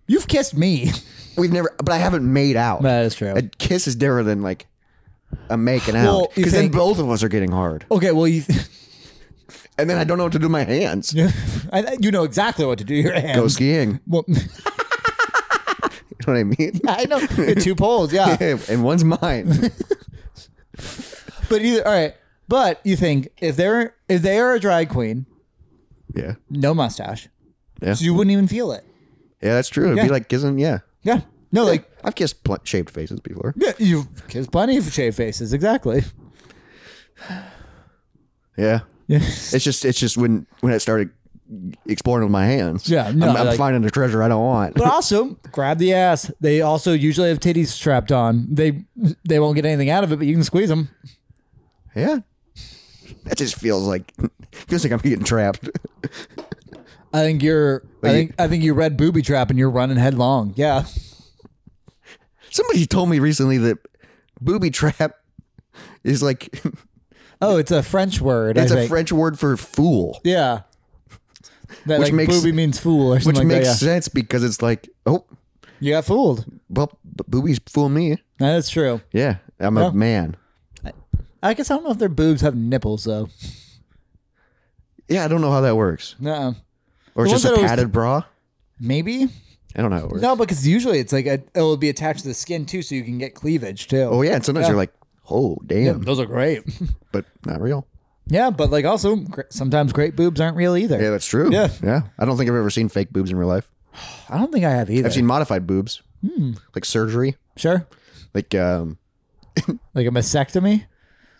[SPEAKER 2] You've kissed me.
[SPEAKER 1] we've never, but I haven't made out.
[SPEAKER 2] That is true.
[SPEAKER 1] A kiss is different than like a making out
[SPEAKER 2] Well, you
[SPEAKER 1] because then
[SPEAKER 2] think-
[SPEAKER 1] both of us are getting hard.
[SPEAKER 2] Okay. Well, you.
[SPEAKER 1] and then I don't know what to do with my hands.
[SPEAKER 2] I, you know exactly what to do. Your hands.
[SPEAKER 1] Go skiing.
[SPEAKER 2] Well,
[SPEAKER 1] You know what I mean?
[SPEAKER 2] I know. Two poles. Yeah.
[SPEAKER 1] and one's mine.
[SPEAKER 2] But either all right. But you think if they're if they are a drag queen,
[SPEAKER 1] yeah,
[SPEAKER 2] no mustache,
[SPEAKER 1] Yeah.
[SPEAKER 2] so you wouldn't even feel it.
[SPEAKER 1] yeah, that's true. It'd
[SPEAKER 2] Yeah.
[SPEAKER 1] be like kissing. Yeah,
[SPEAKER 2] Yeah. No, like
[SPEAKER 1] I've kissed pl- shaped faces before.
[SPEAKER 2] yeah, you kiss plenty of shaved faces. Exactly.
[SPEAKER 1] Yeah,
[SPEAKER 2] Yeah.
[SPEAKER 1] it's just it's just when when I started exploring with my hands.
[SPEAKER 2] Yeah, no,
[SPEAKER 1] I'm, I'm
[SPEAKER 2] like-
[SPEAKER 1] finding the treasure I don't want.
[SPEAKER 2] But also grab the ass. They also usually have titties strapped on. They they won't get anything out of it, but you can squeeze them.
[SPEAKER 1] yeah, that just feels like feels like I'm getting trapped.
[SPEAKER 2] I think you're. I
[SPEAKER 1] you-
[SPEAKER 2] think I think you read booby trap and you're running headlong. Yeah.
[SPEAKER 1] Somebody told me recently that booby trap is like
[SPEAKER 2] Oh, it's a French word.
[SPEAKER 1] it's
[SPEAKER 2] I
[SPEAKER 1] a
[SPEAKER 2] think.
[SPEAKER 1] French word for fool.
[SPEAKER 2] Yeah. That
[SPEAKER 1] Which
[SPEAKER 2] like
[SPEAKER 1] makes-
[SPEAKER 2] booby means fool or
[SPEAKER 1] Which
[SPEAKER 2] something
[SPEAKER 1] makes
[SPEAKER 2] like that.
[SPEAKER 1] sense because it's like, oh,
[SPEAKER 2] Yeah. You got fooled.
[SPEAKER 1] well, b- boobies fool me.
[SPEAKER 2] That's true.
[SPEAKER 1] Yeah, I'm
[SPEAKER 2] Well-
[SPEAKER 1] a man.
[SPEAKER 2] I guess I don't know if their boobs have nipples though.
[SPEAKER 1] Yeah, I don't know how that works.
[SPEAKER 2] No,
[SPEAKER 1] Or
[SPEAKER 2] The
[SPEAKER 1] just a
[SPEAKER 2] ones that I was-
[SPEAKER 1] padded bra.
[SPEAKER 2] maybe
[SPEAKER 1] I don't know how it works.
[SPEAKER 2] no, because usually it's like a, it'll be attached to the skin too, so you can get cleavage too.
[SPEAKER 1] Oh yeah, and sometimes
[SPEAKER 2] Yeah.
[SPEAKER 1] you're like, oh damn,
[SPEAKER 2] those are great.
[SPEAKER 1] but not real.
[SPEAKER 2] yeah, but like also gr- sometimes great boobs aren't real either.
[SPEAKER 1] Yeah, that's true.
[SPEAKER 2] Yeah.
[SPEAKER 1] yeah. I don't think I've ever seen fake boobs in real life.
[SPEAKER 2] I don't think I have either.
[SPEAKER 1] I've seen modified boobs,
[SPEAKER 2] Hmm.
[SPEAKER 1] like surgery,
[SPEAKER 2] sure,
[SPEAKER 1] like um,
[SPEAKER 2] like a mastectomy.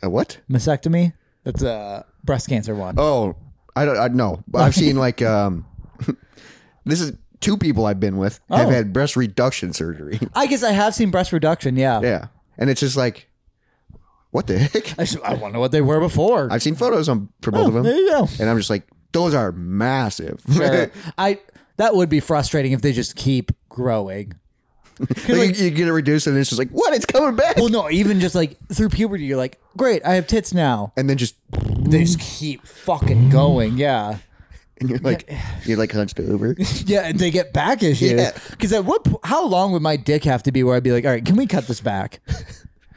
[SPEAKER 1] a what?
[SPEAKER 2] Mastectomy. That's a breast cancer one.
[SPEAKER 1] Oh, I don't. I no. But I've seen like um, this is two people I've been with have
[SPEAKER 2] Oh.
[SPEAKER 1] had breast reduction surgery.
[SPEAKER 2] I guess I have seen breast reduction. Yeah.
[SPEAKER 1] yeah, and it's just like, what the heck?
[SPEAKER 2] I, want to know what they were before.
[SPEAKER 1] I've seen photos on for both of them,
[SPEAKER 2] there you go.
[SPEAKER 1] and I'm just like, those are massive.
[SPEAKER 2] Oh, Sure. I that would be frustrating if they just keep growing.
[SPEAKER 1] like, you, you get it reduced, and it's just like, what? It's coming back,
[SPEAKER 2] Well, no, even just like through puberty, you're like, great, I have tits now.
[SPEAKER 1] and then just
[SPEAKER 2] They just keep fucking going. Yeah.
[SPEAKER 1] and you're like, you're like hunched over.
[SPEAKER 2] Yeah, and they get back issues.
[SPEAKER 1] Yeah.
[SPEAKER 2] Because at what? po- How long would my dick have to be where I'd be like, all right, can we cut this back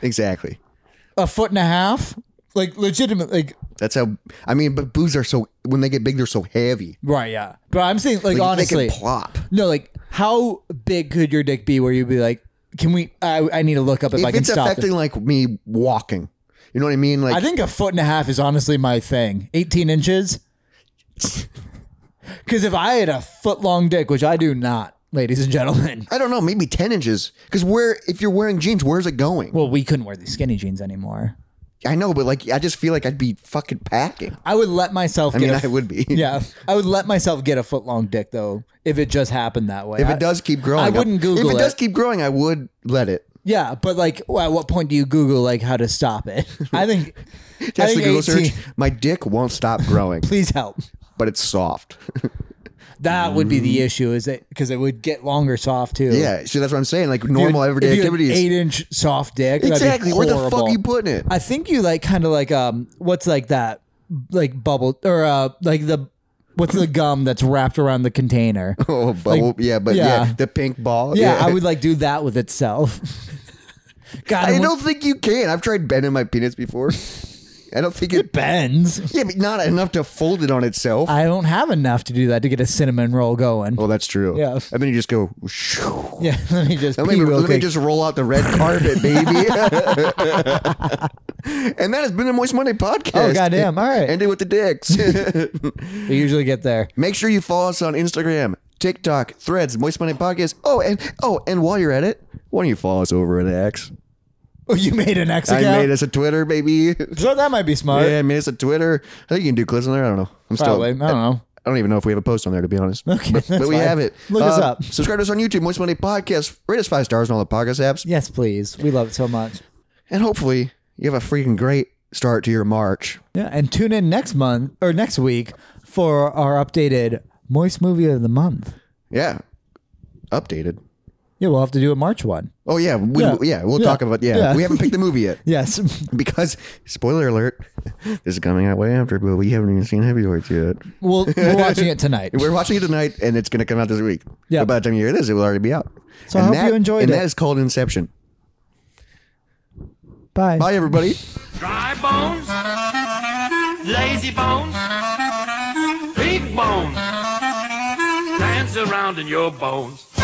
[SPEAKER 1] exactly.
[SPEAKER 2] a foot and a half? Like legitimate, like
[SPEAKER 1] That's how. I mean, but boobs are so when they get big, they're so heavy.
[SPEAKER 2] right, yeah. But I'm saying, like,
[SPEAKER 1] Like,
[SPEAKER 2] honestly,
[SPEAKER 1] they can plop.
[SPEAKER 2] no, like, how big could your dick be where you'd be like, can we? I, I need to look up if, I
[SPEAKER 1] If
[SPEAKER 2] can
[SPEAKER 1] it's
[SPEAKER 2] stop.
[SPEAKER 1] affecting
[SPEAKER 2] This.
[SPEAKER 1] like me walking, you know what I mean? Like
[SPEAKER 2] I think a foot and a half is honestly my thing. 18 inches. Because if I had a foot long dick, which I do not, ladies and gentlemen,
[SPEAKER 1] I don't know, maybe ten inches. Because where if you're wearing jeans, where's it going?
[SPEAKER 2] well, we couldn't wear these skinny jeans anymore.
[SPEAKER 1] I know, but like I just feel like I'd be fucking packing.
[SPEAKER 2] I would let myself.
[SPEAKER 1] I
[SPEAKER 2] get
[SPEAKER 1] mean,
[SPEAKER 2] a
[SPEAKER 1] I would be.
[SPEAKER 2] Yeah, I would let myself get a foot long dick though if it just happened that way.
[SPEAKER 1] If
[SPEAKER 2] I-
[SPEAKER 1] it does keep growing,
[SPEAKER 2] I wouldn't Google
[SPEAKER 1] If it,
[SPEAKER 2] it.
[SPEAKER 1] does keep growing, I would let it.
[SPEAKER 2] yeah, but like, well, at what point do you Google like how to stop it? I think I
[SPEAKER 1] That's
[SPEAKER 2] think
[SPEAKER 1] the Google
[SPEAKER 2] 18
[SPEAKER 1] search. My dick won't stop growing,
[SPEAKER 2] Please help.
[SPEAKER 1] but it's soft.
[SPEAKER 2] That would be the issue, is it because it would get longer soft too.
[SPEAKER 1] Mm. yeah, so that's what I'm saying. Like
[SPEAKER 2] If you-
[SPEAKER 1] normal everyday
[SPEAKER 2] if you had
[SPEAKER 1] activities.
[SPEAKER 2] Eight inch soft dick. that'd be
[SPEAKER 1] exactly. Where the fuck
[SPEAKER 2] horrible.
[SPEAKER 1] are you putting it?
[SPEAKER 2] I think you like kind of like um, what's like that, like bubble or uh, like the. What's the gum that's wrapped around the container?
[SPEAKER 1] oh, but
[SPEAKER 2] like,
[SPEAKER 1] yeah, but
[SPEAKER 2] yeah.
[SPEAKER 1] yeah. the pink ball.
[SPEAKER 2] Yeah, I would like do that with itself. God,
[SPEAKER 1] I
[SPEAKER 2] and when-
[SPEAKER 1] don't think you can. I've tried bending my penis before. I don't think it.
[SPEAKER 2] bends.
[SPEAKER 1] Yeah, but not enough to fold it on itself.
[SPEAKER 2] I don't have enough to do that to get a cinnamon roll going.
[SPEAKER 1] well, that's true.
[SPEAKER 2] Yeah.
[SPEAKER 1] And then you just go. Shoo.
[SPEAKER 2] Yeah, let me just
[SPEAKER 1] Let
[SPEAKER 2] pee
[SPEAKER 1] me,
[SPEAKER 2] real
[SPEAKER 1] let me
[SPEAKER 2] quick.
[SPEAKER 1] just roll out the red carpet, baby. and that has been the Moist Monday podcast.
[SPEAKER 2] Oh, goddamn. All right.
[SPEAKER 1] End it with the dicks.
[SPEAKER 2] we usually get there.
[SPEAKER 1] Make sure you follow us on Instagram, TikTok, Threads, Moist Monday podcast. Oh, and oh, and while you're at it, why don't you follow us over at X?
[SPEAKER 2] Oh, you made an X
[SPEAKER 1] I
[SPEAKER 2] account.
[SPEAKER 1] made us a Twitter, baby.
[SPEAKER 2] so that might be smart.
[SPEAKER 1] Yeah, I made us a Twitter. I think you can do clips on there. I don't know. I'm still.
[SPEAKER 2] Probably. I don't know.
[SPEAKER 1] I don't even know if we have a post on there, to be honest.
[SPEAKER 2] Okay,
[SPEAKER 1] but,
[SPEAKER 2] that's
[SPEAKER 1] but we
[SPEAKER 2] fine.
[SPEAKER 1] have it. Uh,
[SPEAKER 2] Look us up.
[SPEAKER 1] Subscribe to us on YouTube, Moist Monday Podcast. Rate us five stars on all the podcast apps.
[SPEAKER 2] Yes, please. We love it so much.
[SPEAKER 1] And hopefully you have a freaking great start to your March.
[SPEAKER 2] Yeah, and tune in next month or next week for our updated moist movie of the month.
[SPEAKER 1] Yeah. Updated.
[SPEAKER 2] Yeah, we'll have to do a March one.
[SPEAKER 1] Oh yeah, we,
[SPEAKER 2] Yeah.
[SPEAKER 1] yeah. we'll
[SPEAKER 2] Yeah.
[SPEAKER 1] talk about yeah.
[SPEAKER 2] Yeah.
[SPEAKER 1] We haven't picked the movie yet
[SPEAKER 2] Yes.
[SPEAKER 1] because spoiler alert, this is coming out way after, but we haven't even seen Heavy Heavyweights yet.
[SPEAKER 2] we'll, we're watching it tonight.
[SPEAKER 1] We're watching it tonight, and it's going to come out this week.
[SPEAKER 2] Yeah.
[SPEAKER 1] But by the time you hear this, it will already be out.
[SPEAKER 2] So I hope you enjoyed
[SPEAKER 1] And
[SPEAKER 2] it.
[SPEAKER 1] that is called Inception.
[SPEAKER 2] Bye.
[SPEAKER 1] Bye everybody.
[SPEAKER 3] Dry bones, lazy bones, big bones, dance around in your bones.